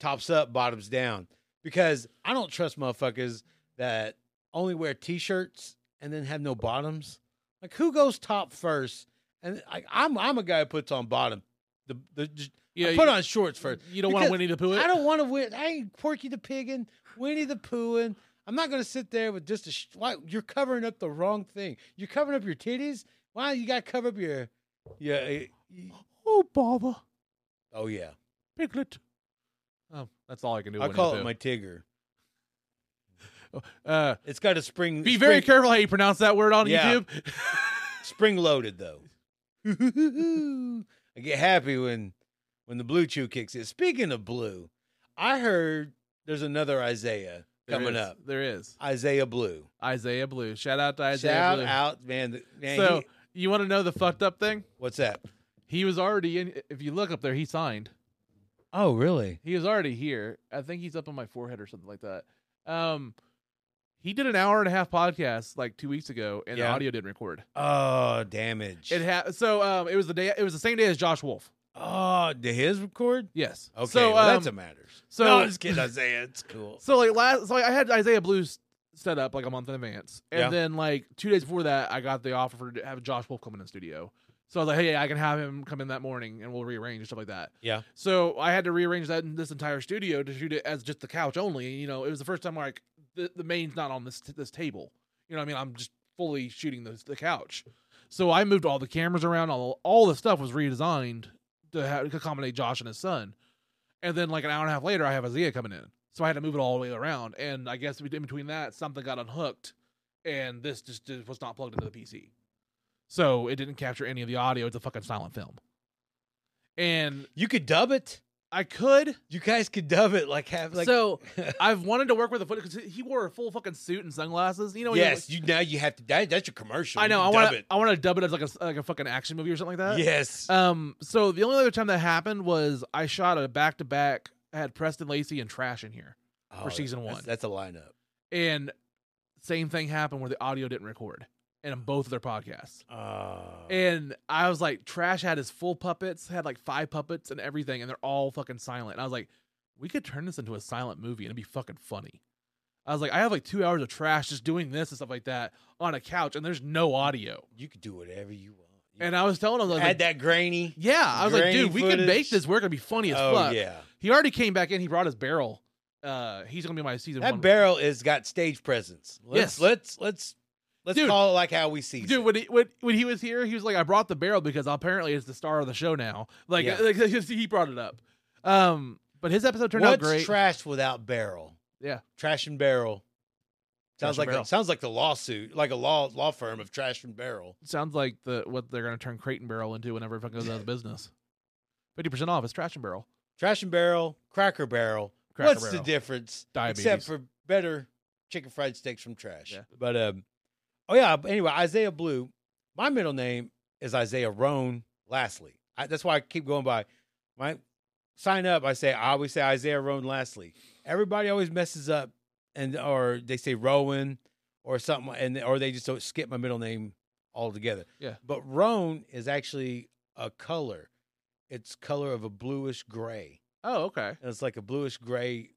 S1: Tops up, bottoms down. Because I don't trust motherfuckers that only wear t shirts and then have no bottoms. Like who goes top first? And I, I'm I'm a guy who puts on bottom. The the j-
S2: Yeah,
S1: I put on shorts first.
S2: You don't want to
S1: because
S2: Winnie the Pooh. it?
S1: I don't want to win. I ain't Porky the Piggin, Winnie the Poohin. I'm not gonna sit there with just a. Sh- why you're covering up the wrong thing? You're covering up your titties. Why you gotta cover up your, yeah,
S2: Oh, Baba.
S1: oh yeah.
S2: Piglet. Oh, that's all I can do.
S1: I
S2: when
S1: call
S2: do
S1: it my tigger.
S2: Uh,
S1: It's got a spring.
S2: be
S1: spring,
S2: very careful how you pronounce that word on
S1: Yeah.
S2: YouTube.
S1: spring loaded though. I get happy when when the blue chew kicks in. Speaking of blue, I heard there's another Isaiah
S2: There
S1: coming
S2: is.
S1: up.
S2: there is
S1: Isaiah Blue.
S2: Isaiah Blue. Shout out to Isaiah
S1: Shout
S2: Blue.
S1: out, man. the- man,
S2: so
S1: he-
S2: you want to know the fucked up thing?
S1: what's that?
S2: He was already in. If you look up there, he signed.
S1: Oh, really?
S2: He was already here. I think he's up on my forehead or something like that. Um, He did an hour and a half podcast like two weeks ago, and the
S1: Yeah.
S2: audio didn't record.
S1: Oh, damage.
S2: It ha- so um, it was the day. It was the same day as Josh Wolf.
S1: oh, did his record?
S2: Yes.
S1: Okay,
S2: So
S1: well,
S2: um,
S1: that's a matters.
S2: so-
S1: no, I'm just kidding, Isaiah. It's cool.
S2: So like last, so like, I had Isaiah Blue s- set up like a month in advance, and
S1: Yeah.
S2: then like two days before that, I got the offer for to have Josh Wolf come in the studio. So I was like, hey, I can have him come in that morning, and we'll rearrange and stuff like that.
S1: Yeah.
S2: So I had to rearrange that in this entire studio to shoot it as just the couch only. You know, it was the first time like the, the main's not on this this table. You know, what I mean, I'm just fully shooting the the couch. So I moved all the cameras around. All all the stuff was redesigned to, ha to accommodate Josh and his son. And then like an hour and a half later, I have Isaiah coming in. So I had to move it all the way around. And I guess in between that, something got unhooked, and this just, just was not plugged into the PC. So it didn't capture any of the audio. It's a fucking silent film. And
S1: You could dub it.
S2: I could.
S1: You guys could dub it. Like have like.
S2: so I've wanted to work with a foot because he wore a full fucking suit and sunglasses. You know, he
S1: yes,
S2: was-
S1: you now you have to. That, that's your commercial.
S2: I
S1: You
S2: know. I uh,
S1: dub
S2: want to.
S1: it.
S2: I want to dub it as like a like a fucking action movie or something like that.
S1: Yes.
S2: Um. So the only other time that happened was I shot a back to back. I had Preston Lacey and Trash in here,
S1: Oh,
S2: for season
S1: that's-
S2: one.
S1: That's a lineup.
S2: and same thing happened where the audio didn't record, and in both of their podcasts.
S1: Oh.
S2: And I was like, Trash had his full puppets, had like five puppets and everything, and they're all fucking silent. And I was like, we could turn this into a silent movie and it'd be fucking funny. I was like, I have like two hours of trash just doing this and stuff like that on a couch, and there's no audio.
S1: you could do whatever you want. You
S2: And I was telling him, I was
S1: add
S2: like,
S1: that grainy.
S2: yeah, I was like,
S1: grainy
S2: dude, we could make
S1: footage.
S2: this work. It'd be funny as
S1: oh
S2: fuck.
S1: yeah.
S2: He already came back in. He brought his barrel. Uh, he's gonna be my season
S1: That
S2: one.
S1: barrel is got stage presence. Let's,
S2: Yes.
S1: Let's let's let's
S2: Dude.
S1: call it like how we see.
S2: Dude, when he, when, when he was here, he was like, I brought the barrel because apparently it's the star of the show now. Like,
S1: Yeah.
S2: like, he brought it up. Um, but his episode turned out
S1: what's
S2: great.
S1: trash without barrel?
S2: Yeah.
S1: Trash and barrel.
S2: Trash
S1: Sounds
S2: and
S1: like
S2: Barrel.
S1: A, sounds like the lawsuit, like a law law firm of trash and barrel.
S2: Sounds like the what they're gonna turn Crate and Barrel into whenever it fucking goes out of business. Fifty percent off. It's Trash and Barrel.
S1: Trash and barrel, cracker barrel.
S2: Cracker
S1: what's
S2: Barrel.
S1: the difference?
S2: Diabetes.
S1: Except for better chicken fried steaks from trash.
S2: Yeah.
S1: But um oh yeah, anyway, Isaiah Blue. My middle name is Isaiah Roan Lastly. I, that's why I keep going by my sign up, I say I always say Isaiah Roan Lastly. Everybody always messes up and or they say Rowan or something and or they just don't skip my middle name altogether.
S2: Yeah.
S1: But Roan is actually a color. It's color of a bluish gray
S2: Oh, okay.
S1: and it's like a bluish gray.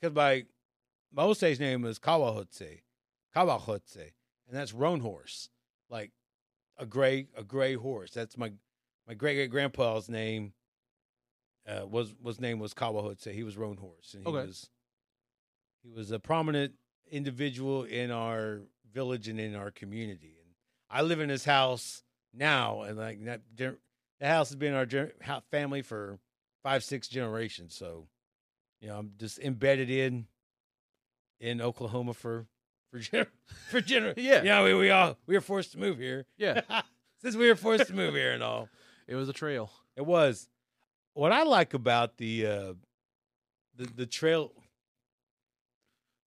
S1: Because my my old stage name was Kawahotse, Kawahotse, and that's roan horse, like a gray a gray horse. That's my my great great grandpa's name. Uh, was was name was Kawahotse. He was roan horse, and he
S2: Okay.
S1: was he was a prominent individual in our village and in our community. And I live in his house now, and like that, the house has been our gen- ho- family for five six generations so you know i'm just embedded in in oklahoma for for gen- for gener-
S2: Yeah.
S1: yeah we, we all we were forced to move here
S2: Yeah,
S1: since we were forced to move here and all
S2: it was a trail.
S1: it was what i like about the uh the, the trail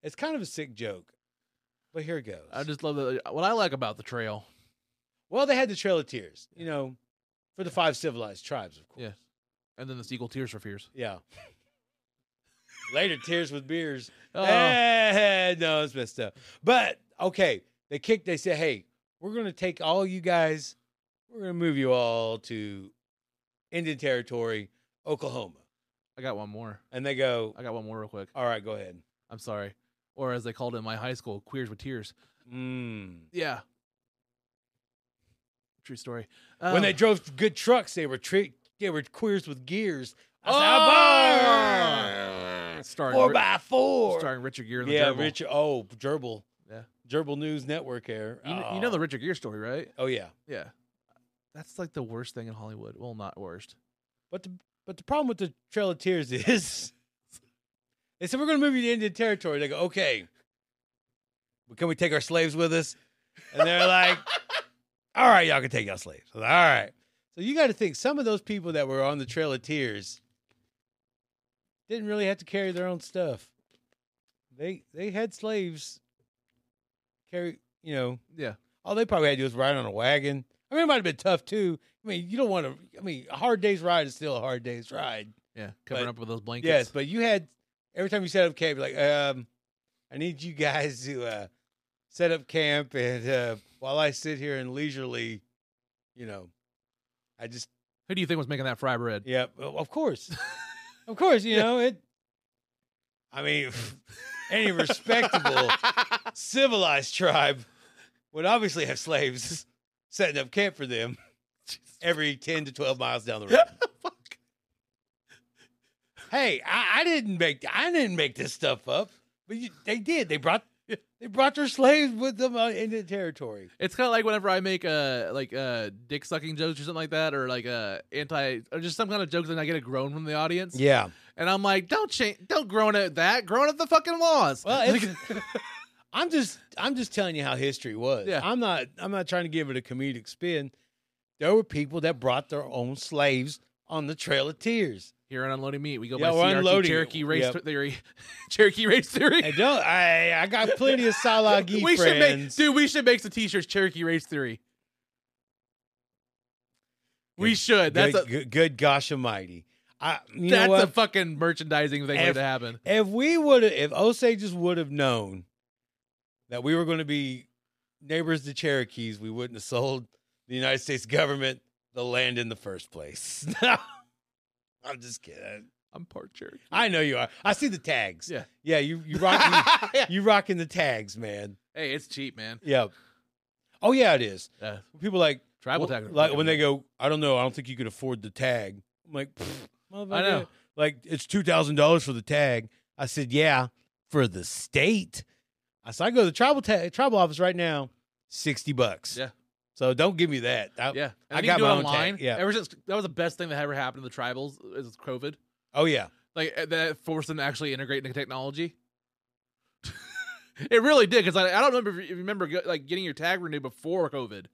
S1: it's kind of a sick joke but here it goes
S2: I just love that. What I like about the trail.
S1: well they had the trail of tears you know for the five civilized tribes of course
S2: Yeah. And then the sequel, Tears for Fears.
S1: yeah later tears with beers
S2: Oh,
S1: Eh, no, it's messed up. But okay, they kicked. They said, "Hey, we're gonna take all you guys. We're gonna move you all to Indian Territory, Oklahoma."
S2: I got one more.
S1: And they go,
S2: I got one more real quick.
S1: "All right, go ahead."
S2: I'm sorry, or as they called it in my high school, Queers with Tears.
S1: Mm.
S2: Yeah. True story.
S1: when they
S2: Um,
S1: drove good trucks, they were tri- they were queers with gears.
S2: Oh!
S1: I said, "Barn!"
S2: starring
S1: four
S2: Ri-
S1: by four.
S2: starring Richard Gere. And the
S1: yeah,
S2: Gerbil.
S1: Richard. Oh, gerbil.
S2: Yeah.
S1: gerbil news network air.
S2: You, kn- you know the Richard Gere story, right?
S1: Oh yeah.
S2: Yeah. That's like the worst thing in Hollywood. Well, not worst.
S1: But the but the problem with the Trail of Tears is they said we're gonna move you to Indian territory. They go, okay. But can we take our slaves with us? And they're like, All right, y'all can take y'all slaves. I was like, All right. So you gotta think some of those people that were on the Trail of Tears didn't really have to carry their own stuff. They they had slaves carry you know,
S2: Yeah.
S1: all Oh, they probably had to do was ride on a wagon. I mean, it might have been tough too. I mean, you don't want to. I mean, a hard day's ride is still a hard day's ride.
S2: Yeah. Covering
S1: But-
S2: up with those blankets.
S1: Yes, but you had every time you set up camp, you're like, um, I need you guys to uh, set up camp, and uh, while I sit here and leisurely, you know, I just
S2: Who do you think was making that fry bread?
S1: yeah, o- of course, of course, you know it. I mean, any respectable civilized tribe would obviously have slaves setting up camp for them every 10 to 12 miles down the road. Hey, I, I didn't make I didn't make this stuff up, but you, they did. They brought they brought their slaves with them uh, into the territory.
S2: It's kind of like whenever I make uh like uh dick sucking jokes or something like that, or like uh anti or just some kind of jokes, and I get a groan from the audience,
S1: Yeah.
S2: and I'm like, don't change, don't groan at that, groan at the fucking laws.
S1: Well, it's, I'm just I'm just telling you how history was.
S2: Yeah.
S1: I'm not I'm not trying to give it a comedic spin. There were people that brought their own slaves on the Trail of Tears.
S2: here on unloading meat, we go
S1: Yeah,
S2: by
S1: we're
S2: CRT
S1: unloading it.
S2: Cherokee race
S1: Yep.
S2: theory, Cherokee race theory.
S1: I don't. I I got plenty of Salagi
S2: we should make
S1: friends.
S2: dude, we should make some t-shirts Cherokee race theory. We
S1: Good-
S2: should. That's
S1: good,
S2: a
S1: good, good gosh almighty. I you know
S2: that's
S1: what?
S2: a fucking merchandising thing
S1: If-
S2: waiting to happen.
S1: if we would have, if Osages would have known that we were going to be neighbors to Cherokees, we wouldn't have sold the United States government the land in the first place. I'm just kidding.
S2: I'm part Cherokee.
S1: I know you are. I see the tags.
S2: Yeah.
S1: yeah. You you rocking
S2: Yeah.
S1: you rocking the tags, man.
S2: Hey, it's cheap, man.
S1: Yeah. Oh yeah, it is.
S2: Yeah.
S1: People like
S2: Tribal
S1: well,
S2: tax.
S1: Like when they go, I don't know, I don't think you could afford the tag. I'm like, "Pfft,
S2: I know.
S1: motherfucker." Like it's two thousand dollars for the tag. I said, yeah, for the state. I said, I go to the tribal ta- tribal office right now, sixty bucks.
S2: Yeah.
S1: So don't give me that. I-
S2: Yeah,
S1: I
S2: you
S1: got
S2: can do
S1: my
S2: it
S1: own tag,
S2: online.
S1: yeah.
S2: ever since that was the best thing that ever happened to the tribals is COVID.
S1: Oh yeah.
S2: Like uh, that forced them to actually integrate into technology. it really did because I, I don't remember if you- if you remember go- like getting your tag renewed before COVID.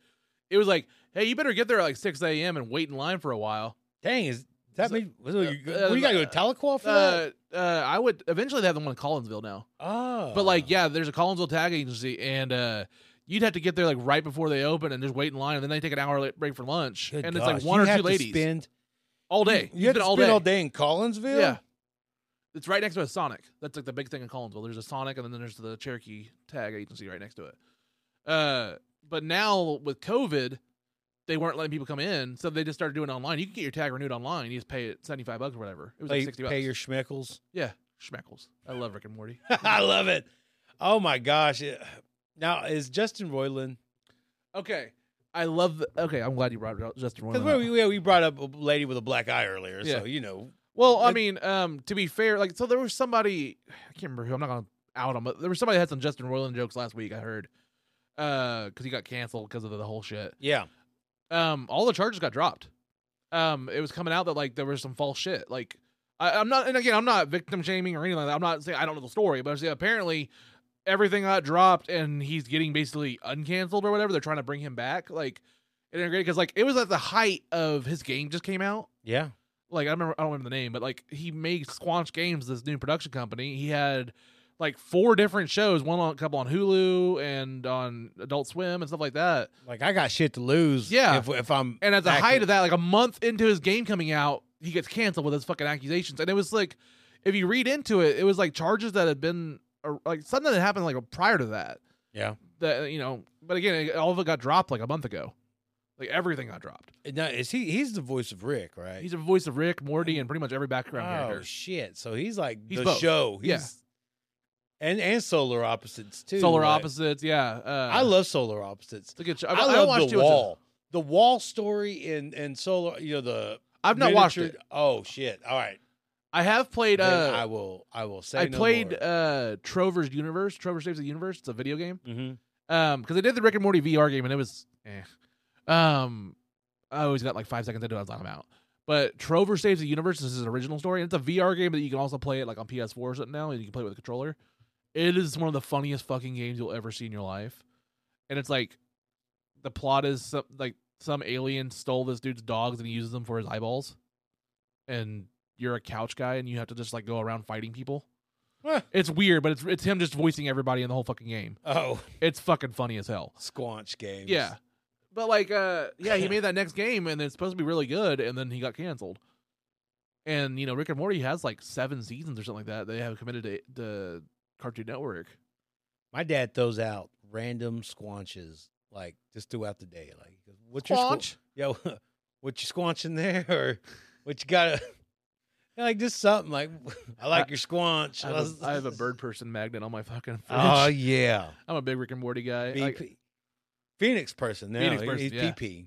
S2: It was like, hey, you better get there at like six a.m. and wait in line for a while.
S1: Dang, is that
S2: So-
S1: me? What, do you,
S2: uh,
S1: what, you gotta go to
S2: uh,
S1: Tahlequah for that?
S2: Uh, uh, I would eventually they have the one in Collinsville now.
S1: Oh,
S2: Uh, But like, yeah, there's a Collinsville tag agency, and uh, you'd have to get there like right before they open and just wait in line, and then they take an hour la- break for lunch,
S1: Good
S2: and
S1: gosh,
S2: it's like one
S1: you
S2: or
S1: have
S2: two
S1: to
S2: ladies
S1: Spend,
S2: all day.
S1: you have
S2: been
S1: to
S2: all
S1: spend
S2: day.
S1: all day in Collinsville.
S2: Yeah, it's right next to a Sonic. That's like the big thing in Collinsville. There's a Sonic, and then there's the Cherokee tag agency right next to it. Uh, but now with COVID, they weren't letting people come in, so they just started doing it online. You can get your tag renewed online. You just pay it seventy five bucks or whatever. It was like
S1: Pay,
S2: sixty bucks.
S1: pay your schmeckles.
S2: yeah, schmeckles. I love Rick and Morty.
S1: I love it. Oh my gosh. It- Now is Justin Roiland
S2: Okay. I love. The, okay, I'm glad you brought up Justin
S1: because
S2: Roiland. up.
S1: we, we we brought up a lady with a black eye earlier,
S2: Yeah.
S1: so you know.
S2: Well, I
S1: Like-
S2: mean, um, to be fair, like so there was somebody I can't remember who I'm not gonna out him, but there was somebody that had some Justin Roiland jokes last week. I heard uh because he got canceled because of the whole shit.
S1: Yeah.
S2: Um, all the charges got dropped. Um, it was coming out that like there was some false shit. Like I, I'm not, and again, I'm not victim shaming or anything like that. I'm not saying I don't know the story, but I'm saying apparently everything got dropped and he's getting basically uncanceled or whatever. They're trying to bring him back. Like it ain't great because like it was at the height of his game just came out
S1: Yeah.
S2: like I remember I don't remember the name, but like he made Squanch Games, this new production company. He had like four different shows, one on a couple on Hulu and on Adult Swim and stuff like that.
S1: Like I got shit to lose.
S2: Yeah.
S1: If, if I'm
S2: And at the
S1: acting-
S2: height of that, like a month into his game coming out, he gets canceled with his fucking accusations. And it was like, if you read into it, it was like charges that had been or, like something that happened like prior to that.
S1: Yeah.
S2: That you know, but again, it- all of it got dropped like a month ago. Like everything got dropped.
S1: now is he he's the voice of Rick, right?
S2: He's a voice of Rick, Morty, and pretty much every
S1: oh
S2: background character.
S1: shit! So he's like
S2: He's
S1: the
S2: both.
S1: show.
S2: Yeah.
S1: He's, And and solar opposites too.
S2: Solar
S1: Like,
S2: opposites, yeah. Uh,
S1: I love solar opposites.
S2: It's a good show.
S1: I,
S2: I've, I
S1: love
S2: watched
S1: the wall. The wall story and and solar. You know the.
S2: I've not watched
S1: miniature-
S2: it.
S1: Oh shit! All right.
S2: I have played.
S1: Then I
S2: Uh,
S1: will. I will say.
S2: I,
S1: no
S2: played
S1: more.
S2: uh, Trover's Universe. Trover Saves the Universe. It's a video game.
S1: Mhm.
S2: Um, because I did the Rick and Morty VR game and it was, eh. um, I always got like five seconds into it. I was like, I'm out. But Trover Saves the Universe is his original story, and it's a VR game that you can also play it like on PS4 or something now, and you can play it with a controller. It is one of the funniest fucking games you'll ever see in your life, and it's like, the plot is some, like some alien stole this dude's dogs and he uses them for his eyeballs, and you're a couch guy and you have to just like go around fighting people.
S1: Huh.
S2: It's weird, but it's it's him just voicing everybody in the whole fucking game.
S1: Oh,
S2: It's fucking funny as hell.
S1: Squanch games.
S2: Yeah. But like uh yeah, he made that next game and it's supposed to be really good and then he got canceled. And you know, Rick and Morty has like seven seasons or something like that. They have committed to, to Cartoon Network
S1: My dad throws out random squanches like just throughout the day. Like, he goes, "What's your squ- yo, what you squanching there, or what you got? Like just something like I like your squanch.
S2: I have, a, I have a bird person magnet on my fucking fridge.
S1: Oh yeah,
S2: I'm a big Rick and Morty guy. Like,
S1: BP. Phoenix person now.
S2: Phoenix
S1: He-
S2: person,
S1: he's
S2: yeah.
S1: PP.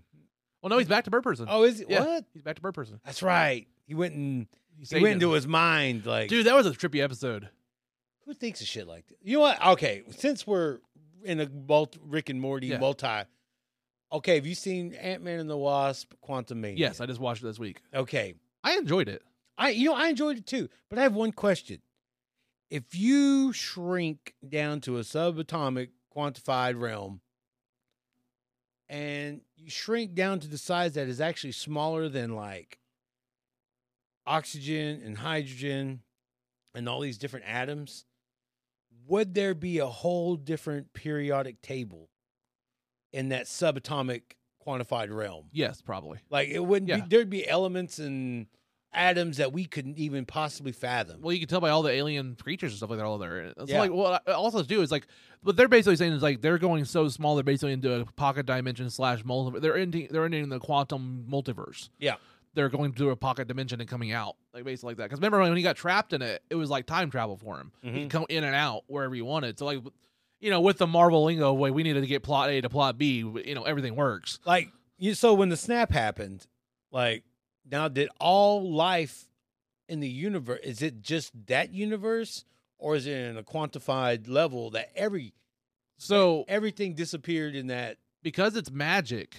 S2: well, no, he's back to bird person.
S1: Oh, is it?
S2: Yeah.
S1: What?
S2: He's back to bird person.
S1: That's right. He went and he,
S2: saved
S1: went
S2: him.
S1: into his mind like,
S2: Dude, that was a trippy episode.
S1: who thinks of shit like this? You know what? Okay, since we're in a multi, Rick and Morty
S2: Yeah.
S1: multi, okay, have you seen Ant Man and the Wasp? Quantum Mania.
S2: Yes, I just watched it this week.
S1: Okay,
S2: I enjoyed it.
S1: I you know I enjoyed it too, but I have one question. If you shrink down to a subatomic quantified realm and you shrink down to the size that is actually smaller than like oxygen and hydrogen and all these different atoms, would there be a whole different periodic table in that subatomic quantified realm?
S2: Yes, probably.
S1: Like it wouldn't
S2: Yeah.
S1: be there'd be elements and atoms that we couldn't even possibly fathom.
S2: Well, you can tell by all the alien creatures and stuff like that. All there. It's
S1: Yeah.
S2: like what I also do is like, what they're basically saying is like they're going so small they're basically into a pocket dimension slash multiverse. They're ending. They're ending the quantum multiverse.
S1: Yeah.
S2: They're going through a pocket dimension and coming out, like basically like that. Because remember when he got trapped in it, it was like time travel for him. He
S1: Mhm.
S2: could come in and out wherever he wanted. So like, you know, with the Marvel lingo, way we needed to get plot A to plot B. You know, everything works.
S1: like you so when the snap happened, like now did all life in the universe is it just that universe or is it in a quantified level that every
S2: So
S1: everything disappeared in that
S2: because it's magic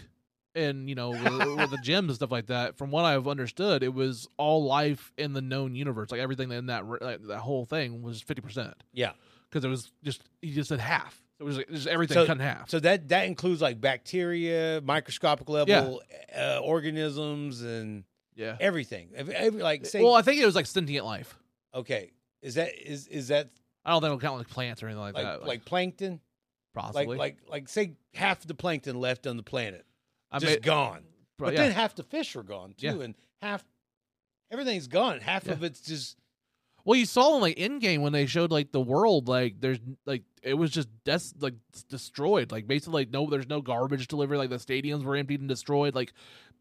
S2: and you know with, with the gems and stuff like that from what i've understood it was all life in the known universe like everything in that re- like, that whole thing was 50%
S1: Yeah.
S2: because it was just he just said half it was like, just everything
S1: So-
S2: cut in half
S1: so that that includes like bacteria, microscopic level uh, organisms and
S2: yeah
S1: everything. Ev- every- like say
S2: well i think it was like sentient life
S1: okay, is that is is that
S2: i don't think it'll count like plants or anything like,
S1: like
S2: that
S1: like plankton?
S2: possibly
S1: like like like say half the plankton left on the planet
S2: I
S1: just
S2: may-
S1: gone
S2: pro-
S1: but
S2: yeah.
S1: then half the fish are gone too
S2: Yeah.
S1: and half everything's gone half
S2: Yeah.
S1: of it's just
S2: well you saw in like endgame when they showed like the world like there's like it was just des- like s- destroyed like basically like no there's no garbage delivered like the stadiums were emptied and destroyed like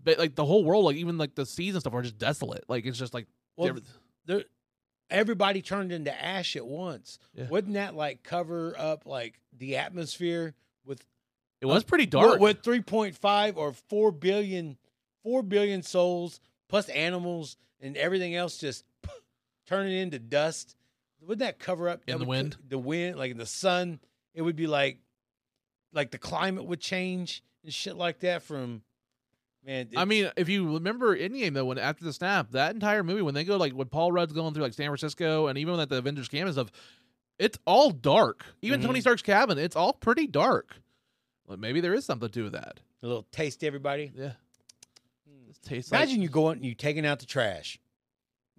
S2: but like the whole world like even like the seas and stuff are just desolate like it's just like
S1: well
S2: every-
S1: there- everybody turned into ash at once
S2: Yeah.
S1: wouldn't that like cover up like the atmosphere with
S2: it was pretty
S1: with-
S2: dark
S1: with 3.5 or 4 billion 4 billion souls plus animals and everything else just turning into dust wouldn't that cover up
S2: In
S1: that
S2: the
S1: would
S2: wind?
S1: co- the wind like in the sun it would be like like the climate would change and shit like that from man
S2: I
S1: it's-
S2: mean, if you remember Endgame though, when after the snap, that entire movie when they go like when Paul Rudd's going through like San Francisco and even like the Avengers camp and stuff, it's all dark. Even
S1: Mhm.
S2: Tony Stark's cabin, it's all pretty dark. Like maybe there is something to that.
S1: a little taste to everybody
S2: Yeah.
S1: Hmm.
S2: This tastes like-
S1: imagine you going and you taking out the trash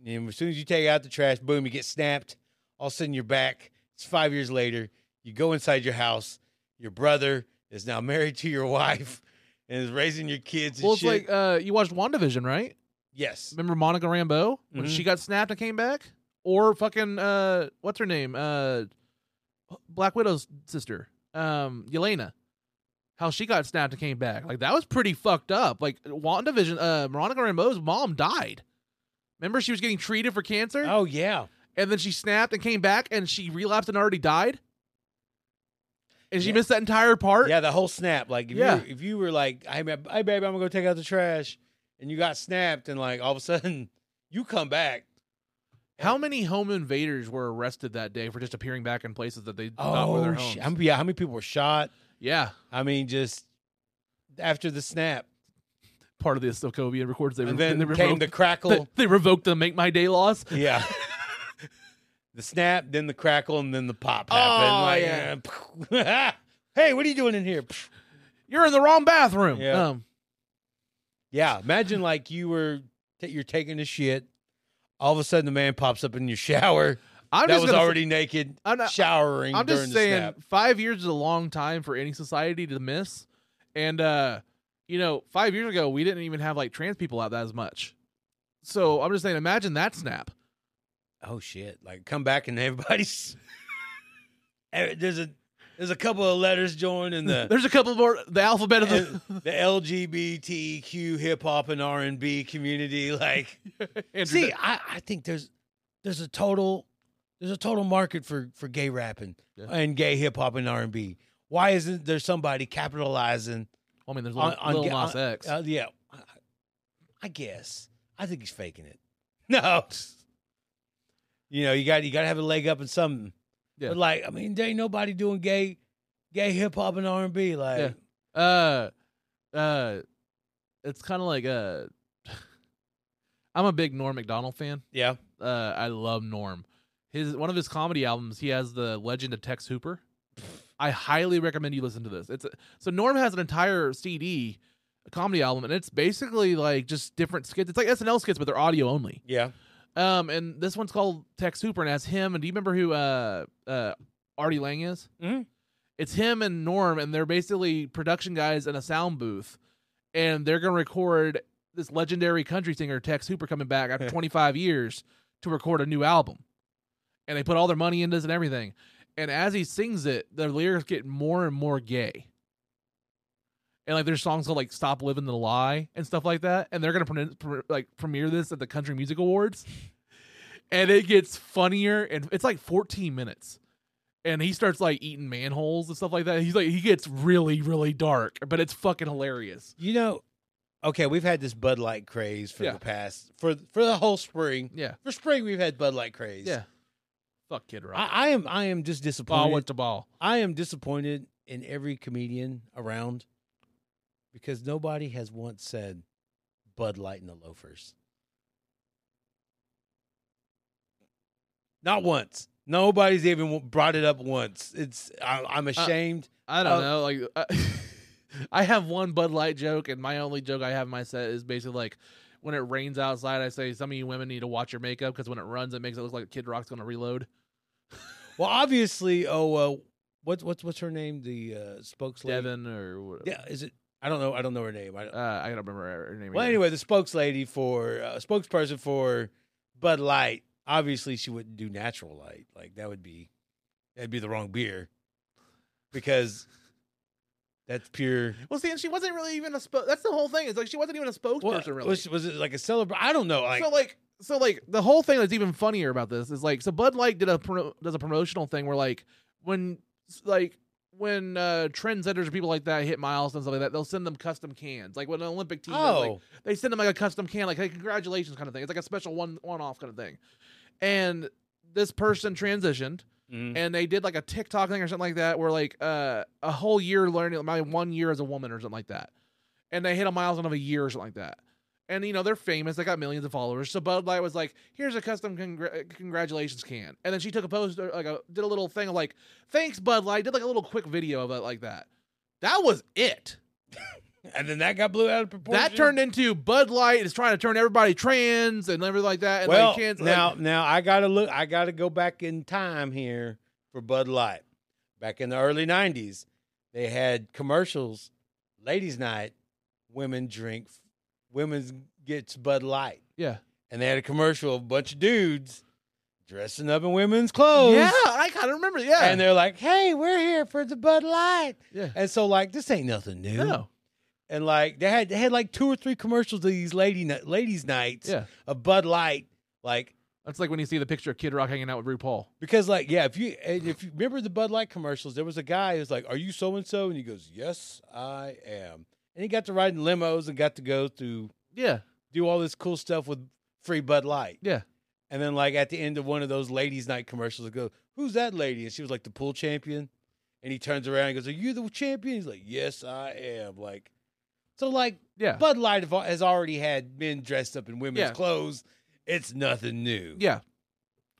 S1: and as soon as you take out the trash boom you get snapped all of a sudden you're back it's five years later you go inside your house your brother is now married to your wife and is raising your kids and
S2: well, it's
S1: shit.
S2: like uh, you watched WandaVision, right?
S1: yes
S2: Remember Monica Rambeau when
S1: Mhm.
S2: she got snapped and came back, or fucking uh, what's her name? Uh, Black Widow's sister, um, Yelena. How she got snapped and came back, like that was pretty fucked up. Like WandaVision, uh, Monica Rambeau's mom died. Remember, she was getting treated for cancer,
S1: oh yeah
S2: and then she snapped and came back, and she relapsed and already died. And she
S1: Yeah.
S2: missed that entire part.
S1: Yeah, the whole snap. Like if
S2: Yeah.
S1: you if you were like, hey, ba- hey baby, I'm gonna go take out the trash, and you got snapped, and like all of a sudden you come back.
S2: How many home invaders were arrested that day for just appearing back in places that they not were their homes?
S1: shit. Oh, I'm- yeah, how many people were shot?
S2: yeah,
S1: I mean, just after the snap,
S2: part of the Sokovian records. They,
S1: and
S2: re-
S1: then
S2: they
S1: came
S2: revoked,
S1: the
S2: they,
S1: crackle.
S2: they revoked the "Make My Day" laws.
S1: yeah, the snap, then the crackle, and then the pop happened. like,
S2: Oh,
S1: yeah. hey, what are you doing in here?
S2: You're in the wrong bathroom.
S1: Yeah.
S2: Um,
S1: Yeah, imagine like you were t- you're taking a shit. All of a sudden, the man pops up in your shower
S2: I'm
S1: that
S2: just
S1: was
S2: gonna-
S1: already naked,
S2: I'm not-
S1: showering
S2: I'm
S1: during
S2: just
S1: the
S2: saying,
S1: snap.
S2: five years is a long time for any society to miss, and uh, you know, five years ago we didn't even have like trans people out that as much. So I'm just saying, imagine that snap.
S1: oh shit like come back and everybody's Eh, there's a There's a couple of letters joined in the
S2: There's a couple more. The alphabet of
S1: and
S2: the
S1: the LGBTQ hip hop and R and B community. Like,
S2: Andrew
S1: see, I, I think there's there's a total there's a total market for for gay rapping
S2: Yeah.
S1: and gay hip hop and R and B. Why isn't there somebody capitalizing
S2: Well, I mean, there's
S1: on,
S2: Lil,
S1: on
S2: Lil
S1: ga-
S2: Nas
S1: on-
S2: X.
S1: uh, yeah, I- I guess I think he's faking it. No, you know you got you got to have a leg up in something.
S2: Yeah.
S1: But like, I mean, there ain't nobody doing gay gay hip hop and R and B. Like,
S2: Yeah. uh, uh, it's kind of like uh, I'm a big Norm Macdonald fan.
S1: yeah.
S2: Uh, I love Norm. His one of his comedy albums, he has the Legend of Tex Hooper. I highly recommend you listen to this. It's a, so Norm has an entire CD, a comedy album, and it's basically like just different skits. It's like SNL skits, but they're audio only.
S1: yeah.
S2: Um, and this one's called Tex Hooper, and it has him. And do you remember who uh uh Artie Lang is?
S1: Mhm.
S2: It's him and Norm, and they're basically production guys in a sound booth, and they're gonna record this legendary country singer Tex Hooper coming back after 25 years to record a new album, and they put all their money into this and everything. And as he sings it, the lyrics get more and more gay. And like there's songs called like "Stop Living the Lie" and stuff like that, and they're gonna pre- pre- like premiere this at the Country Music Awards and it gets funnier and it's like 14 minutes and he starts like eating manholes and stuff like that he's like he gets really really dark but it's fucking hilarious
S1: You know, okay, we've had this Bud Light craze for
S2: Yeah.
S1: the past for for the whole spring.
S2: yeah
S1: For spring, we've had Bud Light craze.
S2: yeah fuck kid rock
S1: I, I am I am just
S2: ball
S1: disappointed.
S2: went to ball
S1: I am disappointed in every comedian around because nobody has once said Bud Light and the loafers. Not once. Nobody's even brought it up once. It's I, I'm ashamed.
S2: i don't
S1: Uh,
S2: know like I, I have one bud light joke and my only joke i have in my set is basically like when it rains outside i say some of you women need to watch your makeup because when it runs it makes it look like kid rock's gonna reload
S1: well, obviously, oh, uh, what's what's what's her name? The uh, spokes lady?
S2: devin or whatever
S1: Yeah, is it? I don't know. I don't know her name. I don't,
S2: uh, i gotta remember her her name
S1: well,
S2: either.
S1: anyway, the spokeslady for uh, spokesperson for Bud Light. Obviously, she wouldn't do natural light. Like that would be that'd be the wrong beer because that's pure.
S2: Well, see, and she wasn't really even a. Spo- that's the whole thing. It's like she wasn't even a spokesperson,
S1: What,
S2: really.
S1: was, was it like a celebration? I don't know. Like,
S2: so, like, so, like, the whole thing that's even funnier about this is like, so Bud Light did a pro- does a promotional thing where like when like when uh trendsetters or people like that hit milestones stuff like that, they'll send them custom cans. Like when an Olympic team, is, like,
S1: oh,
S2: they send them like a custom can, like hey, congratulations kind of thing. It's like a special one one off kind of thing. And this person transitioned
S1: Mhm.
S2: and they did like a TikTok thing or something like that, where like uh, a whole year learning my one year as a woman or something like that, and they hit a milestone of a year or something like that. And you know they're famous; they got millions of followers. So Bud Light was like, "Here's a custom congra- congratulations can," and then she took a post, or, like a, did a little thing of like, "Thanks, Bud Light." Did like a little quick video of it like that. That was it.
S1: and then that got blew out of proportion.
S2: That turned into Bud Light is trying to turn everybody trans and everything like that. And
S1: well
S2: like, trans,
S1: now.
S2: like,
S1: now I gotta look. I gotta go back in time here for Bud Light. Back in the early '90s, they had commercials, ladies' night, women drink, women's gets Bud Light,
S2: yeah,
S1: and they had a commercial of a bunch of dudes dressing up in women's clothes.
S2: yeah, I kind of remember. Yeah,
S1: And they're like, "Hey, we're here for the Bud Light,"
S2: yeah,
S1: and so like this ain't nothing new.
S2: no,
S1: And like they had they had like two or three commercials of these lady ni- ladies' nights
S2: yeah.
S1: of Bud Light, like
S2: That's like when you see the picture of Kid Rock hanging out with RuPaul.
S1: Because like yeah, if you and if you remember the Bud Light commercials, there was a guy who's like, "Are you so and so?" And he goes, "Yes, I am." And he got to ride in limos and got to go through
S2: Yeah,
S1: do all this cool stuff with free Bud Light.
S2: yeah,
S1: And then like at the end of one of those ladies' night commercials, it goes, "Who's that lady?" And she was like the pool champion. And he turns around and goes, "Are you the champion?" He's like, "Yes, I am." Like, so like
S2: yeah,
S1: Bud Light have- has already had men dressed up in women's
S2: Yeah.
S1: clothes. It's nothing new.
S2: yeah,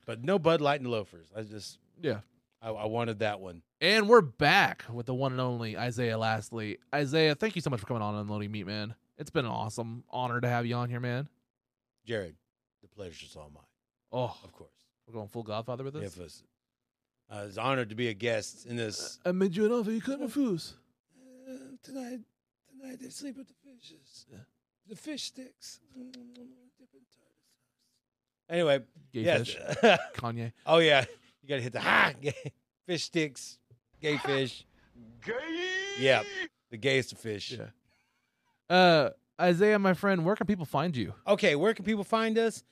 S1: But no Bud Light and loafers. I just
S2: yeah.
S1: I, I wanted that one.
S2: And we're back with the one and only Isaiah. Lastly, Isaiah, thank you so much for coming on Unloading Meat, man. It's been an awesome honor to have you on here, man.
S1: Jared, the pleasure's all mine,
S2: Oh,
S1: of course.
S2: we're going full Godfather with this.
S1: If it's, I was honored to be a guest in this.
S2: I made you an offer you couldn't refuse.
S1: Uh, tonight, tonight they sleep with the fishes. The fish sticks. Anyway,
S2: Gay
S1: yes.
S2: fish, Kanye.
S1: oh yeah, you gotta hit the ha. Fish sticks. Gay fish. Gay. Yep. The gayest of fish.
S2: Yeah. Uh, Isaiah, my friend, where can people find you?
S1: Okay, where can people find us?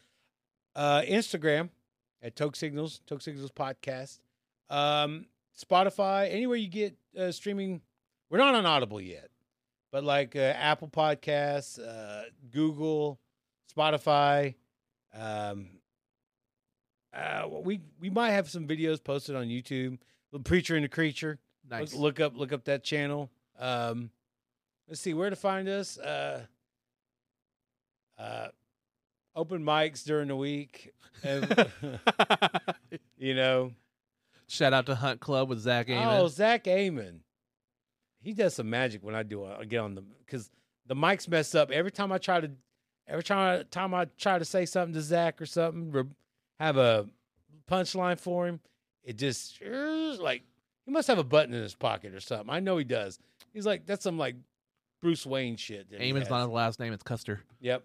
S1: Uh, Instagram at Toke Signals, Toke Signals Podcast. Um, Spotify, anywhere you get uh, streaming. We're not on Audible yet, but like uh, Apple Podcasts, uh, Google, Spotify. Um, uh, we we might have some videos posted on YouTube. The Preacher and the Creature.
S2: Nice.
S1: Look, look up look up that channel. Um, let's see where to find us. Uh, uh, open mics during the week. Uh, you know.
S2: Shout out to Hunt Club with Zach
S1: Oh,
S2: Amen.
S1: Zach Amen. He does some magic when I do I get on the because the mics mess up every time I try to every time time I try to say something to Zach or something or have a punchline for him. It just like he must have a button in his pocket or something. I know he does. He's like that's some like Bruce Wayne shit. that he
S2: Amen's
S1: has.
S2: not his last name; it's Custer.
S1: Yep.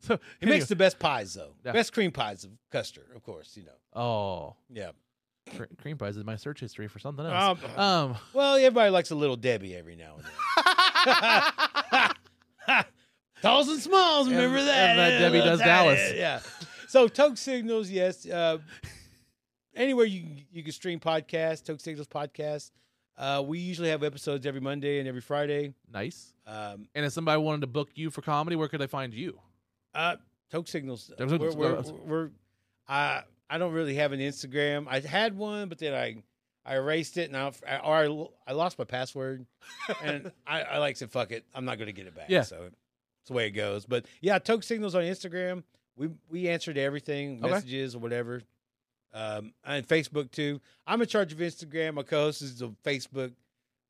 S2: So
S1: He makes the best pies though.
S2: Yeah.
S1: Best cream pies of custard, of course. You know.
S2: oh
S1: Yeah.
S2: cre- cream pies is my search history for something else.
S1: Um,
S2: Um,
S1: Well, everybody likes a little Debbie every now and then. Talls and smalls, remember
S2: And-
S1: that.
S2: and that Debbie does
S1: That-
S2: Dallas.
S1: Yeah. So Toke Signals, yes. Uh, anywhere you can- you can stream podcasts, Toke Signals podcast. Uh, we usually have episodes every Monday and every Friday.
S2: nice.
S1: Um,
S2: And if somebody wanted to book you for comedy, where could they find you?
S1: uh, Toke Signals.
S2: Toke Signals,
S1: We're,
S2: go.
S1: we're, we're- I I don't really have an Instagram. I had one, but then I I erased it, and I or I, l- I lost my password, and I, I like said fuck it, I'm not going to get it back.
S2: Yeah.
S1: So it's the way it goes. But yeah, Toke Signals on Instagram. We we answer to everything,
S2: Okay.
S1: messages or whatever. Um, and Facebook too. I'm in charge of Instagram. My co-host is the Facebook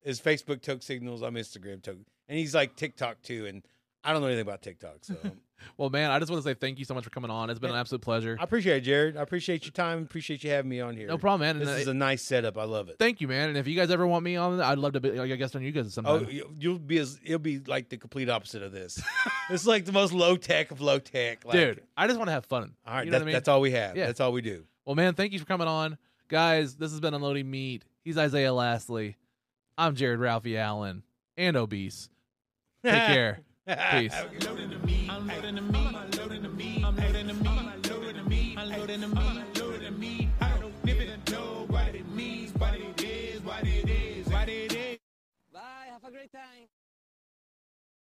S1: is Facebook Toke Signals. I'm Instagram Toke, and he's like TikTok too. And I don't know anything about TikTok, so
S2: Well, man, I just want to say thank you so much for coming on. It's been an absolute pleasure.
S1: I appreciate it, Jared. I appreciate your time. Appreciate you having me on here.
S2: No problem, man. And,
S1: This
S2: uh,
S1: is a nice setup. I love it.
S2: thank you, man. And if you guys ever want me on, I'd love to be like, a guest on you guys
S1: Oh,
S2: sometime.
S1: you- you'll be as it'll be like the complete opposite of this. it's like the most low tech of low tech, like,
S2: Dude, I just want to have fun.
S1: All right,
S2: you know
S1: that,
S2: what I mean?
S1: that's all we have.
S2: Yeah.
S1: That's all we do.
S2: Well, man, thank you for coming on. Guys, this has been Unloading Meat. He's Isaiah Lastly. I'm Jared Ralphie Allen and Obese. Take care. Peace.
S3: Loading the meat. I'm loading the meat. I'm loading the meat. I'm loading the meat. I'm loading the meat. I'm loading the meat. I'm loading the meat. I don't even know what it means, what it is, what it is, what it is.
S7: Bye, have a great time.